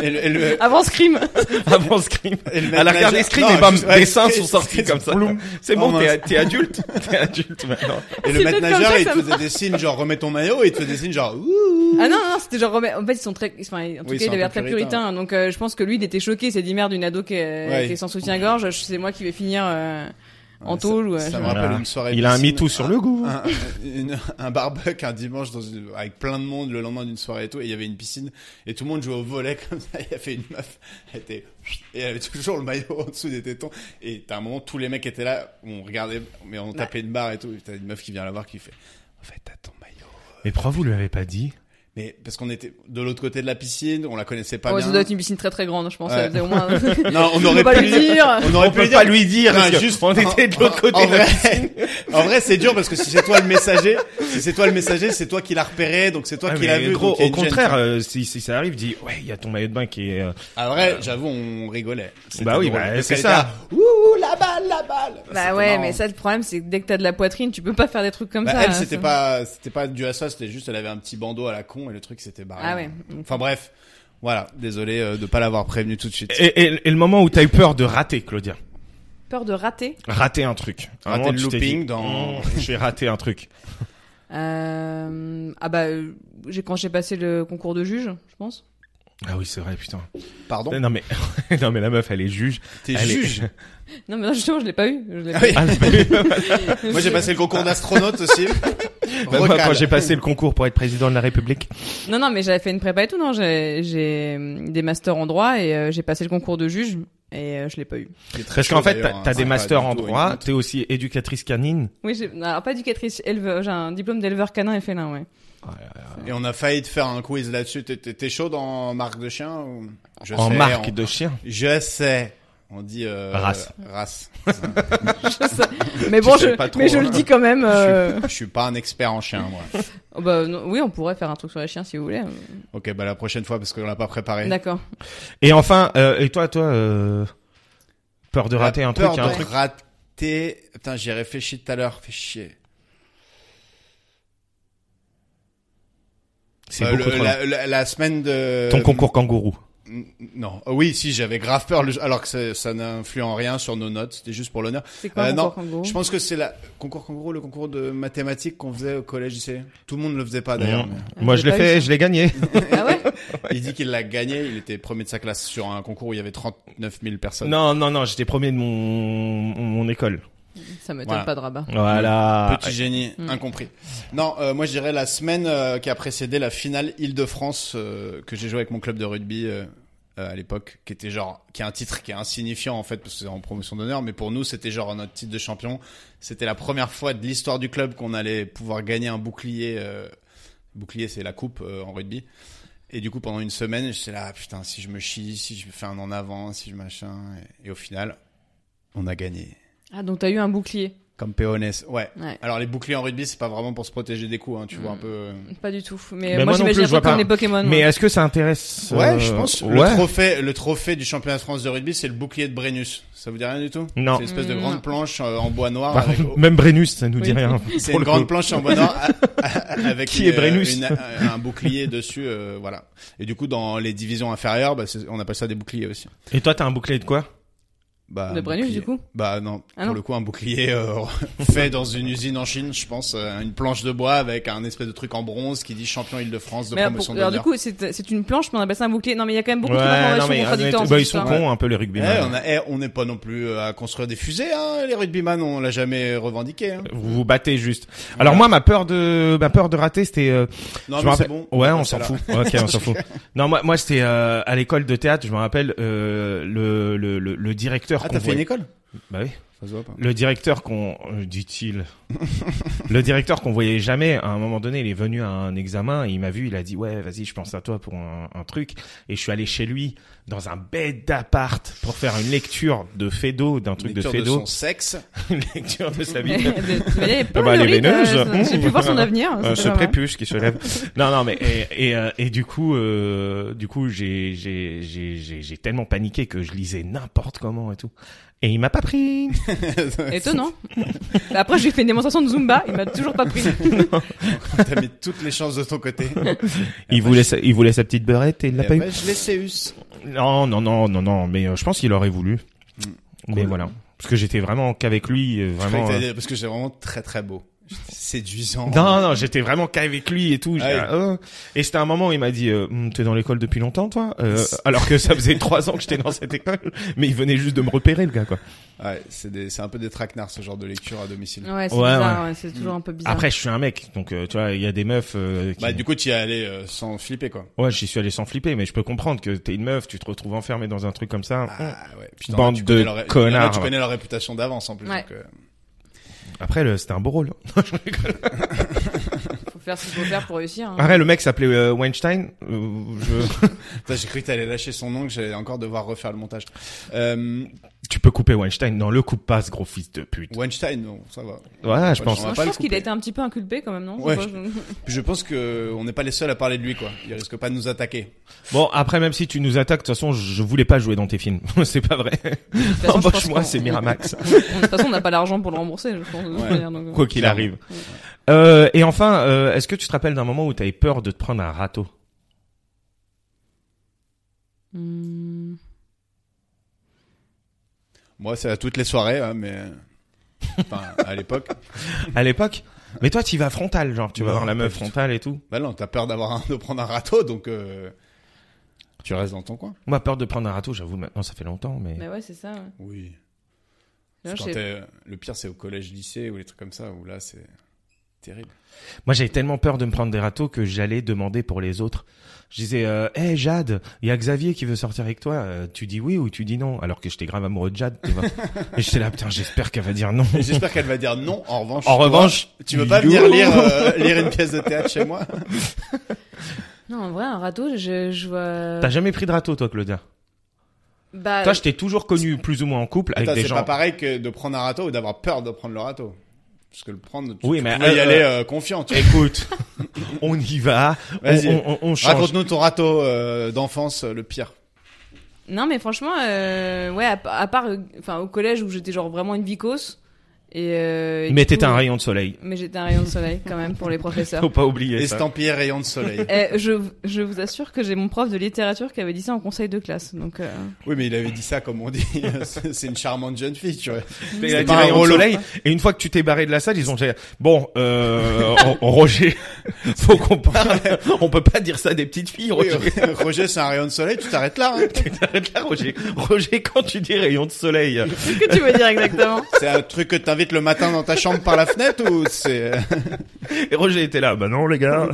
[SPEAKER 4] Et le, et le-
[SPEAKER 2] avant Scream.
[SPEAKER 3] Avant Scream.
[SPEAKER 4] et le
[SPEAKER 3] Elle a regardé
[SPEAKER 4] manager-
[SPEAKER 3] Scream
[SPEAKER 4] Non,
[SPEAKER 3] et bam,
[SPEAKER 4] juste- ouais,
[SPEAKER 3] des seins
[SPEAKER 4] Scream-
[SPEAKER 3] sont sortis
[SPEAKER 4] Scream,
[SPEAKER 3] comme ça.
[SPEAKER 4] bloum.
[SPEAKER 3] C'est
[SPEAKER 4] Oh,
[SPEAKER 3] bon, t'es,
[SPEAKER 4] mince.
[SPEAKER 3] t'es adulte. T'es adulte maintenant.
[SPEAKER 4] Et
[SPEAKER 2] C'est
[SPEAKER 4] le maître
[SPEAKER 2] peut-être comme ça
[SPEAKER 4] nageur,
[SPEAKER 2] que
[SPEAKER 4] il
[SPEAKER 2] ça
[SPEAKER 4] te faisait des signes genre remets ton maillot et il te faisait des signes genre ouh.
[SPEAKER 2] Ah non, non, c'était genre Romain- En fait, ils sont très. Enfin,
[SPEAKER 4] Oui,
[SPEAKER 2] en tout cas,
[SPEAKER 4] c'est
[SPEAKER 2] il
[SPEAKER 4] un
[SPEAKER 2] avait l'air
[SPEAKER 4] peu
[SPEAKER 2] très
[SPEAKER 4] puritain.
[SPEAKER 2] puritain. Donc, euh, je pense que lui, il était choqué. Il s'est dit merde, une ado qui est,
[SPEAKER 4] Ouais.
[SPEAKER 2] qui est sans soutien-gorge. je- C'est moi qui vais finir euh, en
[SPEAKER 4] Ouais,
[SPEAKER 2] tôle. ou, euh,
[SPEAKER 4] ça,
[SPEAKER 2] je-
[SPEAKER 4] ça me
[SPEAKER 3] Voilà. Ah.
[SPEAKER 4] rappelle une soirée
[SPEAKER 3] Il a un
[SPEAKER 4] piscine.
[SPEAKER 3] MeToo sur le goût.
[SPEAKER 4] un, une- un barbecue un dimanche dans une- avec plein de monde le lendemain d'une soirée et tout et il y avait une piscine et tout le monde jouait au volet comme ça il y avait une meuf elle était et elle avait toujours le maillot en dessous des tétons et à un moment tous les mecs étaient là on regardait mais on tapait une barre et tout et t'as une meuf qui vient la voir qui fait en fait t'as ton maillot
[SPEAKER 3] Mais pourquoi vous lui avez pas dit
[SPEAKER 4] mais parce qu'on était de l'autre côté de la piscine on la connaissait pas
[SPEAKER 2] Ouais,
[SPEAKER 4] bien
[SPEAKER 2] ça doit être une piscine très très grande, je pense.
[SPEAKER 4] Ouais.
[SPEAKER 2] Ça faisait au moins. Faut
[SPEAKER 4] non on aurait
[SPEAKER 2] pas
[SPEAKER 4] pu
[SPEAKER 2] le dire.
[SPEAKER 4] on aurait
[SPEAKER 3] On
[SPEAKER 4] pu lui
[SPEAKER 3] peut
[SPEAKER 4] dire
[SPEAKER 3] pas lui dire.
[SPEAKER 4] Non,
[SPEAKER 3] parce que
[SPEAKER 4] juste-
[SPEAKER 3] on était de l'autre côté.
[SPEAKER 4] En
[SPEAKER 3] de la-
[SPEAKER 4] vrai, en vrai, c'est dur parce que si c'est toi le messager, si c'est toi le messager, c'est toi qui l'as repéré, donc c'est toi
[SPEAKER 3] Ah,
[SPEAKER 4] qui l'as
[SPEAKER 3] mais
[SPEAKER 4] vu.
[SPEAKER 3] gros,
[SPEAKER 4] donc il y a
[SPEAKER 3] au
[SPEAKER 4] une gêne.
[SPEAKER 3] contraire, euh, si, si ça arrive, dis ouais, il y a ton maillot de bain qui est. euh,
[SPEAKER 4] Ah vrai, j'avoue, on rigolait. C'était
[SPEAKER 3] Bah oui,
[SPEAKER 4] drôle.
[SPEAKER 3] bah,
[SPEAKER 4] Parce
[SPEAKER 3] c'est
[SPEAKER 4] qu'elle
[SPEAKER 3] ça.
[SPEAKER 4] était là, Ouh, la balle, la balle. C'était
[SPEAKER 2] bah ouais,
[SPEAKER 4] marrant.
[SPEAKER 2] mais ça, le problème, c'est que dès que t'as de la poitrine, tu peux pas faire des trucs comme
[SPEAKER 4] Bah,
[SPEAKER 2] ça. euh, hein,
[SPEAKER 4] elle,
[SPEAKER 2] ça-
[SPEAKER 4] c'était pas, c'était pas dû à ça, c'était juste, elle avait un petit bandeau à la con et le truc, c'était barré.
[SPEAKER 2] Ah ouais.
[SPEAKER 4] Enfin bref. Voilà. Désolé euh, de pas l'avoir prévenu tout de suite.
[SPEAKER 3] Et, et- et le moment où t'as eu peur de rater, Claudia.
[SPEAKER 2] Peur de rater.
[SPEAKER 3] Rater un truc. Un
[SPEAKER 4] Rater
[SPEAKER 3] moment,
[SPEAKER 4] le
[SPEAKER 3] tu t'es
[SPEAKER 4] looping
[SPEAKER 3] dit,
[SPEAKER 4] dans-
[SPEAKER 3] Mmh, J'ai raté un truc.
[SPEAKER 2] Euh... Ah bah, euh, j'ai quand j'ai passé le concours de juge, je pense.
[SPEAKER 3] Ah oui, c'est vrai, putain.
[SPEAKER 4] Pardon
[SPEAKER 3] Non mais, non mais la meuf, elle est juge.
[SPEAKER 4] T'es
[SPEAKER 3] Elle est-
[SPEAKER 4] juge
[SPEAKER 2] Non, mais non, justement, je l'ai pas eu. Je l'ai
[SPEAKER 4] Ah
[SPEAKER 2] pas
[SPEAKER 4] oui.
[SPEAKER 3] Ah, bah,
[SPEAKER 2] eu.
[SPEAKER 4] Moi j'ai passé le concours d'astronaute aussi.
[SPEAKER 3] Bah, moi,
[SPEAKER 4] Recale.
[SPEAKER 3] quand j'ai passé le concours pour être président de la République,
[SPEAKER 2] Non, non, mais j'avais fait une prépa et tout, non. J'ai j'ai, euh, des masters en droit et euh, j'ai passé le concours de juge et euh, je l'ai pas eu.
[SPEAKER 4] Qui est très
[SPEAKER 3] parce
[SPEAKER 4] chaud,
[SPEAKER 3] qu'en fait,
[SPEAKER 4] d'ailleurs,
[SPEAKER 3] t'as
[SPEAKER 4] hein,
[SPEAKER 3] t'as
[SPEAKER 4] c'est
[SPEAKER 3] des
[SPEAKER 4] pas
[SPEAKER 3] masters
[SPEAKER 4] du
[SPEAKER 3] en
[SPEAKER 4] tout une
[SPEAKER 3] droit,
[SPEAKER 4] note.
[SPEAKER 3] t'es aussi éducatrice canine.
[SPEAKER 2] Oui, j'ai alors, pas éducatrice, éleveur. J'ai un diplôme d'éleveur canin et félin, ouais.
[SPEAKER 4] Et on a failli te faire un quiz là-dessus. T'es- T'es t'es chaud dans marque de chien ou... Je
[SPEAKER 3] en
[SPEAKER 4] sais, hein.
[SPEAKER 3] marque
[SPEAKER 4] on-
[SPEAKER 3] de chien.
[SPEAKER 4] Je sais. On dit euh,
[SPEAKER 3] Race.
[SPEAKER 4] Race.
[SPEAKER 2] Je sais. mais bon,
[SPEAKER 4] Tu
[SPEAKER 2] je,
[SPEAKER 4] savais pas trop,
[SPEAKER 2] mais je le
[SPEAKER 4] hein.
[SPEAKER 2] dis quand même. euh,
[SPEAKER 4] Je suis pas un expert en chien, moi.
[SPEAKER 2] oh, bah, non, oui, on pourrait faire un truc sur les chiens si vous voulez. hein.
[SPEAKER 4] Ok, bah la prochaine fois parce qu'on l'a pas préparé.
[SPEAKER 2] D'accord.
[SPEAKER 3] Et enfin, euh, et toi, toi, euh, peur de
[SPEAKER 4] La
[SPEAKER 3] rater un truc, hein.
[SPEAKER 4] peur
[SPEAKER 3] il y a un
[SPEAKER 4] de
[SPEAKER 3] truc.
[SPEAKER 4] Rater. Putain, j'ai réfléchi tout à l'heure. Fais chier.
[SPEAKER 3] C'est
[SPEAKER 4] Euh,
[SPEAKER 3] beaucoup
[SPEAKER 4] le-
[SPEAKER 3] trop. long.
[SPEAKER 4] la, euh, la- la semaine de
[SPEAKER 3] Ton concours kangourou.
[SPEAKER 2] Ah,
[SPEAKER 4] N- Non. Oh Oui, si j'avais grave peur, le- alors que ça, ça n'influe en rien sur nos notes. C'était juste pour l'honneur.
[SPEAKER 2] C'est quoi
[SPEAKER 4] Euh,
[SPEAKER 2] un
[SPEAKER 4] non,
[SPEAKER 2] concours kangourou
[SPEAKER 4] Je pense que c'est la concours kangourou, le concours de mathématiques qu'on faisait au collège lycée. Tout le monde le faisait pas d'ailleurs.
[SPEAKER 3] Mmh.
[SPEAKER 4] mais-
[SPEAKER 3] Moi, je
[SPEAKER 2] j'ai
[SPEAKER 3] l'ai
[SPEAKER 2] pas eu
[SPEAKER 3] fait,
[SPEAKER 2] ça.
[SPEAKER 3] je l'ai gagné.
[SPEAKER 2] Ah ouais
[SPEAKER 4] Il dit qu'il l'a gagné, il était premier de sa classe sur un concours où il y avait 39 000 personnes.
[SPEAKER 3] Non, non, non, j'étais premier de mon, mon école.
[SPEAKER 2] Ça m'étonne
[SPEAKER 4] Voilà.
[SPEAKER 2] pas de rabat.
[SPEAKER 3] Voilà.
[SPEAKER 4] Petit génie,
[SPEAKER 2] Mm.
[SPEAKER 4] incompris. Non, euh, moi je dirais la semaine euh, qui a précédé la finale Île-de-France euh, que j'ai joué avec mon club de rugby euh, euh, à l'époque, qui était genre, qui est un titre qui est insignifiant en fait parce que c'est en promotion d'honneur, mais pour nous c'était genre notre titre de champion. C'était la première fois de l'histoire du club qu'on allait pouvoir gagner un bouclier. euh, bouclier, c'est la coupe euh, en rugby. Et du coup, pendant une semaine, j'étais là, Ah, putain, si je me chie, si je fais un en avant, si je machin. Et, et au final, on a gagné.
[SPEAKER 2] Ah, donc t'as eu un bouclier.
[SPEAKER 4] Comme Péones. Ouais.
[SPEAKER 2] Ouais. Mm.
[SPEAKER 4] Alors les boucliers en rugby, c'est pas vraiment pour se protéger des coups, hein, tu vois un peu. euh.
[SPEAKER 2] Pas du tout. Mais,
[SPEAKER 3] Mais moi
[SPEAKER 2] moi,
[SPEAKER 3] non plus,
[SPEAKER 2] j'imagine
[SPEAKER 3] je
[SPEAKER 2] un
[SPEAKER 3] vois
[SPEAKER 2] truc
[SPEAKER 3] pas.
[SPEAKER 2] comme les Pokémon.
[SPEAKER 3] Mais
[SPEAKER 2] ouais.
[SPEAKER 3] est-ce que ça intéresse
[SPEAKER 4] Ouais,
[SPEAKER 3] euh,
[SPEAKER 4] je pense.
[SPEAKER 3] ouais.
[SPEAKER 4] Le trophée, le trophée du championnat de France de rugby, c'est le bouclier de Brennus. Ça vous dit rien du tout
[SPEAKER 3] Non.
[SPEAKER 4] C'est une espèce de
[SPEAKER 2] Mm, non.
[SPEAKER 4] grande planche euh, en bois noir.
[SPEAKER 3] Par
[SPEAKER 4] avec-
[SPEAKER 3] contre, Bah, même Brennus, ça nous dit
[SPEAKER 2] Oui.
[SPEAKER 3] rien.
[SPEAKER 4] C'est
[SPEAKER 3] pour
[SPEAKER 4] une
[SPEAKER 3] le
[SPEAKER 4] grande
[SPEAKER 3] coup.
[SPEAKER 4] planche en bois noir a- a- avec
[SPEAKER 3] Qui
[SPEAKER 4] une, euh,
[SPEAKER 3] est Brennus
[SPEAKER 4] une- un- un bouclier dessus, euh, voilà. Et du coup, dans les divisions inférieures, bah, c'est- on appelle ça des boucliers aussi.
[SPEAKER 3] Et toi, t'as un bouclier de quoi
[SPEAKER 4] Bah,
[SPEAKER 2] De
[SPEAKER 4] un
[SPEAKER 2] Brennus,
[SPEAKER 4] bouclier.
[SPEAKER 2] du coup
[SPEAKER 4] Bah non,
[SPEAKER 2] Ah
[SPEAKER 4] pour
[SPEAKER 2] non.
[SPEAKER 4] le coup un bouclier euh, fait dans une usine en Chine, je pense, euh, une planche de bois avec un espèce de truc en bronze qui dit champion Île-de-France de
[SPEAKER 2] Mais alors,
[SPEAKER 4] promotion
[SPEAKER 2] pour- alors,
[SPEAKER 4] d'honneur.
[SPEAKER 2] du coup, c'est c'est une planche, mais on appelle ça un bouclier. Non, mais il y a quand même beaucoup
[SPEAKER 3] Ouais, non,
[SPEAKER 2] d'informations
[SPEAKER 3] mais,
[SPEAKER 2] contradictoires.
[SPEAKER 3] bah,
[SPEAKER 2] dans cette
[SPEAKER 3] ils sont
[SPEAKER 2] histoire.
[SPEAKER 3] cons un peu les
[SPEAKER 4] Eh,
[SPEAKER 3] rugbymen.
[SPEAKER 4] on a- eh, on n'est pas non plus euh, à construire des fusées, hein, les rugbyman, on l'a jamais revendiqué. Hein.
[SPEAKER 3] Vous vous battez juste. Alors moi, ma peur de, ma peur de rater, c'était. euh,
[SPEAKER 4] Non,
[SPEAKER 3] je me
[SPEAKER 4] mais c'est
[SPEAKER 3] rappelle-
[SPEAKER 4] bon. Ah,
[SPEAKER 3] Ouais, on s'en
[SPEAKER 4] celle-là.
[SPEAKER 3] fout. Ok, on s'en fout. Non, moi, moi, c'était euh, à l'école de théâtre. Je me rappelle euh, le, le, le, le directeur
[SPEAKER 4] Ah,
[SPEAKER 3] qu'on
[SPEAKER 4] t'as fait une
[SPEAKER 3] voyait.
[SPEAKER 4] école
[SPEAKER 3] Bah oui.
[SPEAKER 4] Ça se voit pas.
[SPEAKER 3] Le directeur qu'on euh, dit-il, le directeur qu'on voyait jamais. À un moment donné, il est venu à un examen. Il m'a vu. Il a dit ouais, vas-y, je pense à toi pour un, un truc. Et je suis allé chez lui dans un bête d'appart pour faire une lecture de Fédo, d'un truc
[SPEAKER 4] Lecture
[SPEAKER 3] de
[SPEAKER 4] de
[SPEAKER 3] Fédo,
[SPEAKER 4] son sexe.
[SPEAKER 3] une lecture de sa vie.
[SPEAKER 2] Eh, de, mais elle est pas
[SPEAKER 3] Ah bah, elle est
[SPEAKER 2] Laurie, euh,
[SPEAKER 3] veineuse.
[SPEAKER 2] J'ai pu voir son avenir. hein,
[SPEAKER 3] Euh,
[SPEAKER 2] c'est
[SPEAKER 3] ce
[SPEAKER 2] Ah, pas mal.
[SPEAKER 3] prépuce qui se lève. non, non, mais et, et, euh, et du coup, euh, du coup, j'ai j'ai j'ai j'ai j'ai tellement paniqué que je lisais n'importe comment et tout. Et il m'a pas pris.
[SPEAKER 2] Étonnant. Bah, Après, j'ai fait une démonstration de Zumba, il m'a toujours pas pris.
[SPEAKER 4] t'as mis toutes les chances de ton côté.
[SPEAKER 3] Il
[SPEAKER 4] Ah,
[SPEAKER 3] voulait sa, il voulait sa petite beurette et il l'a
[SPEAKER 4] Et
[SPEAKER 3] pas eu.
[SPEAKER 4] après, je l'ai séus.
[SPEAKER 3] Non, non, non, non, non. Mais euh, je pense qu'il aurait voulu. Mais
[SPEAKER 4] Mm. Cool.
[SPEAKER 3] voilà, parce que j'étais vraiment qu'avec lui, euh,
[SPEAKER 4] Je croyais
[SPEAKER 3] vraiment.
[SPEAKER 4] que t'allais
[SPEAKER 3] euh,
[SPEAKER 4] dire, Parce que c'est vraiment très très beau. J'étais Séduisant.
[SPEAKER 3] Non, non, j'étais vraiment qu'avec lui et tout. J'étais
[SPEAKER 4] Ouais.
[SPEAKER 3] là, euh, Et c'était un moment où il m'a dit, euh, Hum, t'es dans l'école depuis longtemps, toi Euh, Alors que ça faisait trois ans que j'étais dans cette école, mais il venait juste de me repérer, le gars, quoi.
[SPEAKER 4] Ouais, c'est des- c'est un peu des traquenards ce genre de lecture à domicile.
[SPEAKER 2] Ouais, c'est
[SPEAKER 3] Ouais,
[SPEAKER 2] bizarre, ouais, c'est toujours un peu bizarre.
[SPEAKER 3] Après, je suis un mec, donc euh, tu vois, il y a des meufs. euh, qui-
[SPEAKER 4] Bah du coup tu y es allé euh, sans flipper quoi.
[SPEAKER 3] Ouais, j'y suis allé sans flipper, mais je peux comprendre que t'es une meuf, tu te retrouves enfermée dans un truc comme ça.
[SPEAKER 4] Ah ouais. Puis
[SPEAKER 3] Bande
[SPEAKER 4] tu connais
[SPEAKER 3] de
[SPEAKER 4] leur- là,
[SPEAKER 3] connards.
[SPEAKER 4] Tu connais leur réputation d'avance en plus.
[SPEAKER 2] Ouais.
[SPEAKER 4] donc, euh,
[SPEAKER 3] Après, le- c'était un beau rôle.
[SPEAKER 2] Faut faire ce qu'il faut faire pour réussir. hein.
[SPEAKER 3] Après, le mec s'appelait euh, Weinstein. euh, je-
[SPEAKER 4] putain, j'ai cru que t'allais lâcher son nom, que j'allais encore devoir refaire le montage. Euh,
[SPEAKER 3] tu peux couper Weinstein. Non, le coupe pas, ce gros fils de pute.
[SPEAKER 4] Weinstein, non, ça va.
[SPEAKER 3] Voilà, je pense.
[SPEAKER 4] On va
[SPEAKER 2] Moi,
[SPEAKER 4] pas
[SPEAKER 2] je
[SPEAKER 4] le
[SPEAKER 2] pense qu'il
[SPEAKER 4] couper.
[SPEAKER 2] a été un petit peu inculpé quand même, non
[SPEAKER 4] Ouais,
[SPEAKER 2] Je sais pas, je-
[SPEAKER 4] Puis je pense que on n'est pas les seuls à parler de lui quoi. Il risque pas de nous attaquer.
[SPEAKER 3] Bon, après, même si tu nous attaques, de toute façon, je voulais pas jouer dans tes films. c'est pas vrai.
[SPEAKER 2] de toute façon, je pense
[SPEAKER 3] Embauche-moi,
[SPEAKER 2] qu'on-
[SPEAKER 3] c'est Miramax.
[SPEAKER 2] on- De toute façon, on n'a pas l'argent pour le rembourser, je pense. de toute
[SPEAKER 4] Ouais.
[SPEAKER 2] manière, donc, euh.
[SPEAKER 3] Quoi qu'il
[SPEAKER 4] Clairement.
[SPEAKER 3] arrive. Euh, et enfin, euh, est-ce que tu te rappelles d'un moment où t'avais peur de te prendre un râteau
[SPEAKER 2] Hmm.
[SPEAKER 4] Moi, c'est à toutes les soirées, hein, mais enfin, à l'époque.
[SPEAKER 3] à l'époque Mais toi, tu vas frontal, genre, tu vas
[SPEAKER 4] Non,
[SPEAKER 3] voir la
[SPEAKER 4] pas
[SPEAKER 3] meuf
[SPEAKER 4] du tout.
[SPEAKER 3] frontale et tout.
[SPEAKER 4] Bah non, t'as peur d'avoir un, de prendre un râteau, donc. euh, Tu restes dans ton coin.
[SPEAKER 3] Moi, peur de prendre un râteau, j'avoue, maintenant, ça fait longtemps, mais.
[SPEAKER 2] Mais ouais, c'est ça. ouais.
[SPEAKER 4] Oui.
[SPEAKER 2] Non, je
[SPEAKER 4] Quand
[SPEAKER 2] sais-
[SPEAKER 4] t'es- Le pire, c'est au collège, lycée ou les trucs comme ça, où là, c'est terrible.
[SPEAKER 3] Moi, j'avais tellement peur de me prendre des râteaux que j'allais demander pour les autres. Je disais, euh, hey, Jade, il y a Xavier qui veut sortir avec toi. Euh, tu dis oui ou tu dis non Alors que j'étais grave amoureux de Jade, tu vois. Et j'étais là, putain, j'espère qu'elle va dire non.
[SPEAKER 4] Et J'espère qu'elle va dire non. En revanche,
[SPEAKER 3] En
[SPEAKER 4] toi,
[SPEAKER 3] revanche,
[SPEAKER 4] tu veux pas venir lire, euh, lire une pièce de théâtre chez moi
[SPEAKER 2] Non, en vrai, un râteau, je, je vois.
[SPEAKER 3] T'as jamais pris de râteau, toi, Claudia
[SPEAKER 2] Bah,
[SPEAKER 3] Toi, je t'ai toujours connu plus ou moins en couple avec
[SPEAKER 4] Attends,
[SPEAKER 3] des
[SPEAKER 4] C'est pas
[SPEAKER 3] gens.
[SPEAKER 4] pareil que de prendre un râteau ou d'avoir peur de prendre le râteau. Parce que le prendre, tu,
[SPEAKER 3] Oui,
[SPEAKER 4] tu
[SPEAKER 3] mais,
[SPEAKER 4] pouvais y
[SPEAKER 3] euh,
[SPEAKER 4] aller euh, confiant. tu vois.
[SPEAKER 3] Écoute, on y va. On,
[SPEAKER 4] Vas-y.
[SPEAKER 3] on- on- on change.
[SPEAKER 4] Raconte-nous ton râteau euh, d'enfance, euh, le pire.
[SPEAKER 2] Non, mais franchement, euh, ouais, à, pa- à part, euh, enfin, au collège où j'étais genre vraiment une vicose. Et, euh, et
[SPEAKER 3] Mais
[SPEAKER 2] du
[SPEAKER 3] t'étais
[SPEAKER 2] coup-
[SPEAKER 3] un rayon de soleil.
[SPEAKER 2] Mais j'étais un rayon de soleil quand même pour les professeurs.
[SPEAKER 3] Faut pas oublier ça.
[SPEAKER 4] Estampillé rayon de soleil.
[SPEAKER 2] Et je, je vous assure que j'ai mon prof de littérature qui avait dit ça en conseil de classe. Donc, euh,
[SPEAKER 4] oui, mais il avait dit ça comme on dit. C'est c'est une charmante jeune fille, tu vois.
[SPEAKER 3] Il a
[SPEAKER 4] C'est
[SPEAKER 3] dit
[SPEAKER 4] pas un
[SPEAKER 3] rayon de
[SPEAKER 4] rôle.
[SPEAKER 3] soleil. Et une fois que tu t'es barré de la salle, ils ont dit bon, euh, on- on- Roger, faut qu'on parle. On peut pas dire ça à des petites filles,
[SPEAKER 4] Oui,
[SPEAKER 3] Roger.
[SPEAKER 4] euh, Roger, c'est un rayon de soleil. Tu t'arrêtes là. hein.
[SPEAKER 3] T'arrêtes là, Roger. Roger, quand tu dis rayon de soleil,
[SPEAKER 2] qu'est-ce que tu veux dire exactement
[SPEAKER 4] C'est un truc que t'invites le matin dans ta chambre par la fenêtre ou c'est. euh,
[SPEAKER 3] et Roger était là. Bah non, les gars.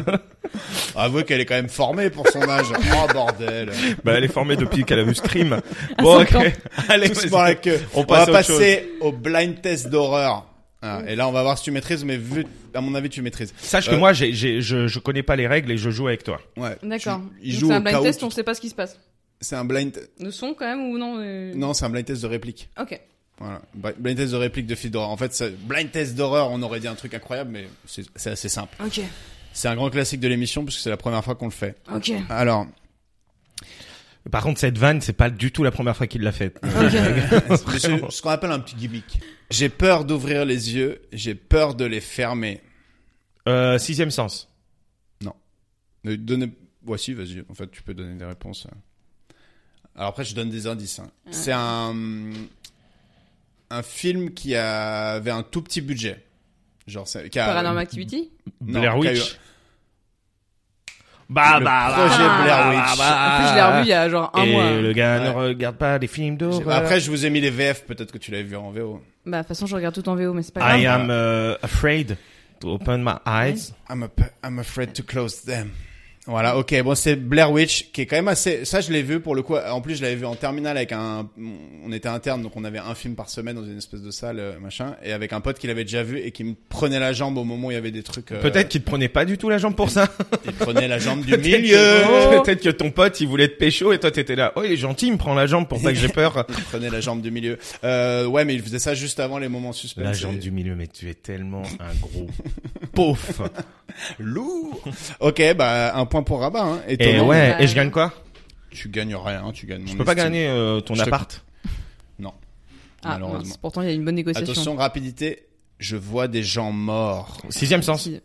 [SPEAKER 4] Avouez qu'elle est quand même formée pour son âge. Oh bordel.
[SPEAKER 3] Bah elle est formée depuis qu'elle a vu Scream. Bon, ok.
[SPEAKER 2] cinq ans.
[SPEAKER 3] Allez,
[SPEAKER 4] Tous
[SPEAKER 3] vas-y.
[SPEAKER 4] par la queue.
[SPEAKER 3] On
[SPEAKER 4] On,
[SPEAKER 3] passe
[SPEAKER 4] va
[SPEAKER 3] à autre chose.
[SPEAKER 4] passer au blind test d'horreur. Ah, et là, on va voir si tu maîtrises, mais vu, à mon avis, tu maîtrises.
[SPEAKER 3] Sache que
[SPEAKER 4] Euh.
[SPEAKER 3] moi, j'ai, j'ai- je, je connais pas les règles et je joue avec toi.
[SPEAKER 4] Ouais.
[SPEAKER 2] D'accord.
[SPEAKER 4] Tu- Il
[SPEAKER 2] Donc
[SPEAKER 4] joue
[SPEAKER 2] C'est un
[SPEAKER 4] au cas
[SPEAKER 2] blind
[SPEAKER 4] où
[SPEAKER 2] test,
[SPEAKER 4] tu-
[SPEAKER 2] on sait pas ce qui se passe.
[SPEAKER 4] C'est un blind.
[SPEAKER 2] Le son quand même ou non euh,
[SPEAKER 4] Non, c'est un blind test de réplique.
[SPEAKER 2] Ok.
[SPEAKER 4] Voilà. Bri- Blind test de réplique de film d'horreur. En fait, ça- blind test d'horreur, on aurait dit un truc incroyable, mais c'est c'est assez simple.
[SPEAKER 2] Ok.
[SPEAKER 4] C'est un grand classique de l'émission puisque c'est la première fois qu'on le fait.
[SPEAKER 2] Ok.
[SPEAKER 4] Alors,
[SPEAKER 3] Par contre, cette vanne, c'est pas du tout la première fois qu'il l'a faite.
[SPEAKER 4] c'est ce qu'on appelle un petit gimmick. J'ai peur d'ouvrir les yeux, j'ai peur de les fermer.
[SPEAKER 3] Euh, sixième sens.
[SPEAKER 4] Ne donnez- Voici, vas-y. En fait, tu peux donner des réponses. euh. Alors après, je donne des indices. hein. C'est un un film qui a- avait un tout petit budget, genre c'est- qui a
[SPEAKER 2] Paranormal Activity
[SPEAKER 4] Non,
[SPEAKER 3] Blair
[SPEAKER 4] qui a
[SPEAKER 3] Witch.
[SPEAKER 4] eu-
[SPEAKER 3] Bah,
[SPEAKER 4] Le
[SPEAKER 3] bah, bah,
[SPEAKER 4] projet
[SPEAKER 3] bah,
[SPEAKER 4] Blair
[SPEAKER 3] bah,
[SPEAKER 4] Witch.
[SPEAKER 3] bah,
[SPEAKER 2] En plus, je l'ai revu il y a genre un
[SPEAKER 3] et
[SPEAKER 2] mois.
[SPEAKER 3] le gars ne
[SPEAKER 4] Ouais.
[SPEAKER 3] regarde pas les films
[SPEAKER 4] J'ai-
[SPEAKER 3] d'horreur.
[SPEAKER 4] Après, je vous ai mis les VF. Peut-être que tu l'avais vu en VO.
[SPEAKER 2] Bah, de toute façon, je regarde tout en VO, mais c'est pas
[SPEAKER 4] Ah,
[SPEAKER 2] grave.
[SPEAKER 3] I am euh, afraid to open my eyes.
[SPEAKER 4] I'm, a pe- I'm afraid to close them. Voilà, ok, bon, c'est Blair Witch, qui est quand même assez... Ça, je l'ai vu, pour le coup, en plus, je l'avais vu en terminale avec un... On était interne, donc on avait un film par semaine dans une espèce de salle, euh, machin, et avec un pote qui l'avait déjà vu et qui me prenait la jambe au moment où il y avait des trucs... euh,
[SPEAKER 3] Peut-être qu'il te prenait pas du tout la jambe pour ça.
[SPEAKER 4] Il prenait la jambe du
[SPEAKER 3] Peut-être que-
[SPEAKER 4] milieu
[SPEAKER 2] Oh.
[SPEAKER 3] Peut-être que ton pote, il voulait te pécho et toi t'étais là. Oh, il est gentil, il me prend la jambe pour pas que j'ai peur.
[SPEAKER 4] Il prenait la jambe du milieu. Euh, ouais, mais il faisait ça juste avant les moments suspects.
[SPEAKER 3] La jambe du milieu, mais tu es tellement un gros pauvre.
[SPEAKER 4] Lourd Ok, bah, un point pour Rabat, hein.
[SPEAKER 3] Et
[SPEAKER 4] Étonnant.
[SPEAKER 3] ouais,
[SPEAKER 2] Bah,
[SPEAKER 3] et je gagne quoi
[SPEAKER 4] Tu gagnes rien, hein, tu gagnes mon
[SPEAKER 3] Je peux pas
[SPEAKER 4] estime.
[SPEAKER 3] gagner euh, ton
[SPEAKER 4] Je te-
[SPEAKER 3] appart.
[SPEAKER 4] Non,
[SPEAKER 2] Ah,
[SPEAKER 4] malheureusement.
[SPEAKER 2] mince, pourtant, il y a une bonne négociation.
[SPEAKER 4] Attention, rapidité. Je vois des gens morts.
[SPEAKER 3] Sixième sens.
[SPEAKER 2] Si,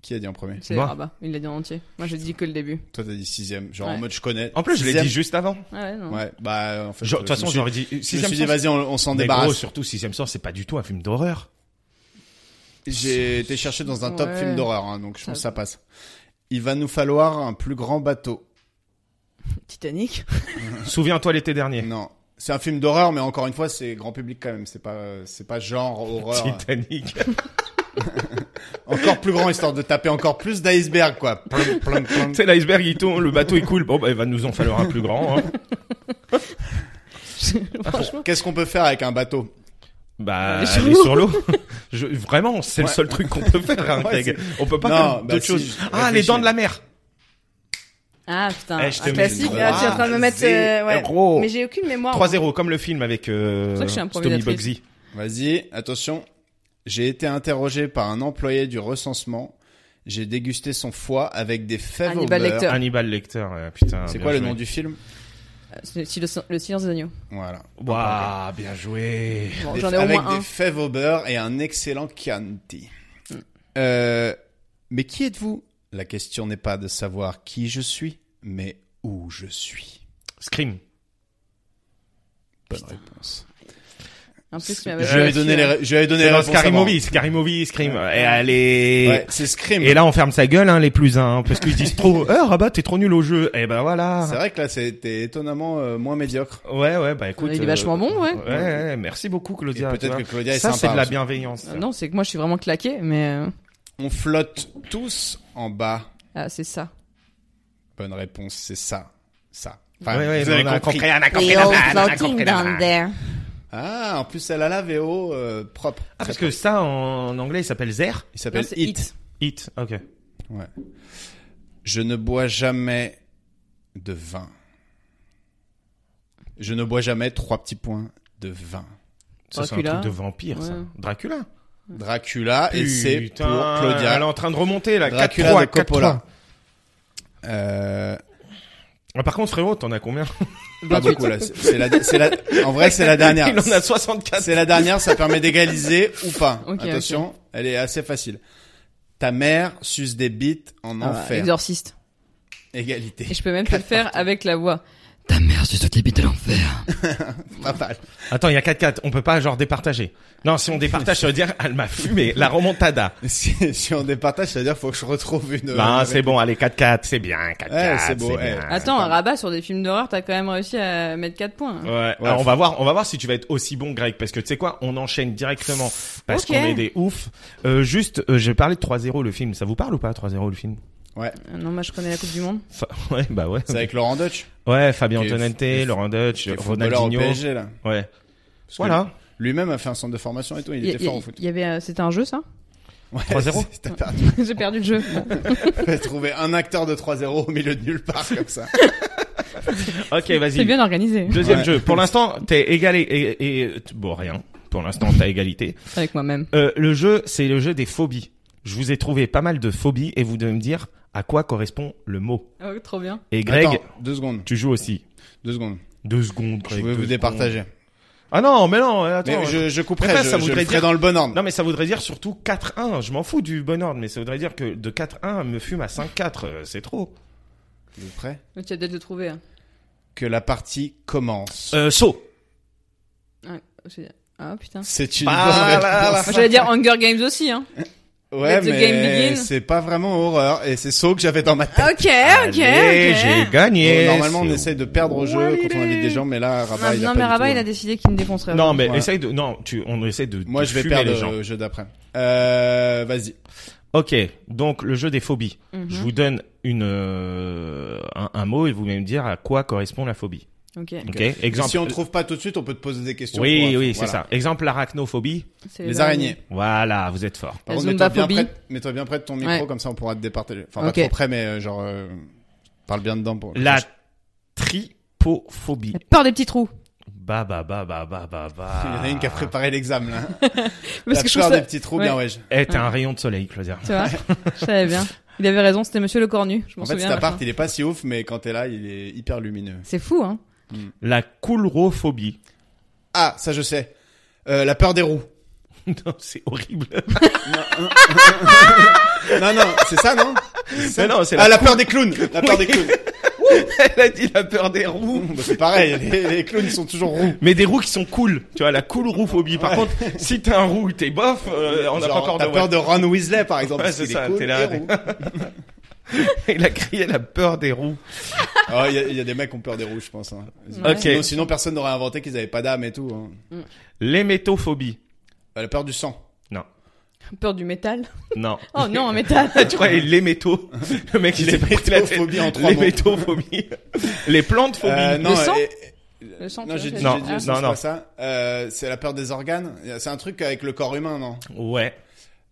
[SPEAKER 4] Qui a dit en premier
[SPEAKER 2] c'est-
[SPEAKER 3] Moi.
[SPEAKER 2] ah bah, il l'a dit en entier. Moi, j'ai dit que le début.
[SPEAKER 4] Toi, t'as dit sixième. Genre en
[SPEAKER 2] Ouais.
[SPEAKER 4] mode je connais.
[SPEAKER 3] En plus, je l'ai
[SPEAKER 4] Sixième.
[SPEAKER 3] dit juste avant.
[SPEAKER 2] Ah ouais, non.
[SPEAKER 4] Ouais, bah en fait.
[SPEAKER 3] Je- De
[SPEAKER 4] euh,
[SPEAKER 3] toute
[SPEAKER 4] je me
[SPEAKER 3] façon,
[SPEAKER 4] suis-
[SPEAKER 3] j'aurais dit
[SPEAKER 4] Je me
[SPEAKER 3] sixième
[SPEAKER 4] suis dit,
[SPEAKER 3] sens.
[SPEAKER 4] vas-y, on, on s'en
[SPEAKER 3] Mais gros,
[SPEAKER 4] débarrasse.
[SPEAKER 3] surtout sixième sens, c'est pas du tout un film d'horreur.
[SPEAKER 4] J'ai été cherché dans un top
[SPEAKER 2] Ouais.
[SPEAKER 4] film d'horreur, hein, donc je
[SPEAKER 2] Ça
[SPEAKER 4] pense que ça passe. Il va nous falloir un plus grand bateau.
[SPEAKER 2] Titanic.
[SPEAKER 3] Souviens-toi l'été dernier.
[SPEAKER 4] Non, c'est un film d'horreur, mais encore une fois, c'est grand public quand même. C'est pas, euh, c'est pas genre horreur.
[SPEAKER 3] Titanic.
[SPEAKER 4] encore plus grand histoire de taper encore plus d'iceberg, quoi. Plum, plum, plum.
[SPEAKER 3] C'est l'iceberg, il tombe, le bateau il coule. Bon, bah, il va nous en falloir un plus grand. hein.
[SPEAKER 4] Qu'est-ce qu'on peut faire avec un bateau
[SPEAKER 3] Bah,
[SPEAKER 2] Aller sur
[SPEAKER 3] aller
[SPEAKER 2] l'eau.
[SPEAKER 3] sur l'eau. Je- Vraiment, c'est le
[SPEAKER 4] Ouais.
[SPEAKER 3] seul truc qu'on peut faire, hein,
[SPEAKER 4] Ouais,
[SPEAKER 3] Greg. On peut pas
[SPEAKER 4] Non,
[SPEAKER 3] faire
[SPEAKER 4] bah
[SPEAKER 3] d'autres
[SPEAKER 4] si,
[SPEAKER 3] choses.
[SPEAKER 4] je
[SPEAKER 3] Ah, les
[SPEAKER 4] réfléchis.
[SPEAKER 3] dents de la mer.
[SPEAKER 2] Ah putain,
[SPEAKER 3] Eh, je te
[SPEAKER 2] un
[SPEAKER 3] mets
[SPEAKER 2] classique.
[SPEAKER 4] une
[SPEAKER 2] Ah, tu es en train de me mettre. euh, ouais.
[SPEAKER 3] Zéro.
[SPEAKER 2] Mais j'ai aucune mémoire.
[SPEAKER 3] 3-0, comme le film avec euh,
[SPEAKER 2] pour ça que je suis
[SPEAKER 3] Tommy
[SPEAKER 2] improvisatrice.
[SPEAKER 3] Bugsy.
[SPEAKER 4] Vas-y, attention. J'ai été interrogé par un employé du recensement. J'ai dégusté son foie avec des fèves
[SPEAKER 2] Hannibal
[SPEAKER 4] au beurre.
[SPEAKER 2] Lecter.
[SPEAKER 3] Hannibal Lecter, euh, putain.
[SPEAKER 4] C'est
[SPEAKER 3] bien
[SPEAKER 4] quoi le
[SPEAKER 3] joué.
[SPEAKER 4] nom du film
[SPEAKER 2] Euh, c'est- si le, si- le silence des agneaux.
[SPEAKER 4] Voilà.
[SPEAKER 3] Waouh, bien joué.
[SPEAKER 2] Bon,
[SPEAKER 4] Des-
[SPEAKER 2] j'en ai au
[SPEAKER 4] avec
[SPEAKER 2] moins un. Hmm.
[SPEAKER 4] des fèves au beurre et un excellent Chianti. Euh, mais qui êtes-vous La question n'est pas de savoir qui je suis, mais où je suis.
[SPEAKER 3] Scream.
[SPEAKER 4] Bonne réponse.
[SPEAKER 2] Un euh, truc qui m'avait
[SPEAKER 4] Je lui avais
[SPEAKER 2] fait
[SPEAKER 4] donné les,
[SPEAKER 2] chier.
[SPEAKER 4] ré- je lui avais donné
[SPEAKER 3] C'est
[SPEAKER 4] les
[SPEAKER 3] dans
[SPEAKER 4] réponses
[SPEAKER 3] Scary
[SPEAKER 4] avant.
[SPEAKER 3] Movie, Scary Movie, Scream. Et allez.
[SPEAKER 4] Ouais, c'est Scream.
[SPEAKER 3] Et là, on ferme sa gueule, hein, les plus un, parce qu'ils disent trop, eh, Rabat, t'es trop nul au jeu. Eh ben
[SPEAKER 2] Ah.
[SPEAKER 3] voilà.
[SPEAKER 4] C'est vrai que là, c'était étonnamment euh, moins médiocre.
[SPEAKER 3] Ouais, ouais, bah écoute.
[SPEAKER 2] Il est vachement bon, ouais.
[SPEAKER 3] Ouais, ouais, merci beaucoup,
[SPEAKER 4] Et
[SPEAKER 3] Claudia. tu
[SPEAKER 4] peut-être
[SPEAKER 3] vois.
[SPEAKER 4] que Claudia est
[SPEAKER 3] ça,
[SPEAKER 4] sympa.
[SPEAKER 3] c'est de la
[SPEAKER 4] aussi.
[SPEAKER 3] bienveillance.
[SPEAKER 2] Non, c'est que moi je suis vraiment claqué, mais euh,
[SPEAKER 4] On flotte tous en bas.
[SPEAKER 2] ah, c'est ça.
[SPEAKER 4] Bonne réponse, c'est ça. Ça.
[SPEAKER 3] Ouais, ouais,
[SPEAKER 4] vous
[SPEAKER 3] mais
[SPEAKER 4] avez
[SPEAKER 3] on a
[SPEAKER 4] compris.
[SPEAKER 3] compris, on a
[SPEAKER 5] We
[SPEAKER 3] compris, on a
[SPEAKER 5] all
[SPEAKER 3] compris, on a
[SPEAKER 5] floating
[SPEAKER 3] compris, on a
[SPEAKER 5] down
[SPEAKER 3] compris.
[SPEAKER 5] there.
[SPEAKER 4] Ah, en plus, elle a la VO euh, propre.
[SPEAKER 3] Ah, parce que ça, en anglais, il s'appelle Zer.
[SPEAKER 4] Il
[SPEAKER 2] Non,
[SPEAKER 4] s'appelle
[SPEAKER 2] c'est
[SPEAKER 4] Hit.
[SPEAKER 2] hit.
[SPEAKER 3] Hit, ok.
[SPEAKER 4] Ouais. Je ne bois jamais de vin. Je ne bois jamais trois petits points de vin.
[SPEAKER 3] Ça, c'est un
[SPEAKER 2] Dracula.
[SPEAKER 3] truc de vampire, ça.
[SPEAKER 2] Ouais.
[SPEAKER 3] Dracula.
[SPEAKER 4] Dracula et c'est pour
[SPEAKER 3] Putain,
[SPEAKER 4] Claudia.
[SPEAKER 3] Elle est en train de remonter, là.
[SPEAKER 4] Dracula
[SPEAKER 3] 4-3,
[SPEAKER 4] de Coppola.
[SPEAKER 3] 4-3.
[SPEAKER 4] Euh,
[SPEAKER 3] Ah, Par contre, frérot, t'en as combien
[SPEAKER 4] pas beaucoup là. C'est c'est la, c'est la- en vrai, c'est la dernière.
[SPEAKER 3] bah, Il en a 64.
[SPEAKER 4] C'est la dernière, ça permet d'égaliser ou pas.
[SPEAKER 2] Ok,
[SPEAKER 4] Attention, elle est assez facile. Ta mère suce des bites en
[SPEAKER 2] Ah,
[SPEAKER 4] enfer.
[SPEAKER 2] Exorciste.
[SPEAKER 4] Égalité.
[SPEAKER 2] Et je peux même pas le faire avec la voix.
[SPEAKER 1] Ta mère, c'est ce qui de l'enfer.
[SPEAKER 4] Pas mal.
[SPEAKER 3] Attends, il y a 4-4. On peut pas, genre, départager. Non, si on départage, ça veut dire, elle m'a fumé. La remontada.
[SPEAKER 4] Si, si on départage, ça veut dire faut que je retrouve une. euh,
[SPEAKER 3] Ben, c'est bon, allez, 4-4. C'est bien, 4-4.
[SPEAKER 4] Ouais, c'est
[SPEAKER 3] c'est
[SPEAKER 4] beau, ouais.
[SPEAKER 3] bien.
[SPEAKER 2] Attends, un rabat sur des films d'horreur, t'as quand même réussi à mettre 4 points. hein.
[SPEAKER 3] Ouais, alors on va voir, on va voir si tu vas être aussi bon, Greg, parce que tu sais quoi, on enchaîne directement parce
[SPEAKER 2] Ok.
[SPEAKER 3] qu'on est des oufs. Euh, juste, euh, j'ai parlé de 3-0 le film. Ça vous parle ou pas 3-0 le film
[SPEAKER 4] Ouais.
[SPEAKER 2] Euh, Non, moi je connais la Coupe du Monde.
[SPEAKER 3] Fa- Ouais, bah ouais.
[SPEAKER 4] C'est avec Laurent Dutch.
[SPEAKER 3] Ouais, Fabien
[SPEAKER 4] Qui est-
[SPEAKER 3] Antonente, Laurent Dutch,
[SPEAKER 4] qui est footballeur au
[SPEAKER 3] Ronaldinho.
[SPEAKER 4] PSG, là.
[SPEAKER 3] Ouais.
[SPEAKER 4] Parce que
[SPEAKER 3] Voilà.
[SPEAKER 4] Lui-même a fait un centre de formation et tout, il
[SPEAKER 2] Il y, a-
[SPEAKER 4] était fort au
[SPEAKER 2] il
[SPEAKER 4] foot.
[SPEAKER 2] y avait, euh, c'était un jeu ça
[SPEAKER 4] Ouais,
[SPEAKER 3] 3-0.
[SPEAKER 4] c'est- T'as perdu.
[SPEAKER 2] J'ai perdu le jeu.
[SPEAKER 4] T'as trouvé un acteur de 3-0 au milieu de nulle part comme ça.
[SPEAKER 3] Ok,
[SPEAKER 2] C'est
[SPEAKER 3] vas-y.
[SPEAKER 2] bien organisé
[SPEAKER 3] Deuxième
[SPEAKER 4] Ouais.
[SPEAKER 3] jeu. Pour l'instant, t'es égalé et, et t- bon rien. Pour l'instant, t'as égalité.
[SPEAKER 2] avec moi-même.
[SPEAKER 3] Euh, le jeu, c'est le jeu des phobies. Je vous ai trouvé pas mal de phobies et vous devez me dire à quoi correspond le mot.
[SPEAKER 2] Oh, trop bien.
[SPEAKER 3] Et Greg,
[SPEAKER 4] Attends, deux secondes.
[SPEAKER 3] tu joues aussi.
[SPEAKER 4] Deux secondes.
[SPEAKER 3] Deux secondes.
[SPEAKER 4] Je
[SPEAKER 3] Greg,
[SPEAKER 4] vais
[SPEAKER 3] deux
[SPEAKER 4] vous
[SPEAKER 3] secondes.
[SPEAKER 4] départager.
[SPEAKER 3] Ah non, mais non. Attends.
[SPEAKER 4] Mais je, je couperai,
[SPEAKER 3] Mais ça,
[SPEAKER 4] je,
[SPEAKER 3] ça
[SPEAKER 4] je
[SPEAKER 3] voudrait
[SPEAKER 4] le ferai
[SPEAKER 3] dire-
[SPEAKER 4] dans le bon ordre.
[SPEAKER 3] Non mais ça voudrait dire surtout 4-1, je m'en fous du bon ordre, mais ça voudrait dire que de 4-1 elle me fume à 5-4, euh, c'est trop.
[SPEAKER 4] Vous êtes prêts
[SPEAKER 2] Mais Tu as peut-être le trouver. hein.
[SPEAKER 4] Que la partie commence.
[SPEAKER 3] Euh, saut
[SPEAKER 2] Ah, c'est- Ah putain.
[SPEAKER 4] C'est une
[SPEAKER 3] Ah
[SPEAKER 4] bonne
[SPEAKER 3] là
[SPEAKER 4] réponse.
[SPEAKER 2] Moi, J'allais dire Hunger Games aussi. Hein.
[SPEAKER 4] Ouais,
[SPEAKER 2] Let the game
[SPEAKER 4] mais
[SPEAKER 2] begin.
[SPEAKER 4] c'est pas vraiment horreur et c'est saut que j'avais dans ma tête.
[SPEAKER 2] Ok, Eh, ok,
[SPEAKER 3] j'ai
[SPEAKER 2] ok.
[SPEAKER 3] gagné
[SPEAKER 4] Normalement, on
[SPEAKER 3] c'est
[SPEAKER 4] essaye de perdre au jeu quand on invite des gens, mais là, Rabat,
[SPEAKER 2] Non,
[SPEAKER 4] il a
[SPEAKER 2] non,
[SPEAKER 4] pas
[SPEAKER 2] mais
[SPEAKER 4] du
[SPEAKER 2] Rabat
[SPEAKER 4] tout,
[SPEAKER 2] il
[SPEAKER 4] hein.
[SPEAKER 2] a décidé qu'il me défoncerait.
[SPEAKER 3] Non mais
[SPEAKER 4] Voilà.
[SPEAKER 3] essaye de... Non, tu... on essaie de...
[SPEAKER 4] Moi,
[SPEAKER 3] de
[SPEAKER 4] je vais
[SPEAKER 3] fumer
[SPEAKER 4] perdre
[SPEAKER 3] les gens.
[SPEAKER 4] au jeu d'après. Euh, vas-y.
[SPEAKER 3] Ok, donc le jeu des phobies.
[SPEAKER 2] Mhm.
[SPEAKER 3] Je vous donne une, euh, un, un mot et vous allez me dire à quoi correspond la phobie.
[SPEAKER 2] Ok.
[SPEAKER 3] Ok,
[SPEAKER 4] Ok.
[SPEAKER 3] exemple.
[SPEAKER 4] Si on trouve pas tout de suite, on peut te poser des questions.
[SPEAKER 3] Oui,
[SPEAKER 4] pour-
[SPEAKER 3] oui,
[SPEAKER 4] voilà.
[SPEAKER 3] c'est ça. Exemple, l'arachnophobie.
[SPEAKER 2] C'est
[SPEAKER 4] Les araignées.
[SPEAKER 3] Voilà, vous êtes fort.
[SPEAKER 4] Par
[SPEAKER 2] La
[SPEAKER 4] contre, mets-toi bien,
[SPEAKER 2] zumbaphobie.
[SPEAKER 4] près, mets-toi bien près de ton micro,
[SPEAKER 2] Ouais.
[SPEAKER 4] comme ça on pourra te départager. Enfin,
[SPEAKER 2] Ok.
[SPEAKER 4] pas trop près, mais euh, genre, euh, parle bien dedans pour.
[SPEAKER 3] La tripophobie.
[SPEAKER 2] La peur des petits trous.
[SPEAKER 3] Bah, bah, bah, bah, bah, bah, bah.
[SPEAKER 4] Il y en a une qui a préparé l'examen, là.
[SPEAKER 2] Parce
[SPEAKER 4] la
[SPEAKER 2] que je
[SPEAKER 4] peur
[SPEAKER 2] trouve ça-
[SPEAKER 4] des petits trous,
[SPEAKER 2] ouais.
[SPEAKER 4] bien, ouais. je-
[SPEAKER 3] Eh, t'as un rayon de soleil, Claudia.
[SPEAKER 2] Tu vois Je savais bien. Il avait raison, c'était Monsieur le Cornu. Je m'en
[SPEAKER 4] En fait,
[SPEAKER 2] souviens.
[SPEAKER 4] cet
[SPEAKER 2] à la fin.
[SPEAKER 4] appart, il est pas si ouf, mais quand t'es là, il est hyper lumineux.
[SPEAKER 2] C'est fou, hein
[SPEAKER 3] La coulrophobie.
[SPEAKER 4] Ah, ça, je sais. Euh, la peur des roues.
[SPEAKER 3] non, c'est horrible.
[SPEAKER 4] Non, non, c'est ça, non? C'est ça
[SPEAKER 3] Mais non, c'est
[SPEAKER 4] Ah,
[SPEAKER 3] la-
[SPEAKER 4] la peur des clowns! La peur des clowns.
[SPEAKER 3] Elle a dit la peur des roues.
[SPEAKER 4] Bah, c'est pareil, les, les clowns, ils sont toujours roux.
[SPEAKER 3] Mais des roues qui sont cool. Tu vois, la coulrouphobie. Par
[SPEAKER 4] Ouais.
[SPEAKER 3] contre, si t'es un roux, t'es bof, euh, on n'a pas
[SPEAKER 4] Genre,
[SPEAKER 3] encore
[SPEAKER 4] T'as
[SPEAKER 3] de
[SPEAKER 4] peur de Ron Weasley, par exemple.
[SPEAKER 3] Ouais,
[SPEAKER 4] parce
[SPEAKER 3] c'est
[SPEAKER 4] qu'il est
[SPEAKER 3] ça,
[SPEAKER 4] cool
[SPEAKER 3] t'es là,
[SPEAKER 4] et
[SPEAKER 3] t'es-
[SPEAKER 4] roux.
[SPEAKER 3] Il a crié la peur des roues.
[SPEAKER 4] Ah, il y, a- il y a des mecs qui ont peur des roues, je pense. Hein.
[SPEAKER 2] Ouais.
[SPEAKER 3] Ok.
[SPEAKER 4] Sinon, sinon, personne n'aurait inventé qu'ils avaient pas d'âme et tout. Hein.
[SPEAKER 3] L'hémétophobie.
[SPEAKER 4] Euh, La peur du sang.
[SPEAKER 3] Non.
[SPEAKER 2] Peur du métal.
[SPEAKER 3] Non.
[SPEAKER 2] Oh non, un métal.
[SPEAKER 3] tu crois, et les métaux. Le mec, il s'est pris la tête.
[SPEAKER 4] L'hémétophobie en trois
[SPEAKER 3] Les
[SPEAKER 4] mots.
[SPEAKER 3] métophobies. Les plantes phobies.
[SPEAKER 4] Euh, non,
[SPEAKER 2] sang
[SPEAKER 4] euh,
[SPEAKER 2] Le sang,
[SPEAKER 4] non,
[SPEAKER 2] tu
[SPEAKER 4] j'ai
[SPEAKER 2] vois,
[SPEAKER 4] dit,
[SPEAKER 3] Non,
[SPEAKER 4] j'ai dit,
[SPEAKER 3] non,
[SPEAKER 4] c'est pas
[SPEAKER 3] non.
[SPEAKER 4] ça. Euh, c'est la peur des organes. C'est un truc avec le corps humain, non
[SPEAKER 3] Ouais.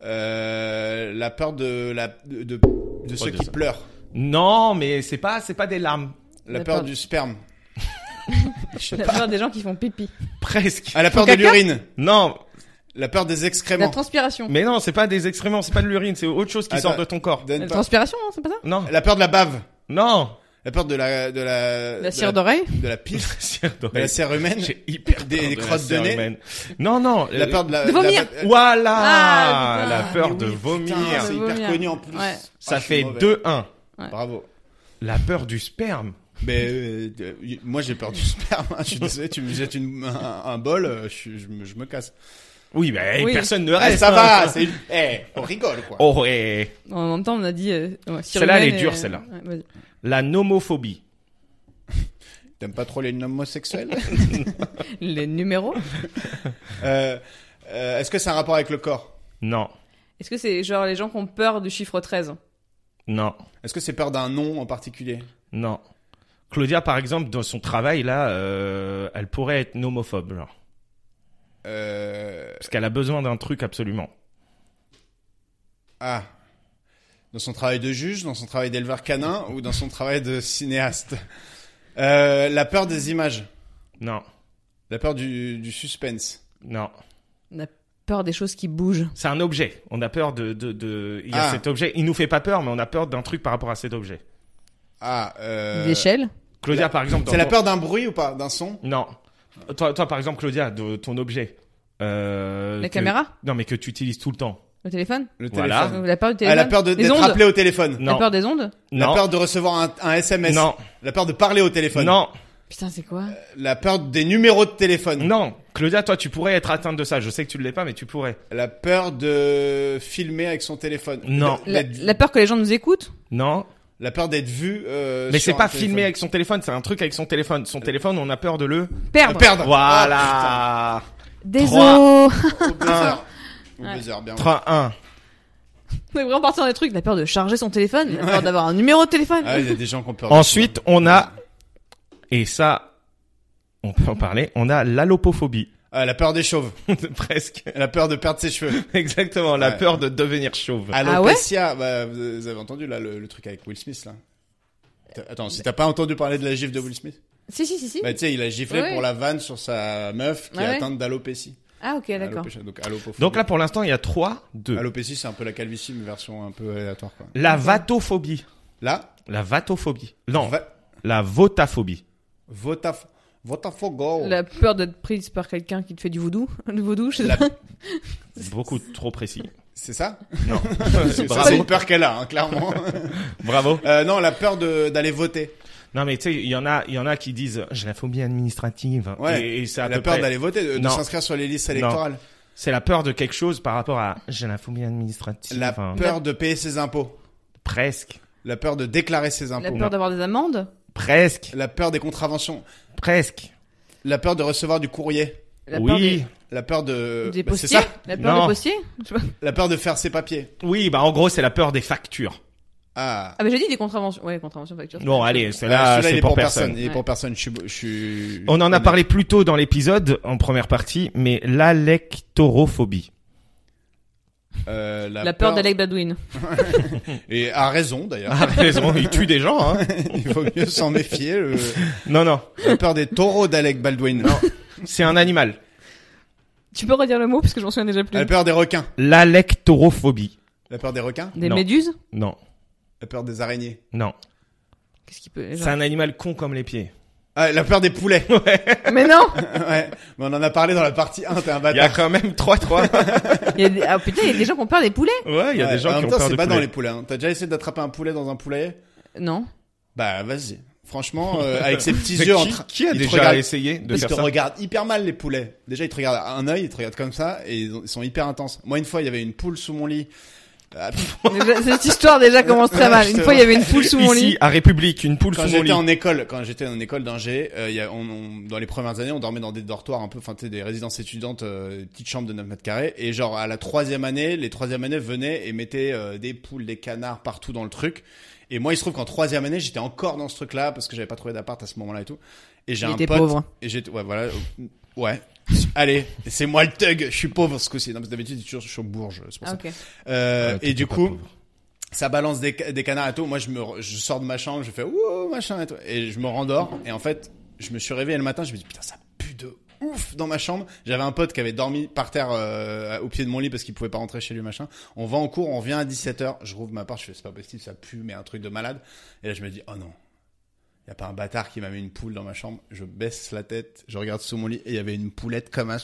[SPEAKER 4] euh, La peur de la de, de, de ceux
[SPEAKER 3] de
[SPEAKER 4] qui
[SPEAKER 3] ça.
[SPEAKER 4] pleurent.
[SPEAKER 3] Non, mais c'est pas, c'est pas des larmes.
[SPEAKER 4] La,
[SPEAKER 2] La
[SPEAKER 4] peur,
[SPEAKER 2] peur-
[SPEAKER 4] du sperme. Je sais
[SPEAKER 2] La
[SPEAKER 4] pas.
[SPEAKER 2] peur des gens qui font pipi.
[SPEAKER 3] Presque.
[SPEAKER 4] Ah, la peur de
[SPEAKER 2] Ton caca
[SPEAKER 4] l'urine.
[SPEAKER 3] Non.
[SPEAKER 4] La peur des
[SPEAKER 2] La
[SPEAKER 4] excréments.
[SPEAKER 2] transpiration.
[SPEAKER 3] Mais non, c'est pas des excréments, c'est pas de l'urine, c'est autre chose qui
[SPEAKER 4] Attends.
[SPEAKER 3] sort de ton corps.
[SPEAKER 4] Donne
[SPEAKER 2] La
[SPEAKER 4] pas-
[SPEAKER 2] transpiration, hein, c'est pas ça
[SPEAKER 3] Non.
[SPEAKER 4] La peur de la bave.
[SPEAKER 3] Non.
[SPEAKER 4] La peur de la de la
[SPEAKER 2] La
[SPEAKER 4] de
[SPEAKER 2] cire d'oreille
[SPEAKER 4] de la pile,
[SPEAKER 3] Cire
[SPEAKER 4] de
[SPEAKER 3] d'oreille.
[SPEAKER 4] la cire humaine,
[SPEAKER 3] J'ai hyper
[SPEAKER 4] Des-
[SPEAKER 3] peur
[SPEAKER 4] des
[SPEAKER 3] de la
[SPEAKER 4] crottes de
[SPEAKER 3] sœur
[SPEAKER 4] nez.
[SPEAKER 3] humaine. Non, non.
[SPEAKER 4] la
[SPEAKER 3] euh,
[SPEAKER 4] peur de la
[SPEAKER 2] De vomir.
[SPEAKER 4] la-
[SPEAKER 3] Voilà.
[SPEAKER 2] Ah, putain.
[SPEAKER 3] la peur de
[SPEAKER 4] Oui, putain,
[SPEAKER 3] vomir.
[SPEAKER 4] C'est
[SPEAKER 2] De
[SPEAKER 4] hyper
[SPEAKER 2] vomir.
[SPEAKER 4] connu en plus.
[SPEAKER 2] Ouais.
[SPEAKER 3] Ça
[SPEAKER 4] Ah, je suis
[SPEAKER 3] fait
[SPEAKER 4] mauvais.
[SPEAKER 3] 2-1.
[SPEAKER 4] Bravo.
[SPEAKER 3] La peur du sperme.
[SPEAKER 4] Mais euh, euh, y- moi j'ai peur du sperme. hein. Je suis désolé, tu me jettes une- un, un bol, euh, je, suis- je me, je me casse.
[SPEAKER 3] Oui, mais
[SPEAKER 2] Oui.
[SPEAKER 3] personne ne
[SPEAKER 4] Ah,
[SPEAKER 3] reste.
[SPEAKER 4] ça
[SPEAKER 3] hein.
[SPEAKER 4] va, c'est une- eh, on rigole quoi.
[SPEAKER 3] Oh, ouais.
[SPEAKER 2] En même temps, on a dit. euh, ouais,
[SPEAKER 3] Celle-là, elle est
[SPEAKER 2] surhumaine,
[SPEAKER 3] dure,
[SPEAKER 2] euh,
[SPEAKER 3] celle-là.
[SPEAKER 2] ouais, vas-y.
[SPEAKER 3] La nomophobie.
[SPEAKER 4] T'aimes pas trop les homosexuels
[SPEAKER 2] Les numéros.
[SPEAKER 4] Euh, euh, Est-ce que c'est un rapport avec le corps
[SPEAKER 3] Non,
[SPEAKER 2] Est-ce que c'est genre les gens qui ont peur du chiffre 13
[SPEAKER 3] non,
[SPEAKER 4] Est-ce que c'est peur d'un nom en particulier
[SPEAKER 3] non. Claudia, par exemple, dans son travail, là, euh, elle pourrait être nomophobe, genre.
[SPEAKER 4] euh,
[SPEAKER 3] Parce qu'elle a besoin d'un truc absolument.
[SPEAKER 4] Ah. Dans son travail de juge, dans son travail d'éleveur canin ou dans son travail de cinéaste Euh, La peur des images,
[SPEAKER 3] Non,
[SPEAKER 4] la peur du, du suspense.
[SPEAKER 3] non.
[SPEAKER 2] On a peur des choses qui bougent.
[SPEAKER 3] C'est un objet. On a peur de, de, de... Il y a
[SPEAKER 4] Ah.
[SPEAKER 3] cet objet. Il nous fait pas peur, mais on a peur d'un truc par rapport à cet objet.
[SPEAKER 4] Ah, euh,
[SPEAKER 2] Des échelles
[SPEAKER 3] Claudia, par exemple.
[SPEAKER 4] C'est
[SPEAKER 3] dans
[SPEAKER 4] la
[SPEAKER 3] ton-
[SPEAKER 4] peur d'un bruit ou pas D'un son
[SPEAKER 3] Non. Toi, toi, par exemple, Claudia, de ton objet. Euh,
[SPEAKER 2] La
[SPEAKER 3] que-
[SPEAKER 2] caméra
[SPEAKER 3] Non, mais que tu utilises tout le temps.
[SPEAKER 2] Le téléphone
[SPEAKER 4] Le
[SPEAKER 3] Voilà.
[SPEAKER 4] téléphone.
[SPEAKER 2] Euh, La peur du
[SPEAKER 4] Ah,
[SPEAKER 2] téléphone
[SPEAKER 4] la peur de-
[SPEAKER 2] Les
[SPEAKER 4] d'être
[SPEAKER 2] ondes
[SPEAKER 4] appelé au téléphone.
[SPEAKER 3] Non.
[SPEAKER 2] La peur des ondes
[SPEAKER 4] La
[SPEAKER 3] non.
[SPEAKER 4] peur de recevoir un, un SMS.
[SPEAKER 3] non.
[SPEAKER 4] La peur de parler au téléphone.
[SPEAKER 3] Non.
[SPEAKER 2] Putain, c'est quoi
[SPEAKER 4] La peur des numéros de téléphone.
[SPEAKER 3] Non. Claudia, toi, tu pourrais être atteinte de ça. Je sais que tu ne l'es pas, mais tu pourrais.
[SPEAKER 4] La peur de filmer avec son téléphone.
[SPEAKER 3] Non.
[SPEAKER 4] De-
[SPEAKER 2] la,
[SPEAKER 4] d'être-
[SPEAKER 2] la peur que les gens nous écoutent
[SPEAKER 3] Non.
[SPEAKER 4] la peur d'être vu. euh,
[SPEAKER 3] Mais
[SPEAKER 4] sur
[SPEAKER 3] c'est pas
[SPEAKER 4] un téléphone. Euh.
[SPEAKER 3] filmé avec son téléphone. C'est un truc avec son téléphone. Son téléphone, on a peur de le.
[SPEAKER 4] De
[SPEAKER 2] Perdre
[SPEAKER 4] perdre. Ah,
[SPEAKER 3] Voilà.
[SPEAKER 2] Désolé
[SPEAKER 4] Oh, au
[SPEAKER 3] Ah.
[SPEAKER 4] buzzer. Au buzzer, bien.
[SPEAKER 3] 3-1.
[SPEAKER 2] On est vraiment parti dans des trucs. La peur de charger son téléphone, la peur d'avoir un numéro de téléphone.
[SPEAKER 4] Ah, il y a des gens qui ont peur. de
[SPEAKER 3] Ensuite, on a, et ça, on peut en parler, on a l'allopophobie.
[SPEAKER 4] ça. Ah, la peur des chauves.
[SPEAKER 3] Presque.
[SPEAKER 4] La peur de perdre ses cheveux.
[SPEAKER 3] Exactement. La
[SPEAKER 4] Ouais.
[SPEAKER 3] peur de devenir chauve.
[SPEAKER 4] Alopecia. bah, vous avez entendu là le, le truc avec Will Smith là. T'as- Attends, si t'as pas entendu parler de la gifle de Will Smith,
[SPEAKER 2] Si, si, si, si.
[SPEAKER 4] bah tu sais, il a giflé
[SPEAKER 2] Ouais.
[SPEAKER 4] pour la vanne sur sa meuf qui
[SPEAKER 2] Ouais,
[SPEAKER 4] est
[SPEAKER 2] ouais.
[SPEAKER 4] atteinte d'alopécie.
[SPEAKER 2] Ah, ok, d'accord.
[SPEAKER 4] Alopécia, Donc alopophobie.
[SPEAKER 3] Donc E. là, pour l'instant, il y a 3, 2.
[SPEAKER 4] Alopécie, c'est un peu la calvitie, mais version un peu aléatoire, quoi.
[SPEAKER 3] La vatophobie.
[SPEAKER 4] Là,
[SPEAKER 3] La vatophobie. Non,
[SPEAKER 4] va-
[SPEAKER 3] la votaphobie.
[SPEAKER 4] Votaf... Votafogo.
[SPEAKER 2] La E. peur d'être prise par quelqu'un qui te fait du voodoo. Le voodoo, je sais
[SPEAKER 4] La- E.
[SPEAKER 2] pas.
[SPEAKER 3] Beaucoup trop précis.
[SPEAKER 4] C'est ça
[SPEAKER 3] Non.
[SPEAKER 4] C'est ça,
[SPEAKER 3] Bravo.
[SPEAKER 4] c'est une peur qu'elle a, hein, clairement.
[SPEAKER 3] Bravo.
[SPEAKER 4] Euh, non, la peur de- d'aller voter.
[SPEAKER 3] Non, mais tu sais, il y en a, il y en a qui disent, j'ai la phobie administrative.
[SPEAKER 4] Ouais.
[SPEAKER 3] Et, et c'est à
[SPEAKER 4] La
[SPEAKER 3] peu
[SPEAKER 4] peur
[SPEAKER 3] près-
[SPEAKER 4] d'aller voter, de- de
[SPEAKER 3] Non.
[SPEAKER 4] s'inscrire sur les listes électorales.
[SPEAKER 3] C'est la peur de quelque chose par rapport à, j'ai la phobie administrative.
[SPEAKER 4] La
[SPEAKER 3] Enfin,
[SPEAKER 4] peur de payer ses impôts.
[SPEAKER 3] Presque.
[SPEAKER 4] La peur de déclarer ses
[SPEAKER 2] La
[SPEAKER 4] impôts.
[SPEAKER 2] peur d'avoir des amendes.
[SPEAKER 3] Presque.
[SPEAKER 4] La peur des contraventions.
[SPEAKER 3] Presque.
[SPEAKER 4] La peur de recevoir du courrier.
[SPEAKER 2] La peur
[SPEAKER 3] oui.
[SPEAKER 2] des,
[SPEAKER 4] La peur de...
[SPEAKER 2] des
[SPEAKER 4] Bah, c'est
[SPEAKER 2] postiers.
[SPEAKER 4] ça.
[SPEAKER 2] La peur
[SPEAKER 3] Non.
[SPEAKER 2] des postiers. Je sais pas.
[SPEAKER 4] La peur de faire ses papiers.
[SPEAKER 3] Oui, bah, en gros, c'est la peur des factures.
[SPEAKER 4] Ah.
[SPEAKER 2] Ah, mais j'ai dit des contraventions. Ouais, contraventions factures.
[SPEAKER 3] Bon, allez, celle-là,
[SPEAKER 4] Celui-là, il
[SPEAKER 3] c'est
[SPEAKER 4] est
[SPEAKER 3] pour personne.
[SPEAKER 4] Il est
[SPEAKER 2] Ouais.
[SPEAKER 4] pour personne. Je suis, je suis-
[SPEAKER 3] On en a parlé plus tôt dans l'épisode, en première partie, mais l'alectorophobie.
[SPEAKER 4] Euh, la,
[SPEAKER 2] La peur d'Alec Badwin.
[SPEAKER 4] Et à raison, d'ailleurs.
[SPEAKER 3] Ah, raison, il tue des gens, hein.
[SPEAKER 4] Il faut mieux s'en méfier. le-
[SPEAKER 3] Non, non,
[SPEAKER 4] La peur des taureaux d'Alec Baldwin.
[SPEAKER 3] c'est un animal.
[SPEAKER 2] Tu peux redire le mot parce que je m'en souviens déjà plus.
[SPEAKER 4] La peur des requins.
[SPEAKER 3] L'alectorophobie.
[SPEAKER 4] La peur des requins.
[SPEAKER 2] Des
[SPEAKER 3] Non.
[SPEAKER 2] méduses
[SPEAKER 3] Non,
[SPEAKER 4] La peur des araignées.
[SPEAKER 3] non.
[SPEAKER 2] Qu'est-ce qui peut.
[SPEAKER 3] C'est un animal con comme les pieds.
[SPEAKER 4] Ah, la peur des poulets.
[SPEAKER 2] Mais non
[SPEAKER 4] ouais. Mais on en a parlé dans la partie 1, t'es un
[SPEAKER 3] Il y a
[SPEAKER 4] bâtard.
[SPEAKER 3] quand même 3-3.
[SPEAKER 2] Il y a des- Ah putain, il y a des gens qui ont peur des poulets
[SPEAKER 3] ouais, il y a
[SPEAKER 4] Ouais,
[SPEAKER 3] des gens qui
[SPEAKER 4] en même
[SPEAKER 3] ont
[SPEAKER 4] temps,
[SPEAKER 3] peur
[SPEAKER 4] c'est
[SPEAKER 3] de
[SPEAKER 4] pas dans
[SPEAKER 3] poulet.
[SPEAKER 4] les poulets. hein. T'as déjà essayé d'attraper un poulet dans un poulayer
[SPEAKER 2] Non.
[SPEAKER 4] Bah, vas-y. Franchement, euh, avec ses petits
[SPEAKER 3] Mais
[SPEAKER 4] yeux en
[SPEAKER 3] qui,
[SPEAKER 4] train.
[SPEAKER 3] qui a
[SPEAKER 4] ils te
[SPEAKER 3] déjà
[SPEAKER 4] regardent-
[SPEAKER 3] essayé de
[SPEAKER 4] Ils te
[SPEAKER 3] faire ça
[SPEAKER 4] regardent hyper mal les poulets. Déjà, ils te regardent à un œil, ils te regardent comme ça, et ils ont- ils sont hyper intenses. Moi, une fois, il y avait une poule sous mon lit. Ah, pff,
[SPEAKER 2] Déjà, Cette histoire déjà commence très mal. Une fois, il y avait une poule sous mon
[SPEAKER 3] Ici,
[SPEAKER 2] lit.
[SPEAKER 3] à République, une poule
[SPEAKER 4] quand
[SPEAKER 3] sous mon
[SPEAKER 4] j'étais
[SPEAKER 3] lit.
[SPEAKER 4] en école, quand j'étais en école d'ingé, euh, il y a- on, on- dans les premières années, on dormait dans des dortoirs un peu, enfin, tu sais, des résidences étudiantes, euh, petites chambres de 9 mètres carrés. Et genre, à la troisième année, les troisième années venaient et mettaient euh, des poules, des canards partout dans le truc. Et moi, il se trouve qu'en troisième année, j'étais encore dans ce truc-là parce que j'avais pas trouvé d'appart à ce moment-là et tout. Et j'ai
[SPEAKER 2] Il
[SPEAKER 4] un
[SPEAKER 2] était
[SPEAKER 4] pote.
[SPEAKER 2] pauvre.
[SPEAKER 4] Et j'ai, ouais, voilà, euh, ouais. Allez, c'est moi le thug. Je suis pauvre ce coup-ci. Non, parce que d'habitude, je suis toujours- je suis au bourge. C'est pour
[SPEAKER 2] Ah,
[SPEAKER 4] ça.
[SPEAKER 2] ok.
[SPEAKER 4] Euh,
[SPEAKER 3] Ouais,
[SPEAKER 4] et
[SPEAKER 3] t'étais
[SPEAKER 4] du
[SPEAKER 3] pas
[SPEAKER 4] coup,
[SPEAKER 3] pauvre.
[SPEAKER 4] ça balance des, ca- des canards et tout. Moi, je me, re- je sors de ma chambre, je fais ouh machin et tout, et je me rendors. Et en fait, je me suis réveillé le matin, je me dis putain ça pue de ouf dans ma chambre. J'avais un pote qui avait dormi par terre euh, au pied de mon lit parce qu'il pouvait pas rentrer chez lui machin. On va en cours, on vient à 17h, je rouvre ma porte, je fais c'est pas possible, ça pue mais un truc de malade. Et là, je me dis oh non. Y a pas un bâtard qui m'a mis une poule dans ma chambre. Je baisse la tête, je regarde sous mon lit et il y avait une poulette comme un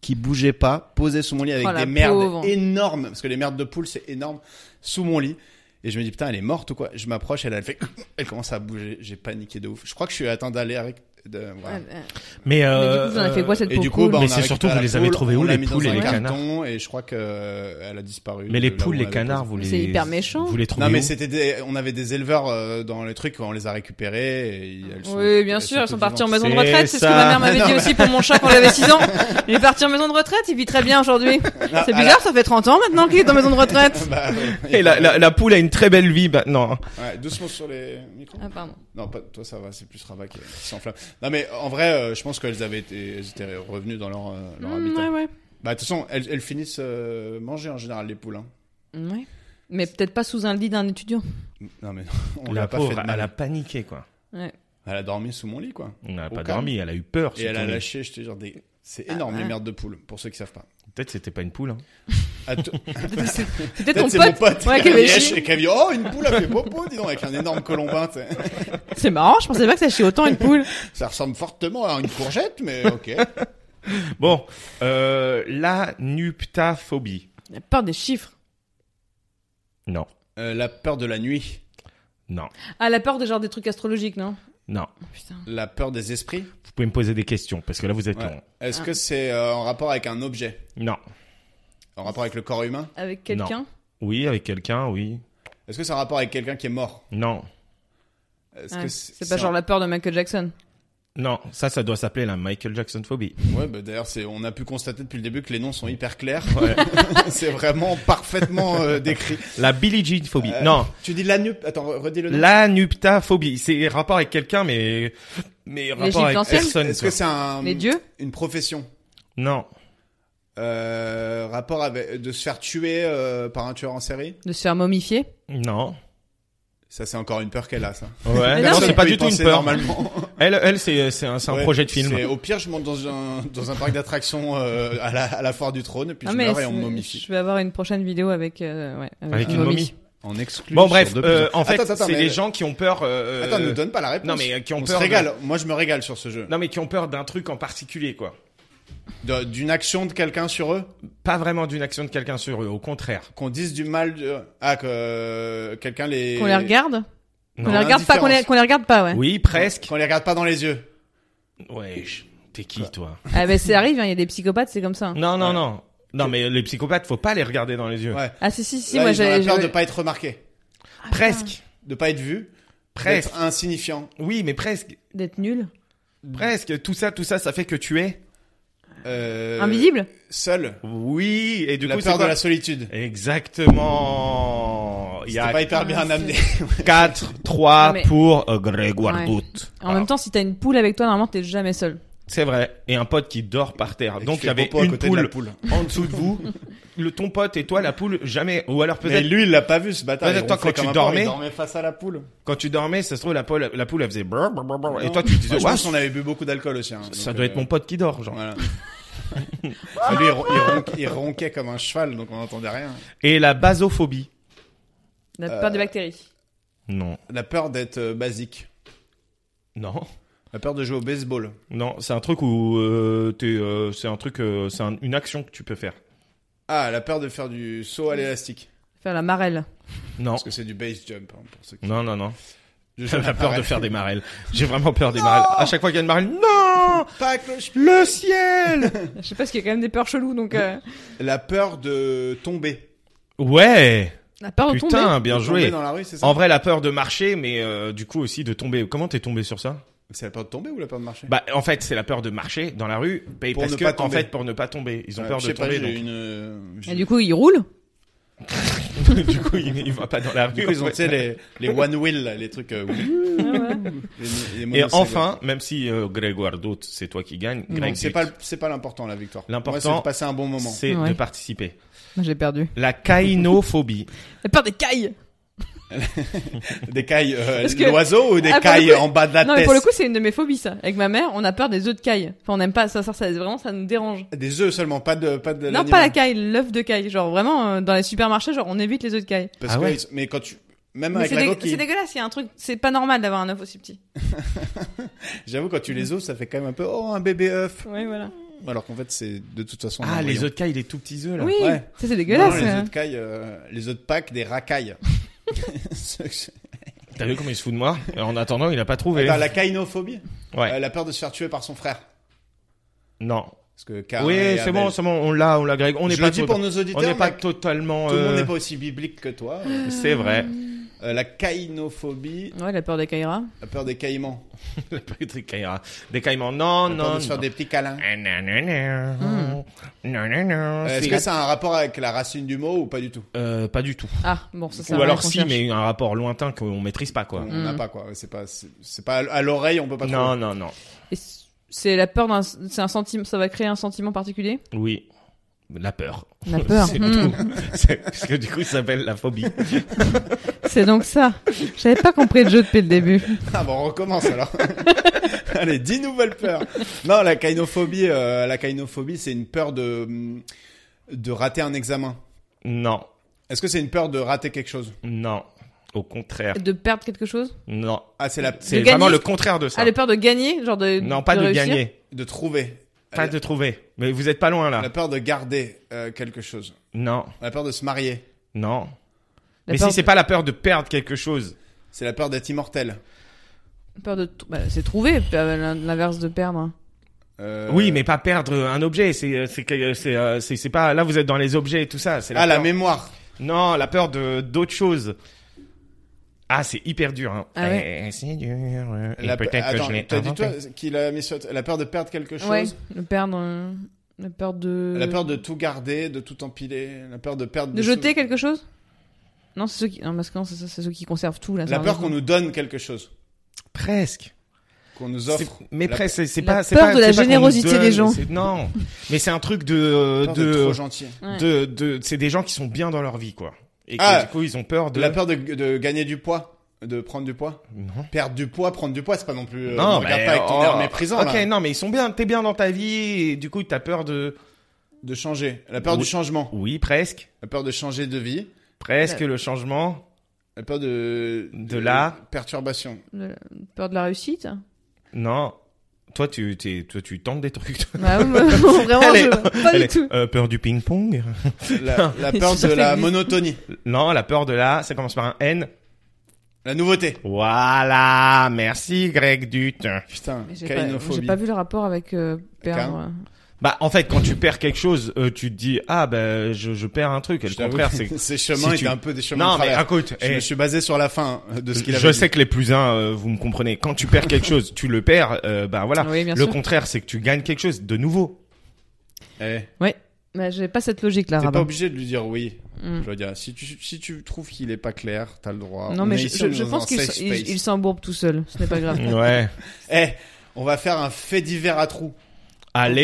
[SPEAKER 4] qui bougeait pas, posée sous mon lit avec
[SPEAKER 2] Oh, la
[SPEAKER 4] des merdes
[SPEAKER 2] pauvre.
[SPEAKER 4] énormes parce que les merdes de poule c'est énorme sous mon lit. Et je me dis, putain, elle est morte ou quoi Je m'approche, elle, elle fait. Elle commence à bouger. J'ai paniqué de ouf. Je crois que je suis atteint d'aller avec. De... voilà.
[SPEAKER 3] Mais,
[SPEAKER 2] Mais
[SPEAKER 3] euh,
[SPEAKER 2] du coup, vous en avez fait quoi cette
[SPEAKER 4] Et
[SPEAKER 2] peau
[SPEAKER 4] du
[SPEAKER 2] cool
[SPEAKER 4] coup, bah,
[SPEAKER 3] Mais
[SPEAKER 4] on a
[SPEAKER 3] c'est
[SPEAKER 4] récupéré
[SPEAKER 3] surtout, vous
[SPEAKER 4] la
[SPEAKER 3] les avez
[SPEAKER 4] poule,
[SPEAKER 3] trouvés où,
[SPEAKER 4] on l'a
[SPEAKER 3] les
[SPEAKER 4] mis
[SPEAKER 3] poules
[SPEAKER 4] dans
[SPEAKER 3] et
[SPEAKER 4] un
[SPEAKER 3] les
[SPEAKER 4] carton,
[SPEAKER 3] canards
[SPEAKER 4] Et je crois que euh, elle a disparu.
[SPEAKER 3] mais les
[SPEAKER 4] de là où
[SPEAKER 3] poules,
[SPEAKER 4] on
[SPEAKER 3] les
[SPEAKER 4] l'avait
[SPEAKER 3] canards, vous les.
[SPEAKER 2] C'est hyper méchant.
[SPEAKER 3] Vous les trouvez
[SPEAKER 4] Non mais
[SPEAKER 3] où
[SPEAKER 4] c'était des- on avait des éleveurs euh, dans les trucs on les a récupérés et elles sont-
[SPEAKER 2] Oui, bien
[SPEAKER 4] elles
[SPEAKER 2] sûr, elles sont
[SPEAKER 4] toutes
[SPEAKER 2] parties en
[SPEAKER 4] vivantes.
[SPEAKER 2] maison de
[SPEAKER 3] C'est
[SPEAKER 2] retraite. C'est ce que
[SPEAKER 3] ça.
[SPEAKER 2] ma mère m'avait
[SPEAKER 4] Non,
[SPEAKER 2] dit
[SPEAKER 4] mais-
[SPEAKER 2] aussi pour mon chat quand il avait 6 ans. Il est parti en maison de retraite, il vit très bien aujourd'hui.
[SPEAKER 4] Ah,
[SPEAKER 2] C'est
[SPEAKER 4] ah,
[SPEAKER 2] bizarre, ça fait 30 ans maintenant qu'il est en maison de retraite.
[SPEAKER 4] Bah, ouais.
[SPEAKER 3] Et Eh, la, la, la poule a une très belle vie bah, maintenant.
[SPEAKER 4] Ouais, doucement sur les micros.
[SPEAKER 2] Ah, pardon.
[SPEAKER 4] Non, pas, toi ça va, c'est plus Rabat qui qui s'enflamme. Non mais en vrai, euh, je pense qu'elles avaient été, elles étaient revenues dans leur, euh, leur
[SPEAKER 2] Mm,
[SPEAKER 4] habitat.
[SPEAKER 2] ouais, ouais.
[SPEAKER 4] Bah de toute façon, elles, elles finissent euh, manger en général les poules. Hein.
[SPEAKER 2] Ouais. Mais peut-être pas sous un lit d'un étudiant.
[SPEAKER 4] Non mais on
[SPEAKER 3] la
[SPEAKER 4] l'a pas fait
[SPEAKER 3] pauvre,
[SPEAKER 4] de mal.
[SPEAKER 3] elle a paniqué, quoi.
[SPEAKER 4] Elle a dormi sous mon lit quoi.
[SPEAKER 3] Elle n'a
[SPEAKER 4] Au
[SPEAKER 3] pas
[SPEAKER 4] calme.
[SPEAKER 3] dormi, elle a eu peur.
[SPEAKER 4] Et elle a
[SPEAKER 3] surtout.
[SPEAKER 4] lâché, je te jure, des... c'est énorme les
[SPEAKER 2] ouais.
[SPEAKER 4] merdes de poules pour ceux qui savent pas.
[SPEAKER 3] Peut-être c'était pas une poule. hein.
[SPEAKER 4] À tout-
[SPEAKER 2] C'est peut-être
[SPEAKER 4] Peut-être
[SPEAKER 2] ton
[SPEAKER 4] c'est mon
[SPEAKER 2] pote.
[SPEAKER 4] pote
[SPEAKER 2] Ouais,
[SPEAKER 4] qui
[SPEAKER 2] qui avait
[SPEAKER 4] avait
[SPEAKER 2] chié.
[SPEAKER 4] lâché et qui a dit Oh, une poule a fait popo, dis donc, avec un énorme colombin. tu sais.
[SPEAKER 2] C'est marrant, je pensais pas que ça chie autant une poule.
[SPEAKER 4] Ça ressemble fortement à une courgette, mais ok.
[SPEAKER 3] Bon, euh, la nuptaphobie.
[SPEAKER 2] La peur des chiffres.
[SPEAKER 3] Non,
[SPEAKER 4] Euh, la peur de la nuit,
[SPEAKER 3] non,
[SPEAKER 2] Ah, la peur de genre des trucs astrologiques, non
[SPEAKER 3] non.
[SPEAKER 2] Oh, Putain.
[SPEAKER 4] la peur des esprits.
[SPEAKER 3] Vous pouvez me poser des questions parce que là vous êtes
[SPEAKER 4] Ouais.
[SPEAKER 3] en-
[SPEAKER 4] Est-ce
[SPEAKER 2] Ah.
[SPEAKER 4] que c'est euh, en rapport avec un objet
[SPEAKER 3] Non.
[SPEAKER 4] En rapport avec le corps humain
[SPEAKER 2] Avec quelqu'un
[SPEAKER 3] Oui, avec quelqu'un, oui.
[SPEAKER 4] Est-ce que c'est en rapport avec quelqu'un qui est mort
[SPEAKER 3] Non.
[SPEAKER 4] Est-ce
[SPEAKER 2] Ouais.
[SPEAKER 4] que
[SPEAKER 2] Ah, C'est pas genre la peur de Michael Jackson.
[SPEAKER 3] Non, ça, ça doit s'appeler la Michael Jackson phobie.
[SPEAKER 4] Ouais, bah, d'ailleurs, c'est... on a pu constater depuis le début que les noms sont hyper clairs. c'est vraiment parfaitement euh, décrit.
[SPEAKER 3] La Billie Jean phobie.
[SPEAKER 4] Euh,
[SPEAKER 3] Non,
[SPEAKER 4] Tu dis la nupe. Attends, re- redis le nom.
[SPEAKER 3] la nuptaphobie. C'est rapport avec quelqu'un, mais mais rapport avec
[SPEAKER 2] Égyptiennes
[SPEAKER 3] personne.
[SPEAKER 4] Est-ce
[SPEAKER 3] quoi.
[SPEAKER 4] que c'est un...
[SPEAKER 2] Les dieux
[SPEAKER 4] une profession
[SPEAKER 3] Non,
[SPEAKER 4] Euh, rapport avec de se faire tuer euh, par un tueur en série
[SPEAKER 2] De se faire momifier
[SPEAKER 3] non.
[SPEAKER 4] ça c'est encore une peur qu'elle a ça
[SPEAKER 3] Ouais.
[SPEAKER 2] Mais non,
[SPEAKER 3] Ah non,
[SPEAKER 2] mais-
[SPEAKER 3] c'est pas
[SPEAKER 4] peut y
[SPEAKER 3] du tout une
[SPEAKER 4] penser
[SPEAKER 3] peur.
[SPEAKER 4] normalement
[SPEAKER 3] Elle, elle, c'est c'est un, c'est un
[SPEAKER 4] Ouais,
[SPEAKER 3] projet de film.
[SPEAKER 4] c'est- au pire je monte dans un dans un parc d'attractions euh, à la à la foire du trône et puis
[SPEAKER 2] Ah,
[SPEAKER 4] je
[SPEAKER 2] mais
[SPEAKER 4] meurs et on me
[SPEAKER 2] c'est-
[SPEAKER 4] momifie
[SPEAKER 2] je vais avoir une prochaine vidéo avec, euh, ouais,
[SPEAKER 3] Avec une momie.
[SPEAKER 4] en exclu
[SPEAKER 3] Bon
[SPEAKER 4] sur
[SPEAKER 3] bref,
[SPEAKER 4] deux
[SPEAKER 3] euh,
[SPEAKER 4] prisons.
[SPEAKER 3] en fait,
[SPEAKER 4] Attends, attends,
[SPEAKER 3] c'est
[SPEAKER 4] mais-
[SPEAKER 3] les gens qui ont peur. euh,
[SPEAKER 4] attends ne donne pas la réponse
[SPEAKER 3] non, mais, euh, qui ont
[SPEAKER 4] on
[SPEAKER 3] peur de-
[SPEAKER 4] se régale moi je me régale sur ce jeu
[SPEAKER 3] non mais qui ont peur d'un truc en particulier quoi.
[SPEAKER 4] De- d'une action de quelqu'un sur eux
[SPEAKER 3] Pas vraiment d'une action de quelqu'un sur eux, au contraire.
[SPEAKER 4] qu'on dise du mal de... ah que euh, quelqu'un les
[SPEAKER 2] Qu'on les regarde
[SPEAKER 3] Non.
[SPEAKER 2] Qu'on les regarde pas, qu'on les,
[SPEAKER 4] l'indifférence.
[SPEAKER 2] qu'on les regarde pas, ouais.
[SPEAKER 3] Oui, presque.
[SPEAKER 4] qu'on les regarde pas dans les yeux
[SPEAKER 3] Ouais, je- t'es qui toi
[SPEAKER 2] Ah, ben, ça arrive, il y a des psychopathes, c'est comme ça. hein.
[SPEAKER 3] Non, non,
[SPEAKER 4] Ouais.
[SPEAKER 3] non. Non, mais les psychopathes, faut pas les regarder dans les yeux.
[SPEAKER 4] ouais
[SPEAKER 2] Ah, si, si, si,
[SPEAKER 4] Là,
[SPEAKER 2] moi,
[SPEAKER 4] ils ont la
[SPEAKER 2] j'ai.
[SPEAKER 4] peur
[SPEAKER 2] j'ai-
[SPEAKER 4] de pas être remarqué
[SPEAKER 2] Ah, putain.
[SPEAKER 3] Presque.
[SPEAKER 4] de pas être vu
[SPEAKER 3] Presque.
[SPEAKER 4] d'être insignifiant
[SPEAKER 3] Oui, mais presque.
[SPEAKER 2] D'être nul.
[SPEAKER 3] Presque. Tout ça, tout ça, ça fait que tu es.
[SPEAKER 4] euh,
[SPEAKER 2] Invisible
[SPEAKER 4] seul
[SPEAKER 3] Oui, et du
[SPEAKER 4] la
[SPEAKER 3] coup,
[SPEAKER 4] peur
[SPEAKER 3] c'est
[SPEAKER 4] de
[SPEAKER 3] quoi
[SPEAKER 4] la solitude
[SPEAKER 3] Exactement. Il y
[SPEAKER 4] C'était pas
[SPEAKER 3] a
[SPEAKER 4] hyper bien
[SPEAKER 2] Ah,
[SPEAKER 4] amené.
[SPEAKER 3] 4, 3
[SPEAKER 2] Non, mais-
[SPEAKER 3] pour euh, Grégoire
[SPEAKER 2] Ouais.
[SPEAKER 3] Doute.
[SPEAKER 2] En même temps, si t'as une poule avec toi, normalement, t'es jamais seul.
[SPEAKER 3] C'est vrai. Et un pote qui dort par terre.
[SPEAKER 4] Et
[SPEAKER 3] Donc,
[SPEAKER 4] tu
[SPEAKER 3] il y
[SPEAKER 4] fais
[SPEAKER 3] avait
[SPEAKER 4] popo à
[SPEAKER 3] une
[SPEAKER 4] côté de la
[SPEAKER 3] poule
[SPEAKER 4] poule.
[SPEAKER 3] en dessous de vous. Le, ton pote et toi, la poule, jamais. Ou alors
[SPEAKER 4] Mais
[SPEAKER 3] peut-être
[SPEAKER 4] lui, il l'a pas vu ce bâtard.
[SPEAKER 3] Peut-être
[SPEAKER 4] Il
[SPEAKER 3] toi,
[SPEAKER 4] ronflait
[SPEAKER 3] quand
[SPEAKER 4] comme
[SPEAKER 3] tu
[SPEAKER 4] un porc,
[SPEAKER 3] dormais-
[SPEAKER 4] il dormait face à la poule.
[SPEAKER 3] quand tu dormais, ça se trouve, la poule, la poule, elle faisait brr, brr, brr, brr. Et toi, tu
[SPEAKER 4] Ouais,
[SPEAKER 3] disais,
[SPEAKER 4] je
[SPEAKER 3] Ouah,
[SPEAKER 4] pense qu'on avait bu beaucoup d'alcool aussi. hein.
[SPEAKER 3] ça
[SPEAKER 4] Donc,
[SPEAKER 3] doit
[SPEAKER 4] euh,
[SPEAKER 3] être mon pote qui dort, genre.
[SPEAKER 4] Voilà. Et lui, il, ron- il ronquait, il ronquait comme un cheval, donc on n'entendait rien.
[SPEAKER 3] Et la basophobie.
[SPEAKER 2] La peur
[SPEAKER 3] Euh.
[SPEAKER 2] des bactéries.
[SPEAKER 3] Non.
[SPEAKER 4] La peur d'être euh, basique.
[SPEAKER 3] Non.
[SPEAKER 4] La peur de jouer au baseball.
[SPEAKER 3] Non, c'est un truc où euh, t'es, euh, c'est un truc, euh, c'est un- une action que tu peux faire.
[SPEAKER 4] Ah, la peur de faire du saut à l'élastique.
[SPEAKER 2] Faire la marelle.
[SPEAKER 3] Non.
[SPEAKER 4] Parce que c'est du base jump. hein, pour ceux qui...
[SPEAKER 3] Non, non, non.
[SPEAKER 4] Je
[SPEAKER 3] J'ai la peur de faire des marelles. J'ai vraiment peur des
[SPEAKER 4] Non
[SPEAKER 3] marelles. À chaque fois qu'il y a une marelle, non
[SPEAKER 4] Pas cloche.
[SPEAKER 3] Le ciel
[SPEAKER 2] Je sais pas, parce qu'il y a quand même des peurs cheloues, donc. euh,
[SPEAKER 4] La peur de tomber.
[SPEAKER 3] Ouais
[SPEAKER 2] La peur de tomber.
[SPEAKER 3] Putain, bien
[SPEAKER 4] De tomber
[SPEAKER 3] joué.
[SPEAKER 4] dans la rue, c'est ça
[SPEAKER 3] En vrai, la peur de marcher, mais euh, du coup aussi de tomber. Comment t'es tombé sur ça
[SPEAKER 4] C'est la peur de tomber ou la peur de marcher
[SPEAKER 3] Bah, en fait, c'est la peur de marcher dans la rue, et
[SPEAKER 4] Pour
[SPEAKER 3] parce
[SPEAKER 4] ne
[SPEAKER 3] que
[SPEAKER 4] pas
[SPEAKER 3] en
[SPEAKER 4] tomber.
[SPEAKER 3] fait, pour ne pas tomber, ils ont
[SPEAKER 4] Ouais,
[SPEAKER 3] peur
[SPEAKER 4] je
[SPEAKER 3] de
[SPEAKER 4] sais pas,
[SPEAKER 3] tomber.
[SPEAKER 4] j'ai
[SPEAKER 3] donc,
[SPEAKER 4] une, euh, j'ai-
[SPEAKER 2] Et du coup, ils roulent.
[SPEAKER 3] du coup, ils ils vont pas dans la rue.
[SPEAKER 4] Du coup, ils ont,
[SPEAKER 3] en
[SPEAKER 4] tu sais,
[SPEAKER 3] fait.
[SPEAKER 4] les, les one wheel, là, les trucs. euh,
[SPEAKER 2] Ah
[SPEAKER 4] les- les
[SPEAKER 3] Et
[SPEAKER 4] monocycles.
[SPEAKER 3] enfin, même si euh, Grégoire Doute, c'est toi qui gagne,
[SPEAKER 4] Donc,
[SPEAKER 3] Greg
[SPEAKER 4] c'est
[SPEAKER 3] Dut,
[SPEAKER 4] pas le- c'est pas l'important la victoire.
[SPEAKER 3] L'important,
[SPEAKER 4] Moi, c'est de passer un bon moment.
[SPEAKER 3] c'est de
[SPEAKER 2] Ouais.
[SPEAKER 3] participer.
[SPEAKER 2] Moi, J'ai perdu.
[SPEAKER 3] La caïnophobie.
[SPEAKER 4] Oh,
[SPEAKER 2] La peur des cailles.
[SPEAKER 4] Des cailles euh,
[SPEAKER 2] Parce que-
[SPEAKER 4] l'oiseau ou des
[SPEAKER 2] Ah, pour le
[SPEAKER 4] cailles
[SPEAKER 2] coup-
[SPEAKER 4] en bas de la
[SPEAKER 2] non, mais
[SPEAKER 4] tête.
[SPEAKER 2] pour le coup, c'est une de mes phobies, ça. Avec ma mère, on a peur des œufs de caille. Enfin, on n'aime pas ça, ça, ça, vraiment, ça nous dérange.
[SPEAKER 4] Des œufs seulement, pas de pas de
[SPEAKER 2] Non,
[SPEAKER 4] l'animal.
[SPEAKER 2] pas la caille, l'œuf de caille. Genre, vraiment, euh, dans les supermarchés, genre, on évite les œufs de caille.
[SPEAKER 4] Parce
[SPEAKER 3] Ah
[SPEAKER 4] que
[SPEAKER 3] ouais.
[SPEAKER 4] ils- mais quand tu même
[SPEAKER 2] Mais
[SPEAKER 4] avec
[SPEAKER 2] c'est
[SPEAKER 4] la
[SPEAKER 2] dé-
[SPEAKER 4] coquille,
[SPEAKER 2] c'est dégueulasse, il y a un truc, c'est pas normal d'avoir un œuf aussi petit.
[SPEAKER 4] j'avoue quand tu les oses, ça fait quand même un peu oh un bébé œuf.
[SPEAKER 2] Oui, voilà.
[SPEAKER 4] Alors qu'en fait, c'est de toute façon
[SPEAKER 3] Ah,
[SPEAKER 4] un
[SPEAKER 3] les
[SPEAKER 4] embryon.
[SPEAKER 3] œufs de caille, les tout petits œufs là.
[SPEAKER 2] Oui,
[SPEAKER 4] Ouais.
[SPEAKER 2] ça c'est
[SPEAKER 4] Non,
[SPEAKER 2] dégueulasse.
[SPEAKER 4] les
[SPEAKER 2] euh.
[SPEAKER 4] œufs de caille, euh, les œufs de Pâques, des racailles.
[SPEAKER 3] T'as vu comment il se fout de moi Et En attendant, il a pas trouvé.
[SPEAKER 4] Attends, la caïnophobie
[SPEAKER 3] Ouais.
[SPEAKER 4] Euh, La peur de se faire tuer par son frère.
[SPEAKER 3] Non.
[SPEAKER 4] Parce que Cain
[SPEAKER 3] oui,
[SPEAKER 4] et
[SPEAKER 3] c'est
[SPEAKER 4] Abel-
[SPEAKER 3] bon, c'est bon. On l'a, on l'a, Greg. On n'est
[SPEAKER 4] Ah, Je le
[SPEAKER 3] pas.
[SPEAKER 4] dis
[SPEAKER 3] tot-
[SPEAKER 4] pour nos
[SPEAKER 3] on
[SPEAKER 4] auditeurs.
[SPEAKER 3] n'est pas
[SPEAKER 4] mais
[SPEAKER 3] totalement.
[SPEAKER 4] Tout le monde
[SPEAKER 3] euh,
[SPEAKER 4] n'est pas aussi biblique que toi.
[SPEAKER 3] C'est vrai.
[SPEAKER 2] Mm.
[SPEAKER 4] Euh, la caïnophobie,
[SPEAKER 2] Ouais, la peur des Kaira.
[SPEAKER 4] la peur des caïmans.
[SPEAKER 3] Patrick Caïra. Des caïmans. Non,
[SPEAKER 4] La peur
[SPEAKER 3] non.
[SPEAKER 4] de se faire
[SPEAKER 3] non.
[SPEAKER 4] des petits câlins.
[SPEAKER 3] Ah, Non, non,
[SPEAKER 2] Mm.
[SPEAKER 3] non. Non, non, non.
[SPEAKER 4] Euh, Est-ce
[SPEAKER 3] C'est-
[SPEAKER 4] que ça a un rapport avec la racine du mot ou pas du tout
[SPEAKER 3] Euh, pas du tout.
[SPEAKER 2] Ah, bon, ça, ça
[SPEAKER 3] Ou alors si, mais un rapport lointain qu'on maîtrise pas, quoi.
[SPEAKER 4] On n'a
[SPEAKER 2] Hmm.
[SPEAKER 4] pas quoi. C'est pas, c'est c'est pas à l'oreille, on peut pas
[SPEAKER 3] Non, non, non.
[SPEAKER 2] C'est la peur d'un. C'est un sentiment. Ça va créer un sentiment particulier
[SPEAKER 3] Oui. La peur.
[SPEAKER 2] La peur.
[SPEAKER 3] C'est
[SPEAKER 2] Hmm.
[SPEAKER 3] tout. C'est- Parce que du coup, ça s'appelle la phobie.
[SPEAKER 2] C'est donc ça. J'avais pas compris le jeu depuis le début.
[SPEAKER 4] trouver. Ah bon, on recommence alors. Allez, dix nouvelles peurs. Non, la caïnophobie, euh, la caïnophobie, c'est une peur de hum, de rater un examen.
[SPEAKER 3] Non,
[SPEAKER 4] Est-ce que c'est une peur de rater quelque chose
[SPEAKER 3] non. Au contraire,
[SPEAKER 2] De perdre quelque chose
[SPEAKER 3] non.
[SPEAKER 4] Ah, c'est la
[SPEAKER 3] C'est
[SPEAKER 2] gagner
[SPEAKER 3] vraiment le contraire de ça.
[SPEAKER 2] Ah, la peur de gagner Genre de.
[SPEAKER 3] Non, pas de,
[SPEAKER 2] réussir
[SPEAKER 3] gagner,
[SPEAKER 4] de trouver,
[SPEAKER 3] pas de trouver. Mais vous êtes pas loin là.
[SPEAKER 4] la peur de garder euh, quelque chose,
[SPEAKER 3] Non,
[SPEAKER 4] la peur de se marier.
[SPEAKER 3] non.
[SPEAKER 2] La
[SPEAKER 3] Mais
[SPEAKER 2] peur
[SPEAKER 3] si c'est
[SPEAKER 2] de-
[SPEAKER 3] pas la peur de perdre quelque chose.
[SPEAKER 4] C'est la peur d'être immortel.
[SPEAKER 2] Peur de. bah, c'est trouver, euh, l'inverse de perdre.
[SPEAKER 4] Euh,
[SPEAKER 3] Oui, mais pas perdre un objet. C'est euh, c'est que- c'est euh, c'est c'est pas. Là, vous êtes dans les objets et tout ça. C'est la
[SPEAKER 4] ah la
[SPEAKER 3] peur-
[SPEAKER 4] mémoire.
[SPEAKER 3] Non, la peur de d'autres choses. Ah, c'est hyper dur. Hein.
[SPEAKER 2] Ah ouais.
[SPEAKER 3] Eh, c'est dur. euh, Et
[SPEAKER 4] La pe-
[SPEAKER 3] peut-être que
[SPEAKER 4] Attends,
[SPEAKER 3] je l'ai
[SPEAKER 4] t'as dit
[SPEAKER 3] inventé.
[SPEAKER 4] toi qu'il a mis sur la peur de perdre quelque chose,
[SPEAKER 2] Ouais, le perdre. euh, La peur de.
[SPEAKER 4] la peur de tout garder, de tout empiler, la peur de perdre,
[SPEAKER 2] De
[SPEAKER 4] des
[SPEAKER 2] jeter
[SPEAKER 4] sou-
[SPEAKER 2] quelque chose Non, c'est ceux qui. Non, parce que non, c'est ça, c'est ceux qui conservent tout là. c'est
[SPEAKER 4] la
[SPEAKER 2] un
[SPEAKER 4] peur
[SPEAKER 2] autre
[SPEAKER 4] qu'on
[SPEAKER 2] nom.
[SPEAKER 4] nous donne quelque chose,
[SPEAKER 3] Presque.
[SPEAKER 4] qu'on nous
[SPEAKER 3] C'est-
[SPEAKER 4] offre.
[SPEAKER 3] Mais
[SPEAKER 4] La-
[SPEAKER 3] presque, c'est- c'est
[SPEAKER 2] la
[SPEAKER 3] pas. c'est
[SPEAKER 2] peur
[SPEAKER 3] pas-
[SPEAKER 2] de la
[SPEAKER 3] c'est pas qu'on nous
[SPEAKER 2] générosité des gens.
[SPEAKER 3] c'est- Non, mais c'est un truc de euh,
[SPEAKER 4] peur d'être
[SPEAKER 3] de
[SPEAKER 4] trop gentil,
[SPEAKER 2] Ouais.
[SPEAKER 3] de, de- c'est des gens qui sont bien dans leur vie quoi. Et que,
[SPEAKER 4] Ah.
[SPEAKER 3] du coup ils ont peur de.
[SPEAKER 4] la peur de, de gagner du poids, de prendre du poids,
[SPEAKER 3] Non.
[SPEAKER 4] perdre du poids, prendre du poids, c'est pas non plus. euh,
[SPEAKER 3] Non,
[SPEAKER 4] me
[SPEAKER 3] mais,
[SPEAKER 4] regarde pas avec ton
[SPEAKER 3] oh,
[SPEAKER 4] air méprisant
[SPEAKER 3] Ok,
[SPEAKER 4] là,
[SPEAKER 3] non, mais ils sont bien. T'es bien dans ta vie et du coup t'as peur de.
[SPEAKER 4] de changer, la peur
[SPEAKER 3] Oui.
[SPEAKER 4] du changement,
[SPEAKER 3] Oui, presque,
[SPEAKER 4] la peur de changer de vie,
[SPEAKER 3] presque le changement.
[SPEAKER 4] la peur de
[SPEAKER 3] De la-
[SPEAKER 4] perturbation.
[SPEAKER 2] De la- Peur de la réussite
[SPEAKER 3] Non. Toi tu t'es- toi tu tentes des trucs. toi.
[SPEAKER 2] Bah oui, moi, vraiment,
[SPEAKER 3] Allez,
[SPEAKER 2] je... pas
[SPEAKER 3] Allez,
[SPEAKER 2] du tout.
[SPEAKER 3] euh, peur du ping pong.
[SPEAKER 4] la, la peur
[SPEAKER 2] Ça
[SPEAKER 4] de
[SPEAKER 2] fait
[SPEAKER 4] la
[SPEAKER 2] dix.
[SPEAKER 4] monotonie,
[SPEAKER 3] Non, la peur de la. Ça commence par un N.
[SPEAKER 4] la nouveauté.
[SPEAKER 3] Voilà. Merci Greg Dut.
[SPEAKER 4] Putain,
[SPEAKER 2] Mais J'ai pas, j'ai
[SPEAKER 4] caïnophobie.
[SPEAKER 2] pas vu le rapport avec euh, perdre. euh.
[SPEAKER 3] Bah en fait quand tu perds quelque chose, euh, tu te dis ah ben je, je perds un truc. Et le
[SPEAKER 4] Je t'avoue
[SPEAKER 3] contraire
[SPEAKER 4] que
[SPEAKER 3] c'est
[SPEAKER 4] Ces chemins
[SPEAKER 3] si
[SPEAKER 4] étaient
[SPEAKER 3] tu-
[SPEAKER 4] un peu des chemins
[SPEAKER 3] non
[SPEAKER 4] de
[SPEAKER 3] mais
[SPEAKER 4] travers.
[SPEAKER 3] écoute,
[SPEAKER 4] Je
[SPEAKER 3] eh,
[SPEAKER 4] me suis basé sur la fin hein, de ce qu'il avait
[SPEAKER 3] je
[SPEAKER 4] dit.
[SPEAKER 3] sais que les plus uns euh, vous me comprenez. Quand tu perds quelque chose, tu le perds. euh, bah voilà.
[SPEAKER 2] Oui, bien
[SPEAKER 3] le
[SPEAKER 2] sûr.
[SPEAKER 3] contraire c'est que tu gagnes quelque chose de nouveau.
[SPEAKER 2] Ah,
[SPEAKER 4] Eh,
[SPEAKER 2] Mais j'ai pas cette logique là,
[SPEAKER 4] T'es pas
[SPEAKER 2] Rabat.
[SPEAKER 4] obligé de lui dire oui.
[SPEAKER 2] Mm.
[SPEAKER 4] Je veux dire, si tu, si tu trouves qu'il est pas clair, t'as le droit.
[SPEAKER 2] Non,
[SPEAKER 4] On
[SPEAKER 2] mais
[SPEAKER 4] est
[SPEAKER 2] je,
[SPEAKER 4] ici,
[SPEAKER 2] je-
[SPEAKER 4] on est
[SPEAKER 2] je
[SPEAKER 4] dans
[SPEAKER 2] pense
[SPEAKER 4] un
[SPEAKER 2] qu'il
[SPEAKER 4] safe
[SPEAKER 2] il-
[SPEAKER 4] space.
[SPEAKER 2] il s'embourbe tout seul. Ce n'est pas grave.
[SPEAKER 3] Ouais.
[SPEAKER 4] Eh, on va faire un fait divers à trous.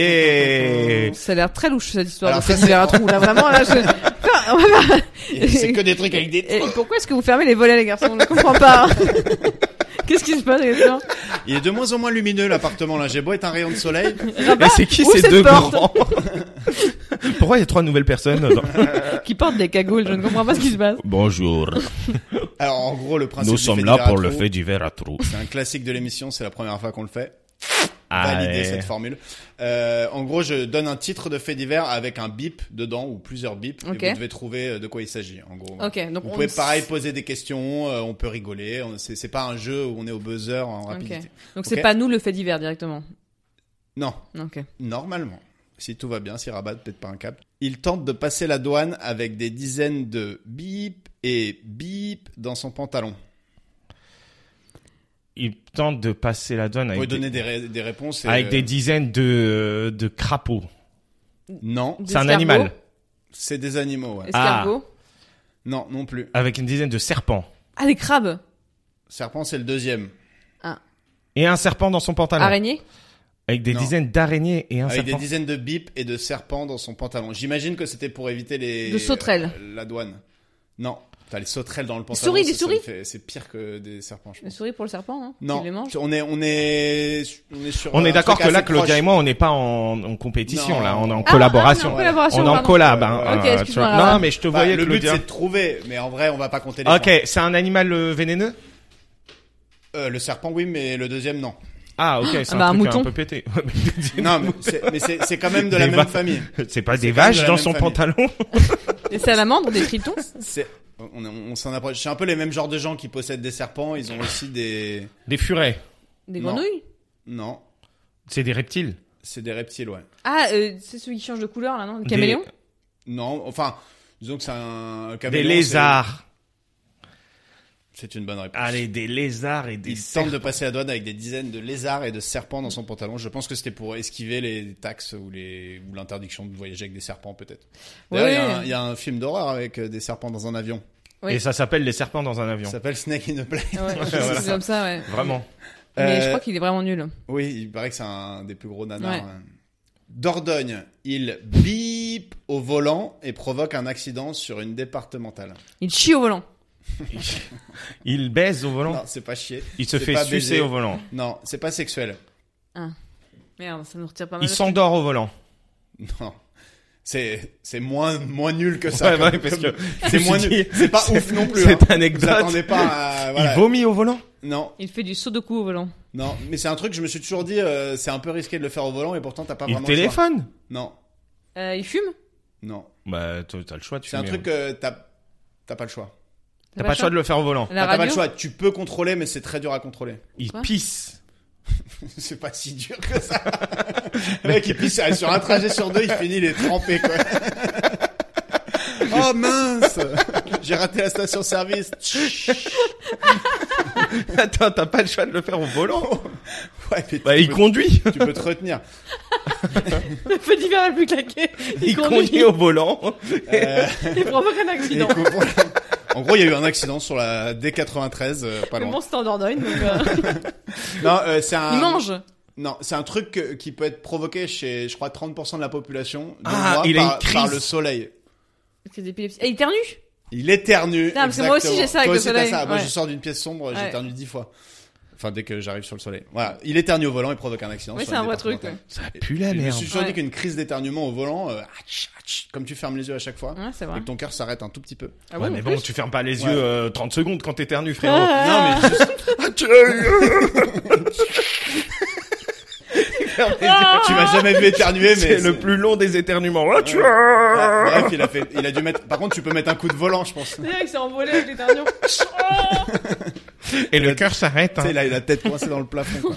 [SPEAKER 3] Allez.
[SPEAKER 2] Ça a l'air très louche cette histoire
[SPEAKER 4] Alors,
[SPEAKER 2] de
[SPEAKER 4] ça,
[SPEAKER 2] fait divers à trous. Là, vraiment, là, je... Enfin, on va voir.
[SPEAKER 4] C'est que des trucs avec des
[SPEAKER 2] Et
[SPEAKER 4] trous.
[SPEAKER 2] pourquoi est-ce que vous fermez les volets, les garçons Je comprends pas. hein. Qu'est-ce qui se passe, les gens
[SPEAKER 4] Il est de moins en moins lumineux l'appartement là. J'ai beau être un rayon de soleil.
[SPEAKER 3] Mais Eh, c'est qui
[SPEAKER 2] Ouvre
[SPEAKER 3] ces
[SPEAKER 2] Bah, cette
[SPEAKER 3] deux
[SPEAKER 2] porte.
[SPEAKER 3] grands Pourquoi il y a trois nouvelles personnes dans-
[SPEAKER 2] Qui portent des cagoules Je ne comprends pas ce qui se passe.
[SPEAKER 3] Bonjour.
[SPEAKER 4] Alors en gros, le principe.
[SPEAKER 3] Nous
[SPEAKER 4] du
[SPEAKER 3] sommes
[SPEAKER 4] fait
[SPEAKER 3] là
[SPEAKER 4] divers à
[SPEAKER 3] pour le
[SPEAKER 4] trous,
[SPEAKER 3] fait divers à trous.
[SPEAKER 4] C'est un classique de l'émission. C'est la première fois qu'on le fait. Valider
[SPEAKER 3] Allez.
[SPEAKER 4] cette formule. Euh, en gros, je donne un titre de fait divers avec un bip dedans ou plusieurs bips.
[SPEAKER 2] Ok.
[SPEAKER 4] Et vous devez trouver euh, de quoi il s'agit. En gros. voilà.
[SPEAKER 2] Ok, donc
[SPEAKER 4] Vous
[SPEAKER 2] on-
[SPEAKER 4] pouvez pareil poser des questions, euh, on peut rigoler, on- c'est c'est pas un jeu où on est au buzzer en
[SPEAKER 2] Ok.
[SPEAKER 4] rapidité.
[SPEAKER 2] Donc c'est
[SPEAKER 4] Ok.
[SPEAKER 2] pas nous le fait divers directement.
[SPEAKER 4] Non,
[SPEAKER 2] Ok.
[SPEAKER 4] normalement, si tout va bien, si Rabat peut-être pas un cap, il tente de passer la douane avec des dizaines de bip et bip dans son pantalon.
[SPEAKER 3] Il tente de passer la donne
[SPEAKER 4] Vous pouvez
[SPEAKER 3] avec, des...
[SPEAKER 4] donner des, ré- des réponses. et,
[SPEAKER 3] avec des
[SPEAKER 4] euh,
[SPEAKER 3] dizaines de, de crapauds.
[SPEAKER 4] Non,
[SPEAKER 2] Des
[SPEAKER 3] C'est un
[SPEAKER 2] escargots,
[SPEAKER 3] animal.
[SPEAKER 4] c'est des animaux, ouais.
[SPEAKER 2] Escargots.
[SPEAKER 4] Non, non plus.
[SPEAKER 3] Avec une dizaine de serpents.
[SPEAKER 2] Ah, les crabes.
[SPEAKER 4] Serpent, c'est le deuxième.
[SPEAKER 3] Et un serpent dans son
[SPEAKER 4] Ah,
[SPEAKER 3] pantalon.
[SPEAKER 2] Araignées.
[SPEAKER 3] Avec des
[SPEAKER 4] Non.
[SPEAKER 3] dizaines d'araignées et un
[SPEAKER 4] avec des
[SPEAKER 3] serpent.
[SPEAKER 4] dizaines de bips et de serpents dans son pantalon. J'imagine que c'était pour éviter les.
[SPEAKER 2] De sauterelles.
[SPEAKER 4] euh, la douane. Non. T'as les sauterelles dans le pantalon.
[SPEAKER 2] souris,
[SPEAKER 4] ça,
[SPEAKER 2] des
[SPEAKER 4] ça me
[SPEAKER 2] souris
[SPEAKER 4] fait- C'est pire que des serpents, je
[SPEAKER 2] Une
[SPEAKER 4] pense.
[SPEAKER 2] souris pour le serpent, non
[SPEAKER 4] Non.
[SPEAKER 2] Tu les manges
[SPEAKER 4] On est, on est, on est sur.
[SPEAKER 3] On
[SPEAKER 4] un
[SPEAKER 3] est d'accord
[SPEAKER 4] truc
[SPEAKER 3] que là,
[SPEAKER 4] assez
[SPEAKER 3] Claudia
[SPEAKER 4] proche.
[SPEAKER 3] et moi, on n'est pas en, en compétition,
[SPEAKER 4] Non.
[SPEAKER 3] là. On est en
[SPEAKER 2] Ah,
[SPEAKER 3] collaboration.
[SPEAKER 2] ah,
[SPEAKER 4] oui,
[SPEAKER 2] collaboration,
[SPEAKER 3] on est en
[SPEAKER 2] pardon.
[SPEAKER 3] collab. hein.
[SPEAKER 4] Ouais, ouais.
[SPEAKER 2] Ok,
[SPEAKER 3] Euh,
[SPEAKER 2] excuse-moi,
[SPEAKER 3] tu vois.
[SPEAKER 2] Rabat.
[SPEAKER 3] Non, mais je te
[SPEAKER 4] Bah,
[SPEAKER 3] voyais,
[SPEAKER 4] le but,
[SPEAKER 3] Claudia.
[SPEAKER 4] c'est de trouver, mais en vrai, on va pas compter les
[SPEAKER 3] Ok,
[SPEAKER 4] points.
[SPEAKER 3] c'est un animal euh, vénéneux
[SPEAKER 4] Euh, le serpent, oui, mais le deuxième, non.
[SPEAKER 3] Ah, ok, c'est
[SPEAKER 2] bah,
[SPEAKER 3] un,
[SPEAKER 2] un
[SPEAKER 3] truc
[SPEAKER 2] mouton.
[SPEAKER 3] un peu pété.
[SPEAKER 4] non, mais c'est- mais c'est c'est quand même de
[SPEAKER 3] Des
[SPEAKER 4] la
[SPEAKER 3] va-
[SPEAKER 4] même famille.
[SPEAKER 3] c'est pas des
[SPEAKER 4] quand même de
[SPEAKER 3] vaches
[SPEAKER 4] la
[SPEAKER 3] dans
[SPEAKER 4] même
[SPEAKER 3] son
[SPEAKER 4] famille.
[SPEAKER 3] pantalon
[SPEAKER 2] Des salamandres, des tritons.
[SPEAKER 4] C'est, on on, on s'en approche. C'est un peu les mêmes genres de gens qui possèdent des serpents. Ils ont aussi des.
[SPEAKER 3] Des furets,
[SPEAKER 2] Des
[SPEAKER 4] Non.
[SPEAKER 2] grenouilles
[SPEAKER 4] Non,
[SPEAKER 3] c'est des reptiles.
[SPEAKER 4] c'est des reptiles, ouais.
[SPEAKER 2] Ah, euh, c'est celui qui change de couleur là, non Le
[SPEAKER 3] Des-
[SPEAKER 2] caméléon
[SPEAKER 4] Non, enfin, disons que c'est un. le
[SPEAKER 3] Des
[SPEAKER 4] caméléon, c'est-
[SPEAKER 3] lézards.
[SPEAKER 4] C'est une bonne réponse.
[SPEAKER 3] Allez, des lézards et des
[SPEAKER 4] Il tente de passer la douane avec des dizaines de lézards et de serpents dans son pantalon. Je pense que c'était pour esquiver les taxes ou les ou l'interdiction de voyager avec des serpents peut-être. D'ailleurs, il y
[SPEAKER 2] Oui.
[SPEAKER 4] a un- il y, a un film d'horreur avec euh, des serpents dans un avion.
[SPEAKER 2] Oui.
[SPEAKER 3] Et ça s'appelle les serpents dans un
[SPEAKER 4] Ça
[SPEAKER 3] avion.
[SPEAKER 4] s'appelle Snake in a Plane.
[SPEAKER 2] Ouais, c'est
[SPEAKER 3] Voilà.
[SPEAKER 2] comme ça, ouais.
[SPEAKER 3] Vraiment.
[SPEAKER 2] Mais je
[SPEAKER 4] Euh,
[SPEAKER 2] crois qu'il est vraiment nul.
[SPEAKER 4] Oui, il paraît que c'est un des plus gros nanars.
[SPEAKER 2] Ouais.
[SPEAKER 4] hein. Dordogne, il bip au volant et provoque un accident sur une départementale.
[SPEAKER 2] Il chie au volant.
[SPEAKER 3] Il baise au volant.
[SPEAKER 4] Non, c'est pas chier.
[SPEAKER 3] Il se
[SPEAKER 4] c'est
[SPEAKER 3] fait
[SPEAKER 4] pas
[SPEAKER 3] sucer
[SPEAKER 4] baiser.
[SPEAKER 3] au volant.
[SPEAKER 4] Non, c'est pas sexuel.
[SPEAKER 2] Merde, ça nous retire
[SPEAKER 4] Ah,
[SPEAKER 2] pas mal.
[SPEAKER 3] Il
[SPEAKER 2] de-
[SPEAKER 3] s'endort au volant.
[SPEAKER 4] Non. C'est c'est moins moins nul que ça.
[SPEAKER 3] Ouais, ouais,
[SPEAKER 4] comme-
[SPEAKER 3] parce que
[SPEAKER 4] c'est
[SPEAKER 3] je
[SPEAKER 4] moins
[SPEAKER 3] dis-
[SPEAKER 4] nul. C'est pas ouf non plus. hein.
[SPEAKER 3] Cette
[SPEAKER 4] Vous
[SPEAKER 3] anecdote.
[SPEAKER 4] attendez pas à- voilà.
[SPEAKER 3] Il vomit au volant.
[SPEAKER 4] Non,
[SPEAKER 2] Il fait du saut de cou au volant.
[SPEAKER 4] non, mais c'est un truc, je me suis toujours dit, euh, c'est un peu risqué de le faire au volant et pourtant t'as pas
[SPEAKER 3] Il
[SPEAKER 4] vraiment le choix.
[SPEAKER 3] téléphone.
[SPEAKER 4] Non,
[SPEAKER 2] Euh, il fume
[SPEAKER 4] non.
[SPEAKER 3] Bah, t'as t'as le choix. Tu
[SPEAKER 4] C'est un
[SPEAKER 3] mets-
[SPEAKER 4] truc que t'as t'as pas le choix.
[SPEAKER 3] T'as pas le choix de le faire au volant.
[SPEAKER 2] La
[SPEAKER 4] Enfin, t'as pas
[SPEAKER 2] radio
[SPEAKER 4] le choix, tu peux contrôler, mais c'est très dur à contrôler.
[SPEAKER 3] Il
[SPEAKER 2] Quoi
[SPEAKER 3] pisse.
[SPEAKER 4] c'est pas si dur que ça. le mec, il pisse euh, sur un trajet sur deux, il finit les trempé, quoi. oh mince J'ai raté la station service.
[SPEAKER 3] Attends, t'as pas le choix de le faire au volant.
[SPEAKER 4] ouais, Oh, mais
[SPEAKER 3] Bah,
[SPEAKER 4] tu,
[SPEAKER 3] il
[SPEAKER 4] peux,
[SPEAKER 3] conduit.
[SPEAKER 4] tu peux te retenir.
[SPEAKER 2] Le feu d'hiver est plus claqué.
[SPEAKER 3] Il conduit au volant.
[SPEAKER 4] Euh,
[SPEAKER 2] Il provoque un
[SPEAKER 4] et
[SPEAKER 2] accident.
[SPEAKER 4] comprends- en gros, il y a eu un accident sur la D93, euh, pas
[SPEAKER 2] Mais
[SPEAKER 4] loin.
[SPEAKER 2] bon, c'est en Dordogne, donc. euh,
[SPEAKER 4] Non, euh, c'est un.
[SPEAKER 2] Il mange.
[SPEAKER 4] Non, c'est un truc que- qui peut être provoqué chez, je crois, 30% de la population de
[SPEAKER 3] Ah,
[SPEAKER 4] mois
[SPEAKER 3] il a
[SPEAKER 4] par,
[SPEAKER 3] une crise.
[SPEAKER 4] par le soleil.
[SPEAKER 2] Parce que d'épilepsie. Et il ternue
[SPEAKER 4] Il éternue.
[SPEAKER 2] Putain, parce que moi
[SPEAKER 4] exactement.
[SPEAKER 2] aussi, j'ai ça avec
[SPEAKER 4] Toi
[SPEAKER 2] le
[SPEAKER 4] aussi, t'as
[SPEAKER 2] soleil,
[SPEAKER 4] ça. Moi,
[SPEAKER 2] ouais.
[SPEAKER 4] je sors d'une pièce sombre,
[SPEAKER 2] Ouais.
[SPEAKER 4] j'éternue 10 fois. Enfin, dès que j'arrive sur le soleil. Voilà, il éternue au volant et provoque un accident.
[SPEAKER 2] Ouais,
[SPEAKER 4] sur
[SPEAKER 2] c'est
[SPEAKER 4] une
[SPEAKER 2] un vrai truc. Ouais,
[SPEAKER 4] départementale.
[SPEAKER 3] Ça pue la
[SPEAKER 4] Et Je me
[SPEAKER 3] Ah, merde.
[SPEAKER 4] suis toujours dit
[SPEAKER 2] Ouais.
[SPEAKER 4] qu'une crise d'éternuement au volant, euh, atch, atch, comme tu fermes les yeux à chaque fois,
[SPEAKER 2] Ouais, c'est
[SPEAKER 4] et
[SPEAKER 2] vrai.
[SPEAKER 4] que ton cœur s'arrête un tout petit peu.
[SPEAKER 2] Ah
[SPEAKER 3] ouais,
[SPEAKER 2] bon,
[SPEAKER 3] mais
[SPEAKER 2] en
[SPEAKER 3] bon,
[SPEAKER 2] plus
[SPEAKER 3] tu fermes pas les
[SPEAKER 4] Ouais.
[SPEAKER 3] yeux euh, 30 secondes quand t'éternues, frérot.
[SPEAKER 2] Ah.
[SPEAKER 4] Non, mais juste-
[SPEAKER 2] Ah.
[SPEAKER 4] tu m'as jamais vu éternuer, mais
[SPEAKER 3] C'est
[SPEAKER 4] c'est-
[SPEAKER 3] le plus long des éternuements. Là, tu
[SPEAKER 4] Ah, bref, il a fait, il a dû mettre. Par contre, tu peux mettre un coup de volant, je pense.
[SPEAKER 2] C'est vrai que c'est envolé avec l'éternu.
[SPEAKER 3] Et le cœur s'arrête.
[SPEAKER 4] Tu
[SPEAKER 3] hein.
[SPEAKER 4] sais, il a la tête coincée dans le plafond. quoi.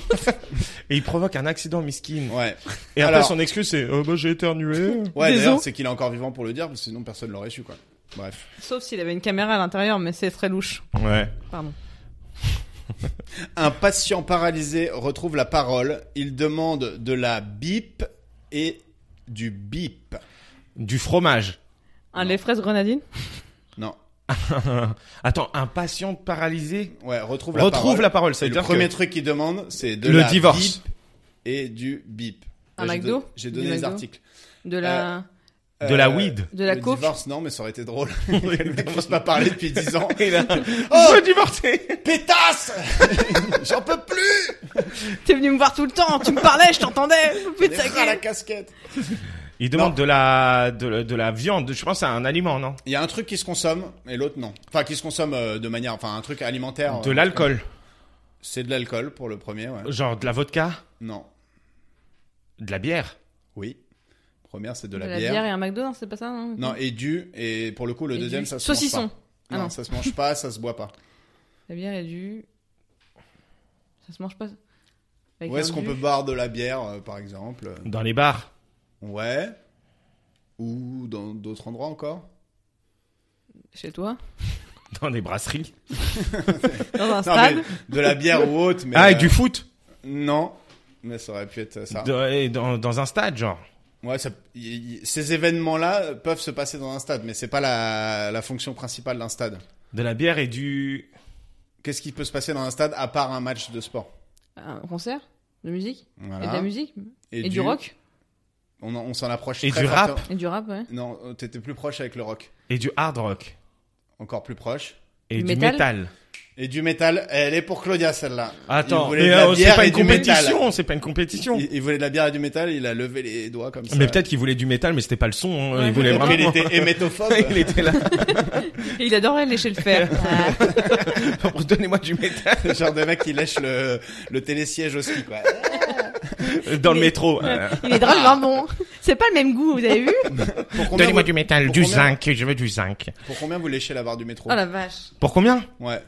[SPEAKER 3] Et il provoque un accident, miskin.
[SPEAKER 4] Ouais.
[SPEAKER 3] Et après,
[SPEAKER 4] Alors-
[SPEAKER 3] son excuse, c'est euh, bah, j'ai éternué.
[SPEAKER 4] Ouais,
[SPEAKER 2] Des
[SPEAKER 4] d'ailleurs,
[SPEAKER 2] os.
[SPEAKER 4] c'est qu'il est encore vivant pour le dire, parce que sinon personne l'aurait su, quoi. Bref.
[SPEAKER 2] Sauf s'il avait une caméra à l'intérieur, mais c'est très louche.
[SPEAKER 3] ouais.
[SPEAKER 2] Pardon.
[SPEAKER 4] Un patient paralysé retrouve la parole. Il demande de la bip et du bip.
[SPEAKER 3] Du fromage.
[SPEAKER 2] Un lait fraise grenadine
[SPEAKER 4] Non.
[SPEAKER 3] Attends, un patient paralysé
[SPEAKER 4] Ouais, retrouve la
[SPEAKER 3] retrouve
[SPEAKER 4] parole.
[SPEAKER 3] la parole.
[SPEAKER 4] Et
[SPEAKER 3] C'est
[SPEAKER 4] le premier truc qu'il demande, c'est de
[SPEAKER 3] Le
[SPEAKER 4] la
[SPEAKER 3] divorce.
[SPEAKER 4] bip et du bip.
[SPEAKER 2] Un
[SPEAKER 4] Là, j'ai
[SPEAKER 2] McDo
[SPEAKER 4] don- J'ai
[SPEAKER 2] Du
[SPEAKER 4] donné les
[SPEAKER 2] McDo
[SPEAKER 4] articles.
[SPEAKER 2] De la.
[SPEAKER 3] de la
[SPEAKER 4] Euh,
[SPEAKER 3] weed.
[SPEAKER 2] De la
[SPEAKER 4] le
[SPEAKER 2] coke
[SPEAKER 4] divorce, non, mais ça aurait été drôle. Il ne pas parler depuis 10 ans.
[SPEAKER 3] Oh, divorcer.
[SPEAKER 4] Pétasse J'en peux plus
[SPEAKER 2] T'es venu me voir tout le temps, tu me parlais, je t'entendais. Fais de
[SPEAKER 4] Les
[SPEAKER 2] ta
[SPEAKER 4] bras à la
[SPEAKER 2] gueule.
[SPEAKER 4] casquette.
[SPEAKER 3] Il demande
[SPEAKER 4] Non.
[SPEAKER 3] de la, de, la- de la viande. Je pense que c'est un aliment, non
[SPEAKER 4] Il y a un truc qui se consomme et l'autre non. Enfin, qui se consomme euh, de manière, enfin, un truc alimentaire.
[SPEAKER 3] De
[SPEAKER 4] euh,
[SPEAKER 3] l'alcool.
[SPEAKER 4] C'est de l'alcool pour le premier, ouais.
[SPEAKER 3] Genre de la vodka,
[SPEAKER 4] Non.
[SPEAKER 3] de la bière.
[SPEAKER 4] Oui. Première, c'est de,
[SPEAKER 2] De
[SPEAKER 4] la,
[SPEAKER 2] la
[SPEAKER 4] bière.
[SPEAKER 2] bière et un McDo, non, c'est pas ça hein, non,
[SPEAKER 4] Non, et du. Et pour le coup, le
[SPEAKER 2] Et
[SPEAKER 4] deuxième,
[SPEAKER 2] du
[SPEAKER 4] ça se
[SPEAKER 2] saucisson.
[SPEAKER 4] mange pas.
[SPEAKER 2] Ah
[SPEAKER 4] non,
[SPEAKER 2] non.
[SPEAKER 4] ça se mange pas, ça se boit pas.
[SPEAKER 2] La bière et du. Ça se mange pas. Avec
[SPEAKER 4] Où est-ce
[SPEAKER 2] un
[SPEAKER 4] qu'on
[SPEAKER 2] du.
[SPEAKER 4] peut boire de la bière, euh, par exemple euh,
[SPEAKER 3] Dans les bars.
[SPEAKER 4] Ouais. Ou dans d'autres endroits encore
[SPEAKER 2] Chez toi
[SPEAKER 3] Dans les brasseries.
[SPEAKER 2] Dans un
[SPEAKER 4] Non,
[SPEAKER 2] stade
[SPEAKER 4] mais de la bière ou autre. Mais,
[SPEAKER 3] ah, et
[SPEAKER 4] euh,
[SPEAKER 3] du foot.
[SPEAKER 4] Non. Mais ça aurait pu être ça.
[SPEAKER 3] Dans- et dans, dans un stade, genre.
[SPEAKER 4] Ouais, ça- y- y- ces événements-là peuvent se passer dans un stade, mais c'est pas la, la fonction principale d'un stade.
[SPEAKER 3] De la bière et du...
[SPEAKER 4] Qu'est-ce qui peut se passer dans un stade à part un match de sport
[SPEAKER 2] Un concert De musique
[SPEAKER 4] Voilà.
[SPEAKER 2] Et de la musique
[SPEAKER 4] Et
[SPEAKER 2] Et, du... rock
[SPEAKER 4] On, en- on s'en approche.
[SPEAKER 3] Et
[SPEAKER 4] très
[SPEAKER 3] du rap.
[SPEAKER 4] fortement.
[SPEAKER 2] Et du rap, ouais.
[SPEAKER 4] Non, euh, t'étais plus proche avec le rock.
[SPEAKER 3] Et du hard rock.
[SPEAKER 4] Encore plus proche.
[SPEAKER 3] Et
[SPEAKER 2] Du
[SPEAKER 3] du,
[SPEAKER 2] métal.
[SPEAKER 3] métal.
[SPEAKER 4] Et du métal, elle est pour Claudia celle-là. Il
[SPEAKER 3] Attends,
[SPEAKER 4] voulait de
[SPEAKER 3] mais
[SPEAKER 4] la
[SPEAKER 3] euh, c'est
[SPEAKER 4] bière
[SPEAKER 3] pas
[SPEAKER 4] et
[SPEAKER 3] une
[SPEAKER 4] du métal.
[SPEAKER 3] compétition, c'est pas une compétition.
[SPEAKER 4] Il, il voulait de la bière et du métal, il a levé les doigts comme ça.
[SPEAKER 3] Mais peut-être qu'il voulait du métal, mais c'était pas le son. hein.
[SPEAKER 2] Ouais,
[SPEAKER 3] il voulait
[SPEAKER 4] Donc,
[SPEAKER 3] vraiment.
[SPEAKER 4] il était hémétophobe.
[SPEAKER 3] il était là.
[SPEAKER 2] Et il adorait lécher le fer. Ah.
[SPEAKER 3] Donnez-moi du métal
[SPEAKER 4] le genre de mec qui lèche le, le télésiège aussi, quoi.
[SPEAKER 3] dans le métro. Euh,
[SPEAKER 2] Ah. il est drôle, vraiment bon. C'est c'est pas le même goût, vous avez vu
[SPEAKER 4] Pour combien,
[SPEAKER 3] Donnez-moi
[SPEAKER 4] vous...
[SPEAKER 3] du métal,
[SPEAKER 4] pour
[SPEAKER 3] du
[SPEAKER 4] combien
[SPEAKER 3] zinc, je veux du zinc.
[SPEAKER 4] pour combien vous léchez la barre du métro
[SPEAKER 2] Oh la vache.
[SPEAKER 3] Pour combien
[SPEAKER 4] Ouais.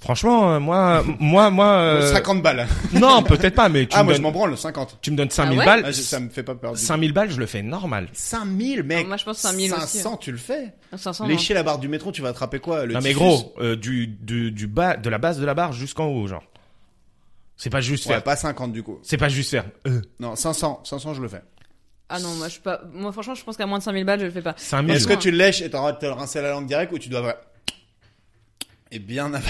[SPEAKER 3] Franchement, euh, moi, moi, moi. euh,
[SPEAKER 4] 50 balles.
[SPEAKER 3] Non, peut-être pas, mais tu,
[SPEAKER 4] Ah,
[SPEAKER 3] me,
[SPEAKER 4] moi,
[SPEAKER 3] donnes,
[SPEAKER 4] je m'en branle, 50.
[SPEAKER 3] tu me donnes 5000
[SPEAKER 2] Ah ouais
[SPEAKER 3] balles.
[SPEAKER 4] Ah, je- ça me fait pas peur. Du...
[SPEAKER 3] 5000 balles, je le fais normal.
[SPEAKER 4] 5000, mec.
[SPEAKER 2] Ah, moi, je pense 5000 aussi.
[SPEAKER 4] 500, tu le fais.
[SPEAKER 2] 500, non. hein.
[SPEAKER 4] Lécher la barre du métro, tu vas attraper quoi le
[SPEAKER 3] non mais
[SPEAKER 4] typhus
[SPEAKER 3] gros, euh, du, du, du bas, de la base de la barre jusqu'en haut, genre. C'est pas juste
[SPEAKER 4] Ouais,
[SPEAKER 3] faire.
[SPEAKER 4] pas 50 du coup.
[SPEAKER 3] C'est pas juste faire. Euh,
[SPEAKER 4] Non, 500. 500, je le fais.
[SPEAKER 2] Ah non, moi je suis pas. Moi franchement, je pense qu'à moins de 5000 balles, je le fais pas.
[SPEAKER 4] Eh,
[SPEAKER 3] 5000.
[SPEAKER 4] Est-ce que tu le lèches et t'en vas te le rincer à la langue direct ou tu dois. Et bien avaler.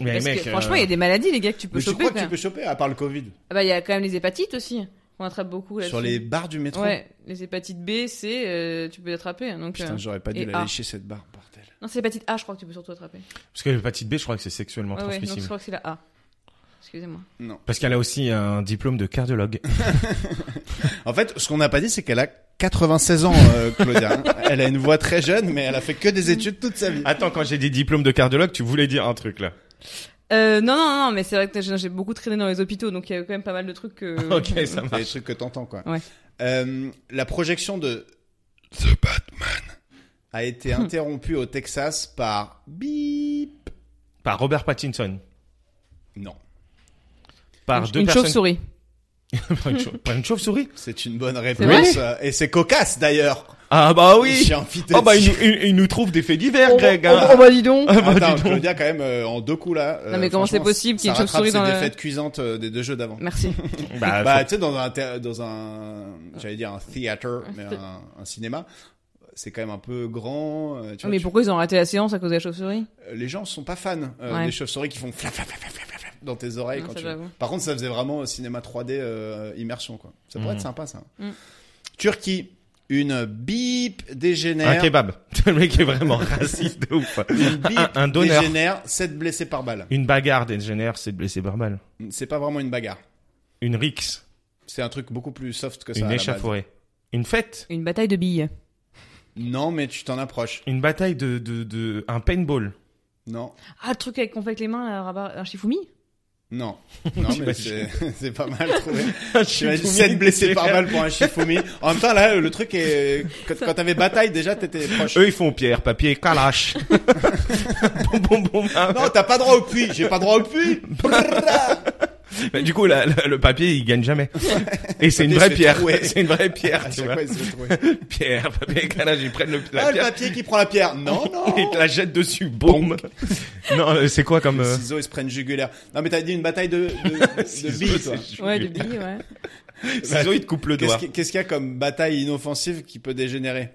[SPEAKER 3] Mais
[SPEAKER 2] Parce
[SPEAKER 3] mec,
[SPEAKER 2] que,
[SPEAKER 3] euh,
[SPEAKER 2] franchement, il y a des maladies, les gars, que tu peux
[SPEAKER 4] Mais tu
[SPEAKER 2] choper.
[SPEAKER 4] crois que
[SPEAKER 2] quand
[SPEAKER 4] tu
[SPEAKER 2] même.
[SPEAKER 4] peux choper, à part le Covid
[SPEAKER 2] Ah bah, il y a quand même les hépatites aussi. On attrape beaucoup là-dessus.
[SPEAKER 4] Sur les barres du métro
[SPEAKER 2] Ouais, les hépatites B, C, euh, tu peux les attraper. Donc, euh,
[SPEAKER 4] Putain, j'aurais pas dû
[SPEAKER 2] et
[SPEAKER 4] la
[SPEAKER 2] A.
[SPEAKER 4] lécher cette barre, bordel.
[SPEAKER 2] Non, c'est l'hépatite A, je crois que tu peux surtout attraper.
[SPEAKER 3] parce que l'hépatite B, je crois que c'est sexuellement
[SPEAKER 2] Ouais, ouais, donc
[SPEAKER 3] transmissible.
[SPEAKER 2] je crois que c'est la A. Excusez-moi.
[SPEAKER 3] Parce qu'elle a aussi un diplôme de cardiologue.
[SPEAKER 4] En fait, ce qu'on n'a pas dit, c'est qu'elle a 96 ans, euh, Claudia. hein. elle a une voix très jeune, mais elle a fait que des études toute sa vie.
[SPEAKER 2] Ah,
[SPEAKER 3] Attends, quand j'ai dit diplôme de cardiologue, tu voulais dire un truc là.
[SPEAKER 2] Euh, non, non, non, mais c'est vrai que j'ai j'ai beaucoup traîné dans les hôpitaux, donc il y a quand même pas mal de trucs que.
[SPEAKER 3] ok, ça
[SPEAKER 4] C'est des
[SPEAKER 3] marche.
[SPEAKER 4] trucs que t'entends, quoi.
[SPEAKER 2] Ouais.
[SPEAKER 4] Euh, la projection de The Batman a été
[SPEAKER 2] Hmm.
[SPEAKER 4] interrompue au Texas par bip.
[SPEAKER 3] Par Robert Pattinson.
[SPEAKER 4] Non,
[SPEAKER 3] Par
[SPEAKER 2] Une-
[SPEAKER 3] deux
[SPEAKER 2] une
[SPEAKER 3] personnes.
[SPEAKER 2] chauve-souris.
[SPEAKER 3] par une chauve- par une chauve-souris.
[SPEAKER 4] c'est une bonne
[SPEAKER 2] vrai
[SPEAKER 4] réponse. euh, Et c'est cocasse, d'ailleurs.
[SPEAKER 3] ah bah
[SPEAKER 4] Je
[SPEAKER 3] oui.
[SPEAKER 4] suis invité
[SPEAKER 3] Ah bah il,
[SPEAKER 4] dessus.
[SPEAKER 3] nous- il- il nous trouve des faits divers, Greg. hein.
[SPEAKER 2] Oh, oh, bah dis donc.
[SPEAKER 3] Ah bah, dis
[SPEAKER 4] Attends,
[SPEAKER 3] donc.
[SPEAKER 4] Claudia, quand même, euh, en deux coups, là. euh,
[SPEAKER 2] Non, mais comment
[SPEAKER 4] franchement,
[SPEAKER 2] c'est possible qu'il y ait
[SPEAKER 4] ça
[SPEAKER 2] une
[SPEAKER 4] rattrape
[SPEAKER 2] chauve-souris
[SPEAKER 4] ses
[SPEAKER 2] dans la-
[SPEAKER 4] défaites cuisantes euh, des deux jeux d'avant.
[SPEAKER 2] Merci.
[SPEAKER 3] Bah,
[SPEAKER 4] Bah,
[SPEAKER 3] faut-
[SPEAKER 4] tu sais, dans un, thé- dans un, j'allais dire un theater, mais un, un cinéma, c'est quand même un peu grand. euh, tu vois,
[SPEAKER 2] mais
[SPEAKER 4] tu-
[SPEAKER 2] pourquoi ils ont arrêté la séance à cause de la chauve-souris
[SPEAKER 4] euh, Les gens sont pas fans euh,
[SPEAKER 2] Ouais.
[SPEAKER 4] des chauves-souris qui font flap, flap, flap, flap, flap, flap, flap dans tes oreilles
[SPEAKER 2] Non,
[SPEAKER 4] quand
[SPEAKER 2] ça,
[SPEAKER 4] tu.
[SPEAKER 2] j'avoue.
[SPEAKER 4] Par contre, ça faisait vraiment euh, cinéma 3D euh, immersion, quoi. Ça pourrait
[SPEAKER 3] Mhm.
[SPEAKER 4] être sympa, ça.
[SPEAKER 2] Mhm.
[SPEAKER 4] Turquie, une bip
[SPEAKER 3] un
[SPEAKER 4] dégénère.
[SPEAKER 3] kebab. le mec est vraiment raciste de ouf.
[SPEAKER 4] Une bip
[SPEAKER 3] Un- un donneur.
[SPEAKER 4] dégénère, 7 blessés par balle.
[SPEAKER 3] Une bagarre dégénère, c'est de blesser par balle.
[SPEAKER 4] C'est pas vraiment une bagarre.
[SPEAKER 3] Une rixe,
[SPEAKER 4] C'est un truc beaucoup plus soft que ça. à
[SPEAKER 3] une
[SPEAKER 4] la base.
[SPEAKER 3] échafaudée, une fête,
[SPEAKER 2] Une bataille de billes.
[SPEAKER 4] Non, mais tu t'en approches.
[SPEAKER 3] une bataille de, de, de un paintball.
[SPEAKER 4] Non.
[SPEAKER 2] Ah, le truc avec- qu'on fait avec les mains, là, rabat- un chifoumi
[SPEAKER 4] Non, non mais
[SPEAKER 3] T'imagines.
[SPEAKER 4] c'est c'est pas mal trouvé.
[SPEAKER 3] Je
[SPEAKER 4] Tu as 7 blessés par balle pour un Shifumi. En même temps, là, le truc est... Quand, quand t'avais bataille, déjà, t'étais proche.
[SPEAKER 3] Eux ils font pierre, papier, calache. bon bon bon. hein.
[SPEAKER 4] Non, t'as pas droit au puits. J'ai pas droit au puits.
[SPEAKER 3] Bah, du coup la- la- le papier il gagne jamais. Et c'est une
[SPEAKER 4] Papier,
[SPEAKER 3] vraie
[SPEAKER 4] c'est
[SPEAKER 3] pierre.
[SPEAKER 4] troué.
[SPEAKER 3] C'est une vraie pierre.
[SPEAKER 4] À
[SPEAKER 3] Tu
[SPEAKER 4] chaque
[SPEAKER 3] vois.
[SPEAKER 4] fois, il se fait trouver.
[SPEAKER 3] Pierre, papier, calache. Ils prennent le, la
[SPEAKER 4] Ah, le
[SPEAKER 3] pierre. Euh.
[SPEAKER 4] papier qui prend la pierre. Non, non.
[SPEAKER 3] Ils te la jettent dessus. Boum. non euh, c'est quoi comme.
[SPEAKER 4] Les
[SPEAKER 3] euh,
[SPEAKER 4] ciseaux, ils se prennent jugulaire. Non, mais t'as dit une bataille de, de, de
[SPEAKER 3] ciseaux,
[SPEAKER 4] billes, toi.
[SPEAKER 3] c'est
[SPEAKER 2] Ouais, de
[SPEAKER 3] jugulaire.
[SPEAKER 2] billes, ouais.
[SPEAKER 3] Ciseaux ils te coupent le
[SPEAKER 4] Qu'est-ce
[SPEAKER 3] doigt.
[SPEAKER 4] qui- qu'est-ce qu'il y a comme bataille inoffensive qui peut dégénérer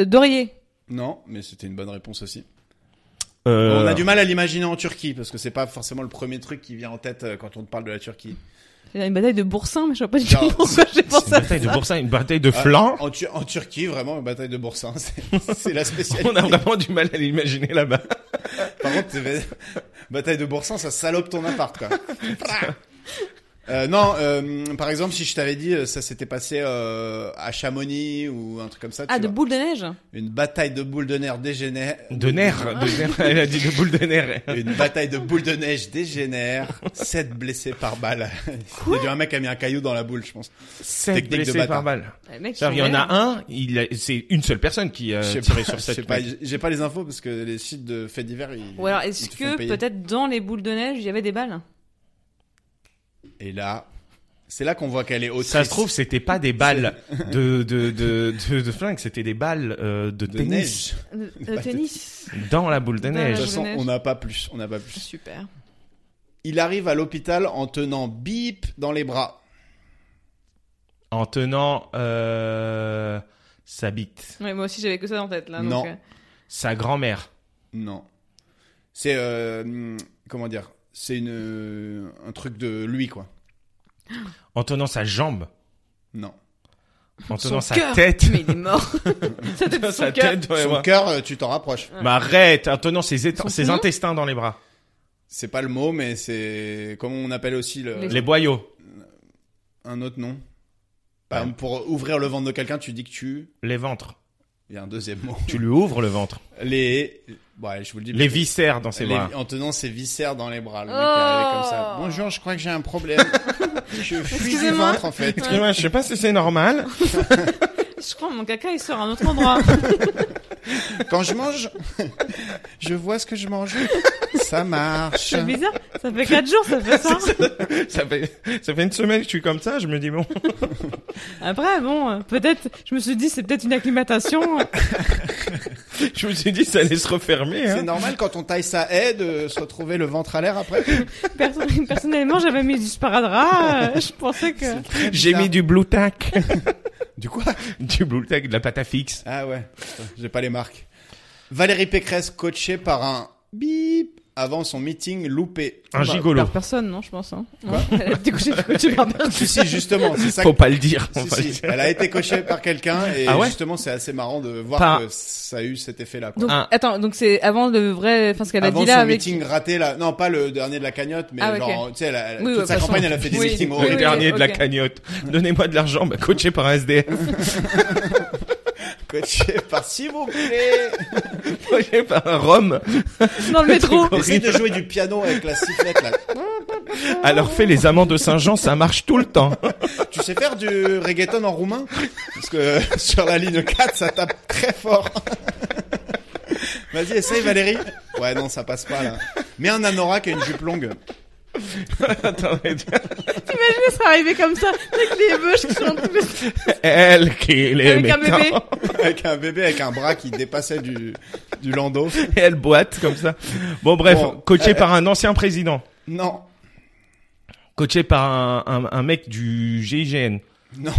[SPEAKER 2] Euh, D'oreiller.
[SPEAKER 4] Non, mais c'était une bonne réponse aussi.
[SPEAKER 3] Euh,
[SPEAKER 4] On a du mal à l'imaginer en Turquie, parce que c'est pas forcément le premier truc qui vient en tête euh, quand on te parle de la Turquie.
[SPEAKER 2] C'est une bataille de boursin, mais je vois pas du tout
[SPEAKER 4] Non,
[SPEAKER 2] pourquoi j'ai pensé
[SPEAKER 3] Une
[SPEAKER 2] à
[SPEAKER 3] bataille de
[SPEAKER 2] ça.
[SPEAKER 3] boursin, une bataille de
[SPEAKER 4] Ah,
[SPEAKER 3] flanc.
[SPEAKER 4] En, Tu- en Turquie, vraiment, une bataille de boursin. C'est c'est la spécialité.
[SPEAKER 3] On a vraiment du mal à l'imaginer là-bas.
[SPEAKER 4] Par contre, t'es- bataille de boursin, ça salope ton appart, quoi. Euh, non, euh, par exemple, si je t'avais dit euh, ça s'était passé euh, à Chamonix ou un truc comme ça, tu
[SPEAKER 2] Ah, de
[SPEAKER 4] vois.
[SPEAKER 2] boules de neige
[SPEAKER 4] une bataille de boules de nerfs dégénère.
[SPEAKER 3] De nerfs, de nerfs. Elle a dit de boule de nerfs.
[SPEAKER 4] Une bataille de boules de neige dégénère. Sept blessés par balle. Il y a eu un mec qui a mis un caillou dans la boule, je pense.
[SPEAKER 3] Sept
[SPEAKER 4] Technique de
[SPEAKER 3] blessés
[SPEAKER 4] bâtard.
[SPEAKER 3] par balle.
[SPEAKER 2] Les mecs,
[SPEAKER 3] C'est-à-dire,
[SPEAKER 2] ils
[SPEAKER 3] il y en
[SPEAKER 2] sont
[SPEAKER 3] a un, il a- c'est une seule personne qui a
[SPEAKER 4] Je sais
[SPEAKER 3] Euh, tiré
[SPEAKER 4] pas,
[SPEAKER 3] sur
[SPEAKER 4] je
[SPEAKER 3] cette
[SPEAKER 4] sais pas, j'ai pas les infos parce que les sites de faits divers, ils,
[SPEAKER 2] Ou alors,
[SPEAKER 4] ils
[SPEAKER 2] est-ce
[SPEAKER 4] te font
[SPEAKER 2] que
[SPEAKER 4] payer.
[SPEAKER 2] peut-être dans les boules de neige, il y avait des balles
[SPEAKER 4] Et là, c'est là qu'on voit qu'elle est autrice.
[SPEAKER 3] Ça se trouve, c'était pas des balles de, de, de, de, de flingue, c'était des balles euh, de,
[SPEAKER 4] de
[SPEAKER 3] tennis
[SPEAKER 4] neige.
[SPEAKER 2] Le
[SPEAKER 4] balles de
[SPEAKER 2] tennis
[SPEAKER 3] dans la boule de
[SPEAKER 2] Dans la
[SPEAKER 4] De
[SPEAKER 3] neige.
[SPEAKER 4] toute
[SPEAKER 2] boule.
[SPEAKER 4] façon,
[SPEAKER 2] Ah, neige.
[SPEAKER 4] on n'a pas plus, on n'a pas plus.
[SPEAKER 2] Super.
[SPEAKER 4] Il arrive à l'hôpital en tenant bip dans les bras.
[SPEAKER 3] En tenant, euh, sa bite.
[SPEAKER 2] Ouais, moi aussi, j'avais que ça en tête, là. donc,
[SPEAKER 4] Non.
[SPEAKER 2] euh,
[SPEAKER 3] Sa grand-mère.
[SPEAKER 4] Non. C'est euh, hum, comment dire C'est une euh, un truc de lui quoi.
[SPEAKER 3] En tenant sa jambe.
[SPEAKER 4] Non.
[SPEAKER 3] En tenant
[SPEAKER 2] son
[SPEAKER 3] sa
[SPEAKER 2] cœur.
[SPEAKER 3] tête.
[SPEAKER 2] Mais il est mort. ça doit être son
[SPEAKER 3] Sa
[SPEAKER 2] cœur.
[SPEAKER 3] tête, ouais,
[SPEAKER 4] Son
[SPEAKER 3] ouais.
[SPEAKER 4] cœur, euh, tu t'en rapproches.
[SPEAKER 3] Mais arrête, en tenant ses, éta-
[SPEAKER 2] Son
[SPEAKER 3] ses
[SPEAKER 2] poumon
[SPEAKER 3] intestins dans les bras.
[SPEAKER 4] C'est pas le mot, mais c'est comment on appelle aussi le,
[SPEAKER 2] Les-
[SPEAKER 3] Les boyaux.
[SPEAKER 4] un autre nom. Par exemple, pour ouvrir le ventre de quelqu'un, tu dis que tu.
[SPEAKER 3] Les ventres.
[SPEAKER 4] Il y a un deuxième mot.
[SPEAKER 3] Tu lui ouvres le ventre.
[SPEAKER 4] Les. Ouais, je vous le dis.
[SPEAKER 3] Les
[SPEAKER 4] parce que-
[SPEAKER 3] viscères dans ses
[SPEAKER 4] Les-
[SPEAKER 3] bras.
[SPEAKER 4] en tenant ses viscères dans les bras, le mec est
[SPEAKER 2] Oh.
[SPEAKER 4] arrivé comme ça. Bonjour, je crois que j'ai un problème. Je fuis du
[SPEAKER 2] Excusez-moi.
[SPEAKER 4] ventre, en fait.
[SPEAKER 3] Excusez-moi, je sais pas si c'est normal.
[SPEAKER 2] Je crois que mon caca il sort à un autre endroit.
[SPEAKER 4] Quand je mange, je vois ce que je mange. Ça marche.
[SPEAKER 2] C'est bizarre. Ça fait 4 jours, ça fait ça.
[SPEAKER 3] ça fait ça fait une semaine que je suis comme ça. Je me dis bon,
[SPEAKER 2] Après, bon, euh, peut-être, je me suis dit, c'est peut-être une acclimatation.
[SPEAKER 3] je me suis dit ça allait se refermer.
[SPEAKER 4] C'est
[SPEAKER 3] Hein.
[SPEAKER 4] normal quand on taille sa haie de se retrouver le ventre à l'air après.
[SPEAKER 2] Perso- personnellement, j'avais mis du sparadrap. euh, je pensais que.
[SPEAKER 3] J'ai mis du blue tack,
[SPEAKER 4] Du quoi
[SPEAKER 3] du blue tack, de la pâte à fixe.
[SPEAKER 4] Ah ouais, Putain, j'ai pas les marques. Valérie Pécresse coachée par un bip avant son meeting loupé.
[SPEAKER 3] Un
[SPEAKER 2] Bah,
[SPEAKER 3] gigolo.
[SPEAKER 2] Par personne, non, je pense. Hein. Elle a été couchée du côté par personne.
[SPEAKER 4] Si, si, justement, c'est ça.
[SPEAKER 3] Faut
[SPEAKER 4] que-
[SPEAKER 3] pas le dire. faut
[SPEAKER 4] Si,
[SPEAKER 3] pas le
[SPEAKER 4] si,
[SPEAKER 3] dire.
[SPEAKER 4] elle a été coachée par quelqu'un et
[SPEAKER 3] Ah ouais
[SPEAKER 4] justement c'est assez marrant de voir
[SPEAKER 3] Par-
[SPEAKER 4] que ça a eu cet effet-là. quoi.
[SPEAKER 2] Donc,
[SPEAKER 3] Ah.
[SPEAKER 2] attends, donc c'est avant le vrai, enfin, ce qu'elle a
[SPEAKER 4] Avant
[SPEAKER 2] dit
[SPEAKER 4] son
[SPEAKER 2] là avec.
[SPEAKER 4] meeting raté là, non pas le dernier de la cagnotte, mais
[SPEAKER 2] Ah ouais,
[SPEAKER 4] genre
[SPEAKER 2] ok.
[SPEAKER 4] tu sais, elle a-
[SPEAKER 2] Oui, bah,
[SPEAKER 4] toute
[SPEAKER 2] ouais,
[SPEAKER 4] sa
[SPEAKER 2] façon.
[SPEAKER 4] campagne elle a fait des
[SPEAKER 2] Oui.
[SPEAKER 4] meetings
[SPEAKER 2] Oui,
[SPEAKER 3] Le
[SPEAKER 4] horribles.
[SPEAKER 2] oui,
[SPEAKER 3] dernier de la
[SPEAKER 2] ok.
[SPEAKER 3] cagnotte. Donnez-moi de l'argent, bah, coaché par un SDF,
[SPEAKER 4] Coachée par s'il vous plaît.
[SPEAKER 3] coaché par un Rome.
[SPEAKER 2] Dans le métro.
[SPEAKER 4] Essaye de jouer du piano avec la sifflette là.
[SPEAKER 3] Alors fais les amants de Saint-Jean, ça marche tout le temps.
[SPEAKER 4] Tu sais faire du reggaeton en roumain Parce que euh, sur la ligne 4, ça tape très fort. Vas-y, essaye Valérie. Ouais, non, ça passe pas là. Mets un anorak et une jupe longue.
[SPEAKER 3] Attendez,
[SPEAKER 2] Imaginez, ça arrivait comme ça, avec les bœufs qui sont tous
[SPEAKER 3] elle qui les
[SPEAKER 2] avec un bébé.
[SPEAKER 4] Avec un bébé, avec un bras qui dépassait du, du landau.
[SPEAKER 3] Et elle boite comme ça. Bon bref,
[SPEAKER 4] Bon.
[SPEAKER 3] coaché par un ancien président,
[SPEAKER 4] Non,
[SPEAKER 3] coaché par un, un, un mec du GIGN.
[SPEAKER 4] non,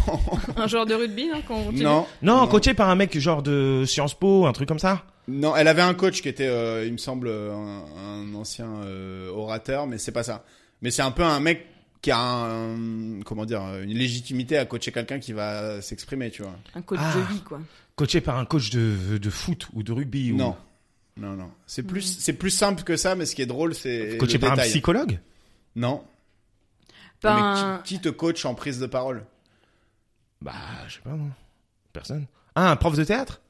[SPEAKER 2] Un joueur de rugby, hein, non, qu'on continue.
[SPEAKER 4] non.
[SPEAKER 3] Non, coaché par un mec genre de Sciences Po, un truc comme ça.
[SPEAKER 4] Non, elle avait un coach qui était, euh, il me semble, un, un ancien euh, orateur, mais c'est pas ça. Mais c'est un peu un mec qui a un, comment dire, une légitimité à coacher quelqu'un qui va s'exprimer, tu vois.
[SPEAKER 2] Un coach
[SPEAKER 3] Ah.
[SPEAKER 2] de vie, quoi.
[SPEAKER 3] Coaché par un coach de, de foot ou de rugby.
[SPEAKER 4] Non. Non, non. C'est plus, c'est plus simple que ça, mais ce qui est drôle, c'est.
[SPEAKER 3] Ou...
[SPEAKER 4] le
[SPEAKER 3] Coaché par un
[SPEAKER 4] détail.
[SPEAKER 3] psychologue.
[SPEAKER 4] Non.
[SPEAKER 2] Pas
[SPEAKER 4] Mais
[SPEAKER 2] un-
[SPEAKER 4] qui, qui te coach en prise de parole
[SPEAKER 3] Bah, je sais pas moi. Personne. Ah, un prof de théâtre.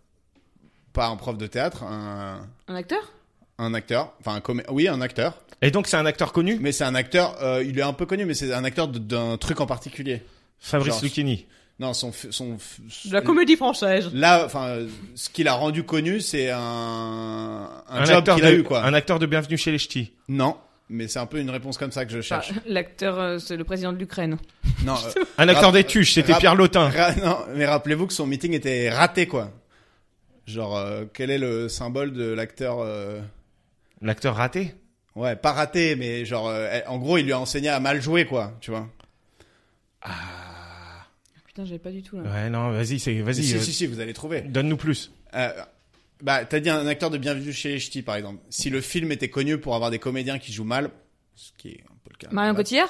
[SPEAKER 4] Pas un prof de théâtre, un,
[SPEAKER 2] un acteur
[SPEAKER 4] un acteur. Enfin, un comé... oui, un acteur.
[SPEAKER 3] Et donc c'est un acteur connu.
[SPEAKER 4] Mais c'est un acteur, euh, il est un peu connu, mais c'est un acteur de- d'un truc en particulier.
[SPEAKER 3] Fabrice
[SPEAKER 4] Genre-
[SPEAKER 3] Lucchini.
[SPEAKER 4] Non, son. f- son f-
[SPEAKER 2] De la comédie française.
[SPEAKER 4] Là, enfin, euh, ce qu'il a rendu connu, c'est un, un, job
[SPEAKER 3] acteur
[SPEAKER 4] qu'il a
[SPEAKER 3] de...
[SPEAKER 4] eu, quoi.
[SPEAKER 3] Un acteur de Bienvenue chez les Ch'tis.
[SPEAKER 4] Non, mais c'est un peu une réponse comme ça que je cherche.
[SPEAKER 2] Enfin, L'acteur, euh, c'est le président de l'Ukraine.
[SPEAKER 4] Non, euh,
[SPEAKER 3] Un acteur
[SPEAKER 4] Rap-
[SPEAKER 3] des tuches, c'était
[SPEAKER 4] rap-
[SPEAKER 3] Pierre Lotin.
[SPEAKER 4] Ra- non, mais rappelez-vous que son meeting était raté, quoi. Genre, euh, quel est le symbole de l'acteur euh,
[SPEAKER 3] L'acteur raté.
[SPEAKER 4] Ouais, pas raté, mais genre, euh, elle- en gros, il lui a enseigné à mal jouer, quoi, tu vois.
[SPEAKER 2] Putain, j'avais pas du tout, là.
[SPEAKER 3] Ouais, non, vas-y, c'est,
[SPEAKER 4] Si,
[SPEAKER 3] vas-y,
[SPEAKER 4] si,
[SPEAKER 3] euh,
[SPEAKER 4] si, si, vous allez trouver.
[SPEAKER 3] donne-nous plus.
[SPEAKER 4] Euh, bah, t'as dit un acteur de Bienvenue chez les Ch'tis, par exemple. Si le film était connu pour avoir des comédiens qui jouent mal, ce qui est un peu le cas.
[SPEAKER 2] Marion
[SPEAKER 4] Voilà.
[SPEAKER 2] Cotillard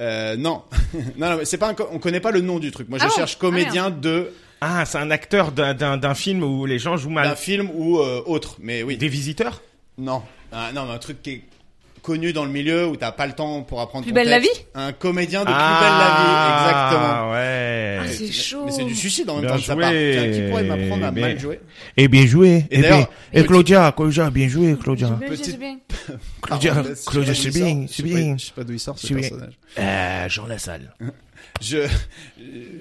[SPEAKER 4] Euh, non. non, non, mais c'est pas un co- on connaît pas le nom du truc. Moi, je
[SPEAKER 2] Ah bon
[SPEAKER 4] cherche
[SPEAKER 2] Ah,
[SPEAKER 4] comédien de
[SPEAKER 3] Ah, c'est un acteur d'un, d'un, d'un film où les gens jouent
[SPEAKER 4] d'un
[SPEAKER 3] mal.
[SPEAKER 4] film ou euh, autre, mais oui.
[SPEAKER 3] Ah. Des visiteurs
[SPEAKER 4] Non. Ah, non, mais un truc qui est connu dans le milieu où t'as pas le temps pour apprendre.
[SPEAKER 2] Plus
[SPEAKER 4] ton
[SPEAKER 2] belle la
[SPEAKER 4] texte.
[SPEAKER 2] vie
[SPEAKER 4] Un comédien de
[SPEAKER 3] Ah,
[SPEAKER 4] Plus belle la vie, exactement.
[SPEAKER 2] Ah,
[SPEAKER 3] ouais.
[SPEAKER 2] c'est chaud.
[SPEAKER 4] Mais c'est du suicide en même
[SPEAKER 3] Bien
[SPEAKER 4] temps de sa
[SPEAKER 3] joué.
[SPEAKER 4] part. Tiens, qui pourrait m'apprendre à
[SPEAKER 3] Mais-
[SPEAKER 4] mal jouer
[SPEAKER 3] Et Eh bien joué.
[SPEAKER 4] Et d'ailleurs, petit- Ah,
[SPEAKER 3] Claudia, Claudia, bien joué, Claudia.
[SPEAKER 2] Bien,
[SPEAKER 4] Petite-
[SPEAKER 2] j'ai bien.
[SPEAKER 3] Claudia-
[SPEAKER 4] Parenthèse, je sais
[SPEAKER 3] Claudia
[SPEAKER 4] pas d'où
[SPEAKER 3] Schubing,
[SPEAKER 4] il sort. Je sais pas-
[SPEAKER 3] Schubing.
[SPEAKER 4] Je sais pas d'où il sort ce
[SPEAKER 3] Schubing.
[SPEAKER 4] personnage.
[SPEAKER 3] Euh, Jean Lassalle.
[SPEAKER 4] Je euh,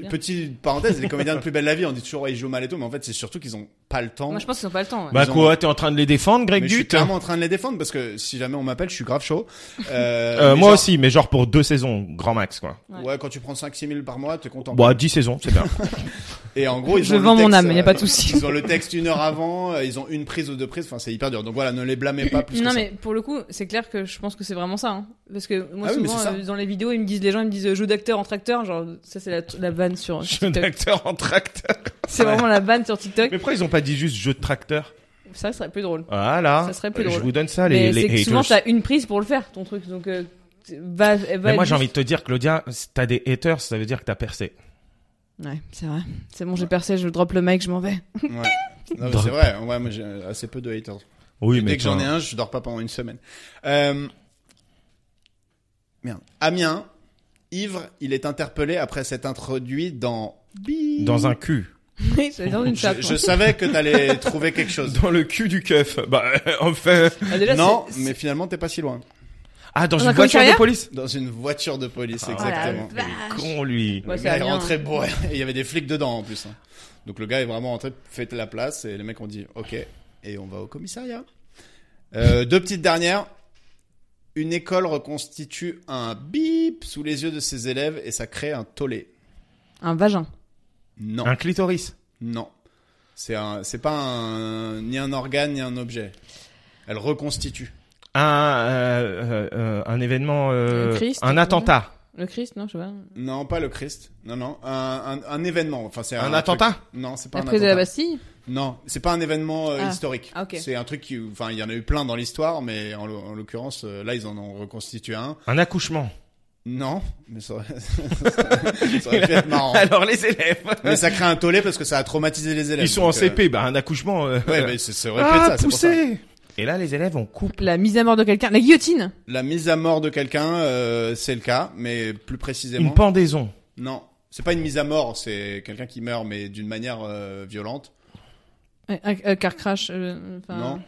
[SPEAKER 4] petite parenthèse, les comédiens de Plus belle la vie, on dit toujours ouais, ils jouent mal et tout, mais en fait c'est surtout qu'ils ont pas le temps.
[SPEAKER 2] Moi, je pense qu'ils ont pas le temps. ouais.
[SPEAKER 3] Bah
[SPEAKER 4] Ils ont-
[SPEAKER 3] quoi, t'es en train de les défendre, Greg
[SPEAKER 4] mais je suis
[SPEAKER 3] Dutt
[SPEAKER 4] clairement en train de les défendre parce que si jamais on m'appelle, je suis grave chaud. Euh,
[SPEAKER 3] Euh,
[SPEAKER 4] mais
[SPEAKER 3] Moi
[SPEAKER 4] genre-
[SPEAKER 3] aussi, mais genre pour deux saisons, grand max, quoi.
[SPEAKER 2] Ouais.
[SPEAKER 4] Ouais, quand tu prends 5-6 000 par mois, t'es content.
[SPEAKER 3] Bon, à dix saisons, c'est bien.
[SPEAKER 4] Et en gros, ils
[SPEAKER 2] Je
[SPEAKER 4] ont le
[SPEAKER 2] vends mon
[SPEAKER 4] texte,
[SPEAKER 2] âme, y a
[SPEAKER 4] euh,
[SPEAKER 2] pas de souci.
[SPEAKER 4] Ils ont le texte une heure avant, euh, ils ont une prise ou deux prises, enfin c'est hyper dur. Donc voilà, ne les blâmez pas plus
[SPEAKER 2] Non
[SPEAKER 4] que
[SPEAKER 2] mais pour le coup, c'est clair que je pense que c'est vraiment ça, hein. parce que moi
[SPEAKER 4] Ah oui, mais
[SPEAKER 2] souvent
[SPEAKER 4] c'est ça.
[SPEAKER 2] euh, dans les vidéos ils me disent les gens ils me disent euh, jeu d'acteur entre acteurs, genre ça c'est la, la vanne sur
[SPEAKER 3] Jeu
[SPEAKER 2] TikTok.
[SPEAKER 3] d'acteur en tracteur.
[SPEAKER 2] C'est vraiment la vanne sur TikTok.
[SPEAKER 3] Mais pourquoi ils ont pas dit juste jeu de tracteur
[SPEAKER 2] Ça serait plus drôle.
[SPEAKER 3] Voilà. Euh,
[SPEAKER 2] Ça serait plus
[SPEAKER 3] Je
[SPEAKER 2] drôle.
[SPEAKER 3] vous donne ça, Ah, les,
[SPEAKER 2] mais
[SPEAKER 3] les
[SPEAKER 2] c'est que
[SPEAKER 3] haters.
[SPEAKER 2] souvent t'as une prise pour le faire ton truc, donc euh, va, va
[SPEAKER 3] Mais moi,
[SPEAKER 2] juste-
[SPEAKER 3] j'ai envie de te dire, Claudia, si t'as des haters, ça veut dire que t'as percé.
[SPEAKER 2] Ouais, c'est vrai. C'est bon, j'ai percé, je drop le mic, je m'en vais.
[SPEAKER 4] ça. Ouais. Non, mais c'est vrai, ouais, moi j'ai euh, assez peu de haters.
[SPEAKER 3] Oui,
[SPEAKER 4] Dès que j'en ai un, je dors pas pendant une semaine. Euh... Merde. Amiens, ivre, il est interpellé après s'être introduit dans...
[SPEAKER 3] Dans un cul.
[SPEAKER 2] Oui, c'est dans une hein. chape.
[SPEAKER 4] Je, je savais que t'allais trouver quelque chose.
[SPEAKER 3] Dans le cul du keuf. Bah, en fait.
[SPEAKER 2] Ah, déjà,
[SPEAKER 4] non,
[SPEAKER 2] c'est-
[SPEAKER 4] mais finalement t'es pas si loin.
[SPEAKER 3] Ah, dans,
[SPEAKER 2] Dans un
[SPEAKER 3] une voiture de
[SPEAKER 2] commissariat
[SPEAKER 3] police
[SPEAKER 4] Dans une voiture de police,
[SPEAKER 3] Ah,
[SPEAKER 4] exactement.
[SPEAKER 2] voilà.
[SPEAKER 3] Con, lui.
[SPEAKER 2] Ouais,
[SPEAKER 4] le
[SPEAKER 2] c'est hein.
[SPEAKER 4] gars est
[SPEAKER 2] Amiens.
[SPEAKER 4] rentré bourré et il y avait des flics dedans en plus. hein. Donc le gars est vraiment rentré, fait la place et les mecs ont dit ok et on va au commissariat. Euh, deux petites dernières. Une école reconstitue un bip sous les yeux de ses élèves et ça crée un tollé.
[SPEAKER 2] Un vagin.
[SPEAKER 4] Non,
[SPEAKER 3] Un clitoris.
[SPEAKER 4] non. C'est un, c'est pas un, ni un organe ni un objet. Elle reconstitue.
[SPEAKER 3] Un, euh, euh, euh, un événement... euh,
[SPEAKER 2] Le Christ,
[SPEAKER 3] un
[SPEAKER 2] euh,
[SPEAKER 3] attentat.
[SPEAKER 2] Le Christ, non, je sais pas.
[SPEAKER 4] Non, pas le Christ. Non, non. Un, un, un événement. Enfin, c'est un,
[SPEAKER 3] Un
[SPEAKER 4] truc-
[SPEAKER 3] attentat
[SPEAKER 4] Non, c'est pas
[SPEAKER 2] La
[SPEAKER 4] un
[SPEAKER 2] prise de
[SPEAKER 4] attentat.
[SPEAKER 2] la Bastille
[SPEAKER 4] Non, c'est pas un événement euh,
[SPEAKER 2] Ah,
[SPEAKER 4] historique.
[SPEAKER 2] ah, ok.
[SPEAKER 4] C'est un truc qui, enfin, il y en a eu plein dans l'histoire, mais en, l'o- en l'occurrence, euh, là, ils en ont reconstitué un.
[SPEAKER 3] Un accouchement.
[SPEAKER 4] Non, mais ça aurait, ça aurait pu être marrant.
[SPEAKER 3] Alors, les élèves
[SPEAKER 4] Mais ça crée un tollé parce que ça a traumatisé les élèves.
[SPEAKER 3] Ils sont
[SPEAKER 4] donc,
[SPEAKER 3] en
[SPEAKER 4] euh,
[SPEAKER 3] CP, bah un accouchement... euh,
[SPEAKER 4] Ouais, mais c'est- ça aurait pu être
[SPEAKER 3] Ah,
[SPEAKER 4] ça, c'est pour ça.
[SPEAKER 3] poussé Et là, les élèves, on coupe.
[SPEAKER 2] La mise à mort de quelqu'un. La guillotine
[SPEAKER 4] La mise à mort de quelqu'un, euh, c'est le cas, mais plus précisément.
[SPEAKER 3] Une pendaison.
[SPEAKER 4] non, c'est pas une mise à mort, c'est quelqu'un qui meurt, mais d'une manière euh, violente.
[SPEAKER 2] Un, un- un car crash. euh, enfin,
[SPEAKER 4] Non.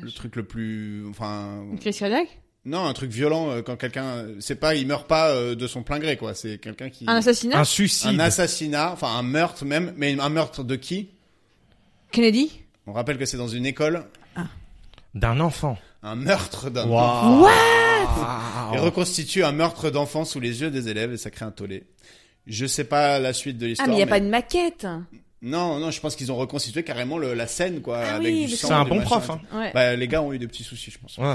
[SPEAKER 4] Le truc le plus, enfin,
[SPEAKER 2] Une crise cardiaque
[SPEAKER 4] Non, un truc violent euh, quand quelqu'un, c'est pas, il meurt pas euh, de son plein gré quoi. C'est quelqu'un qui
[SPEAKER 2] Un assassinat
[SPEAKER 3] Un
[SPEAKER 4] un
[SPEAKER 3] suicide.
[SPEAKER 4] assassinat, enfin un meurtre même, mais un meurtre de qui
[SPEAKER 3] Ah.
[SPEAKER 2] Kennedy
[SPEAKER 4] On rappelle que c'est dans une école,
[SPEAKER 3] D'un enfant.
[SPEAKER 4] un meurtre d'un.
[SPEAKER 3] Waouh
[SPEAKER 4] Et reconstitue un meurtre d'enfant sous les yeux des élèves et ça crée un tollé. Je sais pas la suite de
[SPEAKER 2] Ah,
[SPEAKER 4] l'histoire.
[SPEAKER 2] mais il n'y a
[SPEAKER 4] mais-
[SPEAKER 2] pas de maquette
[SPEAKER 4] Non, non, je pense qu'ils ont reconstitué carrément le- la scène quoi.
[SPEAKER 2] Ah
[SPEAKER 4] avec
[SPEAKER 2] oui,
[SPEAKER 4] du
[SPEAKER 2] mais
[SPEAKER 4] sang,
[SPEAKER 3] C'est un
[SPEAKER 4] du
[SPEAKER 3] bon
[SPEAKER 4] machin,
[SPEAKER 3] prof. Hein.
[SPEAKER 2] Ouais.
[SPEAKER 4] Bah, les gars ont eu des petits soucis, je pense.
[SPEAKER 3] Ouais.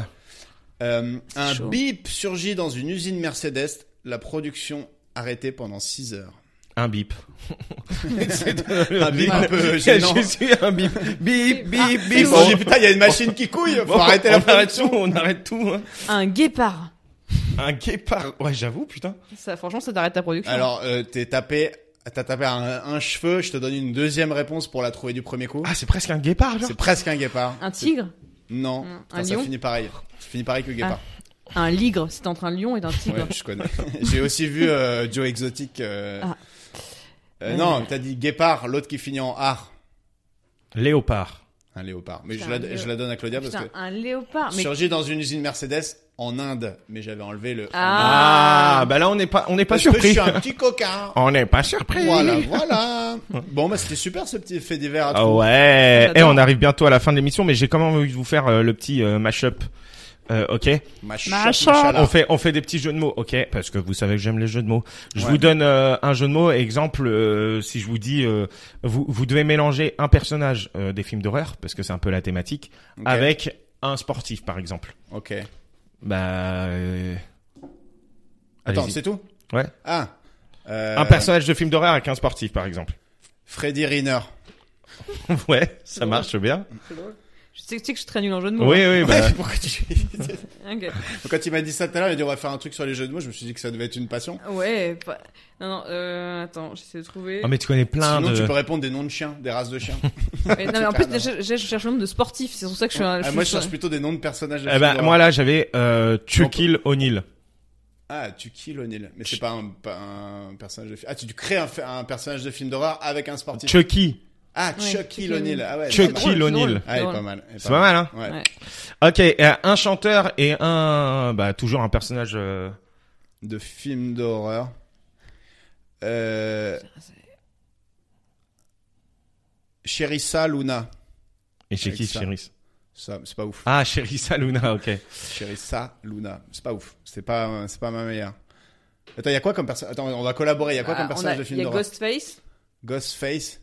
[SPEAKER 4] Euh, un
[SPEAKER 2] chaud.
[SPEAKER 4] bip surgit dans une usine Mercedes, la production arrêtée pendant 6 heures.
[SPEAKER 3] Un bip.
[SPEAKER 4] Un bip un peu gênant.
[SPEAKER 3] Je suis un bip. Bip, bip,
[SPEAKER 4] Ils
[SPEAKER 3] bip.
[SPEAKER 4] se sont dit, putain, il y a une machine qui couille, faut
[SPEAKER 3] Bon,
[SPEAKER 4] arrêter
[SPEAKER 3] on
[SPEAKER 4] la
[SPEAKER 3] arrête tout,
[SPEAKER 4] production.
[SPEAKER 3] on arrête tout. hein.
[SPEAKER 2] Un guépard.
[SPEAKER 3] Un guépard. Ouais, j'avoue, putain.
[SPEAKER 2] Ça, franchement, ça t'arrête ta production.
[SPEAKER 4] Alors, euh, t'es tapé, t'as tapé un, un cheveu, je te donne une deuxième réponse pour la trouver du premier coup.
[SPEAKER 3] Ah, c'est presque un guépard, genre.
[SPEAKER 4] C'est presque un guépard.
[SPEAKER 2] Un tigre
[SPEAKER 4] Non.
[SPEAKER 2] Un
[SPEAKER 4] Putain, ça
[SPEAKER 2] lion Ah,
[SPEAKER 4] finit pareil. Ça finit pareil que guépard.
[SPEAKER 2] Un ligre, c'est entre un lion et un tigre.
[SPEAKER 4] Ouais, je connais. J'ai aussi vu euh, Joe Exotic. euh,
[SPEAKER 2] Ah.
[SPEAKER 4] euh, non, t'as dit guépard, l'autre qui finit en art.
[SPEAKER 3] Léopard.
[SPEAKER 4] Un léopard. Mais je
[SPEAKER 2] Putain,
[SPEAKER 4] la,
[SPEAKER 2] un léo-
[SPEAKER 4] je la donne à Claudia parce
[SPEAKER 2] Putain,
[SPEAKER 4] que
[SPEAKER 2] un léopard. Mais...
[SPEAKER 4] surgit dans une usine Mercedes en Inde, mais j'avais enlevé le.
[SPEAKER 2] Ah,
[SPEAKER 3] Ah, bah là, on n'est pas, on n'est pas
[SPEAKER 4] Parce que
[SPEAKER 3] surpris.
[SPEAKER 4] Je suis un petit coquin.
[SPEAKER 3] On n'est pas surpris.
[SPEAKER 4] Voilà, voilà. Bon, bah c'était super ce petit fait divers à
[SPEAKER 3] Ah
[SPEAKER 4] trouver.
[SPEAKER 3] ouais. Et
[SPEAKER 2] J'adore.
[SPEAKER 3] on arrive bientôt à la fin de l'émission, mais j'ai quand même envie de vous faire euh, le petit euh, mash-up. Euh, ok.
[SPEAKER 4] Mash-
[SPEAKER 2] Machin.
[SPEAKER 4] machala.
[SPEAKER 3] On fait, on fait des petits jeux de mots, ok Parce que vous savez que j'aime les jeux de mots. Je
[SPEAKER 4] Ouais.
[SPEAKER 3] vous donne euh, un jeu de mots. Exemple, euh, si je vous dis, euh, vous, vous devez mélanger un personnage euh, des films d'horreur, parce que c'est un peu la thématique,
[SPEAKER 4] Ok.
[SPEAKER 3] avec un sportif, par exemple.
[SPEAKER 4] Ok.
[SPEAKER 3] Bah, euh,
[SPEAKER 4] Attends,
[SPEAKER 3] Allez-y.
[SPEAKER 4] c'est tout
[SPEAKER 3] ouais.
[SPEAKER 4] Ah. Euh,
[SPEAKER 3] Un personnage de film d'horreur avec un sportif, par exemple.
[SPEAKER 4] Freddy Riner.
[SPEAKER 3] ouais, ça marche bien.
[SPEAKER 2] Je sais, tu sais que je traîne une en jeu de mots.
[SPEAKER 3] Oui, oui. Bah,
[SPEAKER 4] Ouais, pourquoi tu...
[SPEAKER 2] hein. Ok.
[SPEAKER 4] Quand il m'a dit ça tout à l'heure, il a dit on va faire un truc sur les jeux de mots, je me suis dit que ça devait être une passion.
[SPEAKER 2] Ouais, pas- non, non, euh, attends, j'essaie de trouver.
[SPEAKER 3] oh, mais tu connais plein
[SPEAKER 4] Sinon,
[SPEAKER 3] de.
[SPEAKER 4] tu peux répondre des noms de chiens, des races de chiens.
[SPEAKER 2] Mais non, mais en plus, déjà, déjà, je cherche le nombre de sportifs, c'est pour ça que je suis
[SPEAKER 4] Ah,
[SPEAKER 2] un. je
[SPEAKER 4] moi, je
[SPEAKER 2] suis-
[SPEAKER 4] cherche plutôt des noms de personnages. de
[SPEAKER 3] Eh ben,
[SPEAKER 4] films
[SPEAKER 3] moi là, j'avais euh, Tuckil O'Neill.
[SPEAKER 4] Ah, tu kills O'Neill. Mais c'est pas un, pas un personnage de film. Ah, tu, tu crées un, un personnage de film d'horreur avec un sportif.
[SPEAKER 3] Chucky,
[SPEAKER 4] ah,
[SPEAKER 2] Ouais,
[SPEAKER 4] Chucky
[SPEAKER 2] Chucky
[SPEAKER 4] O'Neill. Ah ouais.
[SPEAKER 3] Chucky
[SPEAKER 4] pas mal.
[SPEAKER 2] drôle, c'est
[SPEAKER 3] O'Neill.
[SPEAKER 2] drôle.
[SPEAKER 4] Ah, il est pas mal. il est
[SPEAKER 3] C'est pas mal, hein
[SPEAKER 4] Ouais.
[SPEAKER 2] Ouais.
[SPEAKER 3] Ok, euh, un chanteur et un, bah, toujours un personnage. euh,
[SPEAKER 4] De film d'horreur. Euh, Sherissa Luna.
[SPEAKER 3] Et chez qui,
[SPEAKER 4] Avec ça.
[SPEAKER 3] Chéris
[SPEAKER 4] Ça, c'est pas ouf.
[SPEAKER 3] Ah, Chérissa Luna, ok.
[SPEAKER 4] Sherissa Luna. C'est pas ouf. C'est pas, c'est pas ma meilleure. Attends, il y a quoi comme personnage Attends, on va collaborer. Il y a quoi
[SPEAKER 2] Ah,
[SPEAKER 4] comme
[SPEAKER 2] on
[SPEAKER 4] personnage
[SPEAKER 2] a-
[SPEAKER 4] de
[SPEAKER 2] Il
[SPEAKER 4] film
[SPEAKER 2] y a
[SPEAKER 4] d'horreur
[SPEAKER 2] Ghostface,
[SPEAKER 4] Ghostface,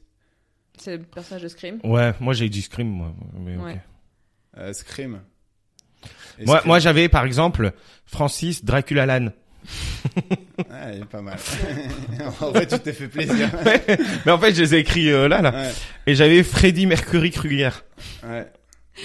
[SPEAKER 2] c'est le personnage de Scream.
[SPEAKER 3] Ouais, moi j'ai dit Scream, moi. mais ok.
[SPEAKER 2] Ouais.
[SPEAKER 4] euh, Scream. Et
[SPEAKER 3] Moi,
[SPEAKER 4] Scream.
[SPEAKER 3] moi j'avais par exemple Francis Dracula Lan.
[SPEAKER 4] Ah, il est pas mal. en vrai, tu t'es fait plaisir.
[SPEAKER 3] Mais en fait, je les ai écrits euh, là, là.
[SPEAKER 4] Ouais,
[SPEAKER 3] Et j'avais Freddy Mercury Krueger.
[SPEAKER 4] ouais.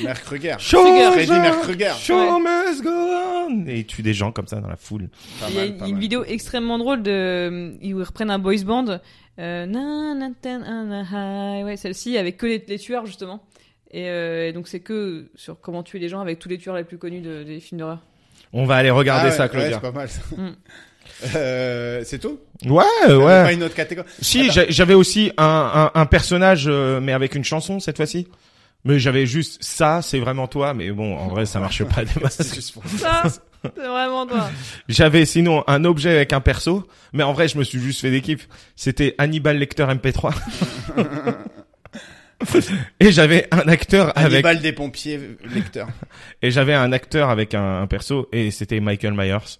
[SPEAKER 4] Mercruger.
[SPEAKER 3] Show,
[SPEAKER 4] Freddy Mercruger.
[SPEAKER 3] show must go on. Et il tue des gens comme ça dans la foule.
[SPEAKER 4] Pas
[SPEAKER 2] Il y a
[SPEAKER 4] mal,
[SPEAKER 2] une,
[SPEAKER 4] pas
[SPEAKER 2] une
[SPEAKER 4] mal.
[SPEAKER 2] vidéo extrêmement drôle de. Ils reprennent un boys band. Euh, na, na, ta, na, na, hi. ouais, celle-ci avec que les, les tueurs justement. Et, euh, et donc c'est que sur comment tuer les gens avec tous les tueurs les plus connus de- des films d'horreur.
[SPEAKER 3] On va aller
[SPEAKER 4] Ah
[SPEAKER 3] regarder
[SPEAKER 4] ouais,
[SPEAKER 3] ça,
[SPEAKER 4] ouais,
[SPEAKER 3] Claudia.
[SPEAKER 4] c'est pas mal. ça.
[SPEAKER 2] Mm.
[SPEAKER 4] Euh, c'est tout
[SPEAKER 3] Ouais, Euh, ouais.
[SPEAKER 4] T'avais Pas une autre catégorie.
[SPEAKER 3] Si, j'a- j'avais aussi un, un, un personnage, euh, mais avec une chanson cette fois-ci. Mais j'avais juste ça, c'est vraiment toi, mais bon, en vrai, ça marche pas des masses.
[SPEAKER 4] C'est juste pour-
[SPEAKER 2] Ça, c'est vraiment toi.
[SPEAKER 3] J'avais sinon un objet avec un perso, mais en vrai, je me suis juste fait des kiffs. C'était Hannibal Lecter MP3. et j'avais un acteur avec
[SPEAKER 4] Hannibal des pompiers euh, lecteur.
[SPEAKER 3] et j'avais un acteur avec un, un perso et c'était Michael Myers.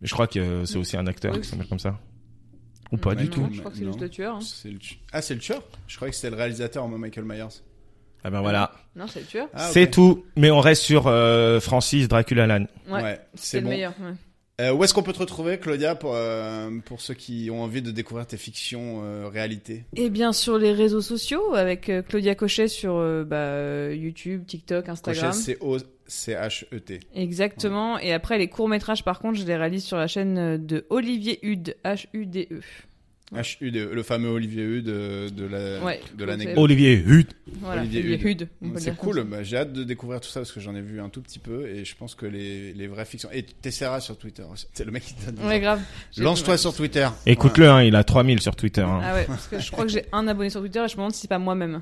[SPEAKER 3] Je crois que euh, c'est aussi un acteur,
[SPEAKER 2] Oui.
[SPEAKER 3] ça s'appelle comme ça. Ou pas
[SPEAKER 2] Non,
[SPEAKER 3] du
[SPEAKER 2] non,
[SPEAKER 3] tout.
[SPEAKER 2] Je crois que c'est
[SPEAKER 4] Non.
[SPEAKER 2] juste le tueur. hein.
[SPEAKER 4] C'est le tu- Ah, c'est le tueur Je croyais que c'était le réalisateur, moi, Michael Myers.
[SPEAKER 3] Ah ben voilà,
[SPEAKER 2] Non, c'est le tueur.
[SPEAKER 4] Ah, ok.
[SPEAKER 3] c'est tout. Mais on reste sur euh, Francis Dracula Lan.
[SPEAKER 2] Ouais.
[SPEAKER 4] Ouais,
[SPEAKER 2] C'est
[SPEAKER 4] c'est
[SPEAKER 2] le
[SPEAKER 4] bon.
[SPEAKER 2] meilleur. ouais.
[SPEAKER 4] Euh, où est-ce qu'on peut te retrouver, Claudia, pour, euh, pour ceux qui ont envie de découvrir tes fictions euh, réalité
[SPEAKER 2] Et bien sur les réseaux sociaux avec euh, Claudia Cochet sur euh, bah, euh, YouTube, TikTok,
[SPEAKER 4] Cochet,
[SPEAKER 2] Instagram.
[SPEAKER 4] C-O-C-H-E-T.
[SPEAKER 2] Exactement. Et après les courts métrages, par contre, je les réalise sur la chaîne euh, de Olivier Hude, H-U-D-E. Ouais.
[SPEAKER 4] H-U-D-E, le fameux Olivier Hue de, de la-
[SPEAKER 2] Ouais,
[SPEAKER 4] de
[SPEAKER 2] donc
[SPEAKER 4] l'anecdote.
[SPEAKER 3] Olivier Hutt.
[SPEAKER 2] Voilà.
[SPEAKER 4] Olivier
[SPEAKER 2] Olivier,
[SPEAKER 4] Hude.
[SPEAKER 2] Hude. on peut le
[SPEAKER 4] C'est
[SPEAKER 2] dire comme
[SPEAKER 4] cool,
[SPEAKER 2] ça.
[SPEAKER 4] bah, j'ai hâte de découvrir tout ça parce que j'en ai vu un tout petit peu et je pense que les, les vraies fictions. Et t'essaieras sur Twitter aussi. C'est le mec qui te donne. des
[SPEAKER 2] Ouais, grave. J'ai-
[SPEAKER 4] Lance-toi sur Twitter.
[SPEAKER 3] Écoute-le, hein, il a 3000 sur Twitter. hein.
[SPEAKER 2] Ah ouais, parce que je crois que j'ai un abonné sur Twitter et je me demande si c'est pas moi-même.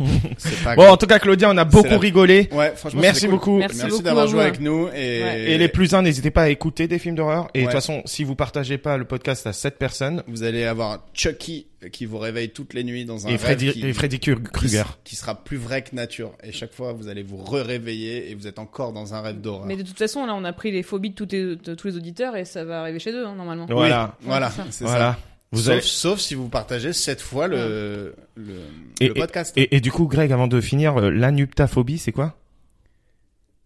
[SPEAKER 4] Ouais, c'est pas
[SPEAKER 3] Bon, en
[SPEAKER 4] grave.
[SPEAKER 3] tout cas, Claudia, on a
[SPEAKER 4] C'est la-
[SPEAKER 3] beaucoup rigolé.
[SPEAKER 4] Ouais, franchement,
[SPEAKER 3] Merci
[SPEAKER 4] c'était cool.
[SPEAKER 3] beaucoup.
[SPEAKER 2] Merci beaucoup
[SPEAKER 4] d'avoir
[SPEAKER 2] à
[SPEAKER 4] joué
[SPEAKER 2] vous.
[SPEAKER 4] avec nous et,
[SPEAKER 2] Ouais.
[SPEAKER 3] Et les plus uns, n'hésitez pas à écouter des films d'horreur. Et de
[SPEAKER 4] Ouais.
[SPEAKER 3] toute façon, si vous partagez pas le podcast à 7 personnes,
[SPEAKER 4] Vous allez avoir Chucky qui vous réveille toutes les nuits dans un
[SPEAKER 3] et
[SPEAKER 4] rêve
[SPEAKER 3] Freddy,
[SPEAKER 4] qui,
[SPEAKER 3] et Freddy
[SPEAKER 4] qui,
[SPEAKER 3] Krueger.
[SPEAKER 4] qui sera plus vrai que nature. Et chaque fois, vous allez vous re-réveiller et vous êtes encore dans un rêve d'horreur.
[SPEAKER 2] Mais de toute façon, là, on a pris les phobies de, tous les- de tous les auditeurs et ça va arriver chez eux, hein, normalement.
[SPEAKER 3] Ouais. Voilà.
[SPEAKER 4] Oui, voilà,
[SPEAKER 2] Ouais, c'est ça.
[SPEAKER 4] c'est
[SPEAKER 3] Voilà.
[SPEAKER 4] ça.
[SPEAKER 3] Vous
[SPEAKER 4] sauf,
[SPEAKER 3] avez-
[SPEAKER 4] sauf si vous partagez cette fois le, le,
[SPEAKER 3] Et-
[SPEAKER 4] le podcast.
[SPEAKER 3] et, et du coup, Greg, avant de finir, euh, l'anuptaphobie, c'est quoi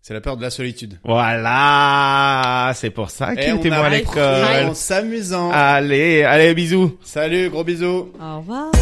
[SPEAKER 4] C'est la peur de la solitude.
[SPEAKER 3] Voilà, c'est pour ça
[SPEAKER 4] Et
[SPEAKER 3] qu'il
[SPEAKER 4] on
[SPEAKER 3] était bon à
[SPEAKER 4] a
[SPEAKER 2] appris.
[SPEAKER 3] l'école. Ah.
[SPEAKER 4] en s'amusant.
[SPEAKER 3] Allez, allez, bisous.
[SPEAKER 4] Salut, gros bisous.
[SPEAKER 2] Au revoir.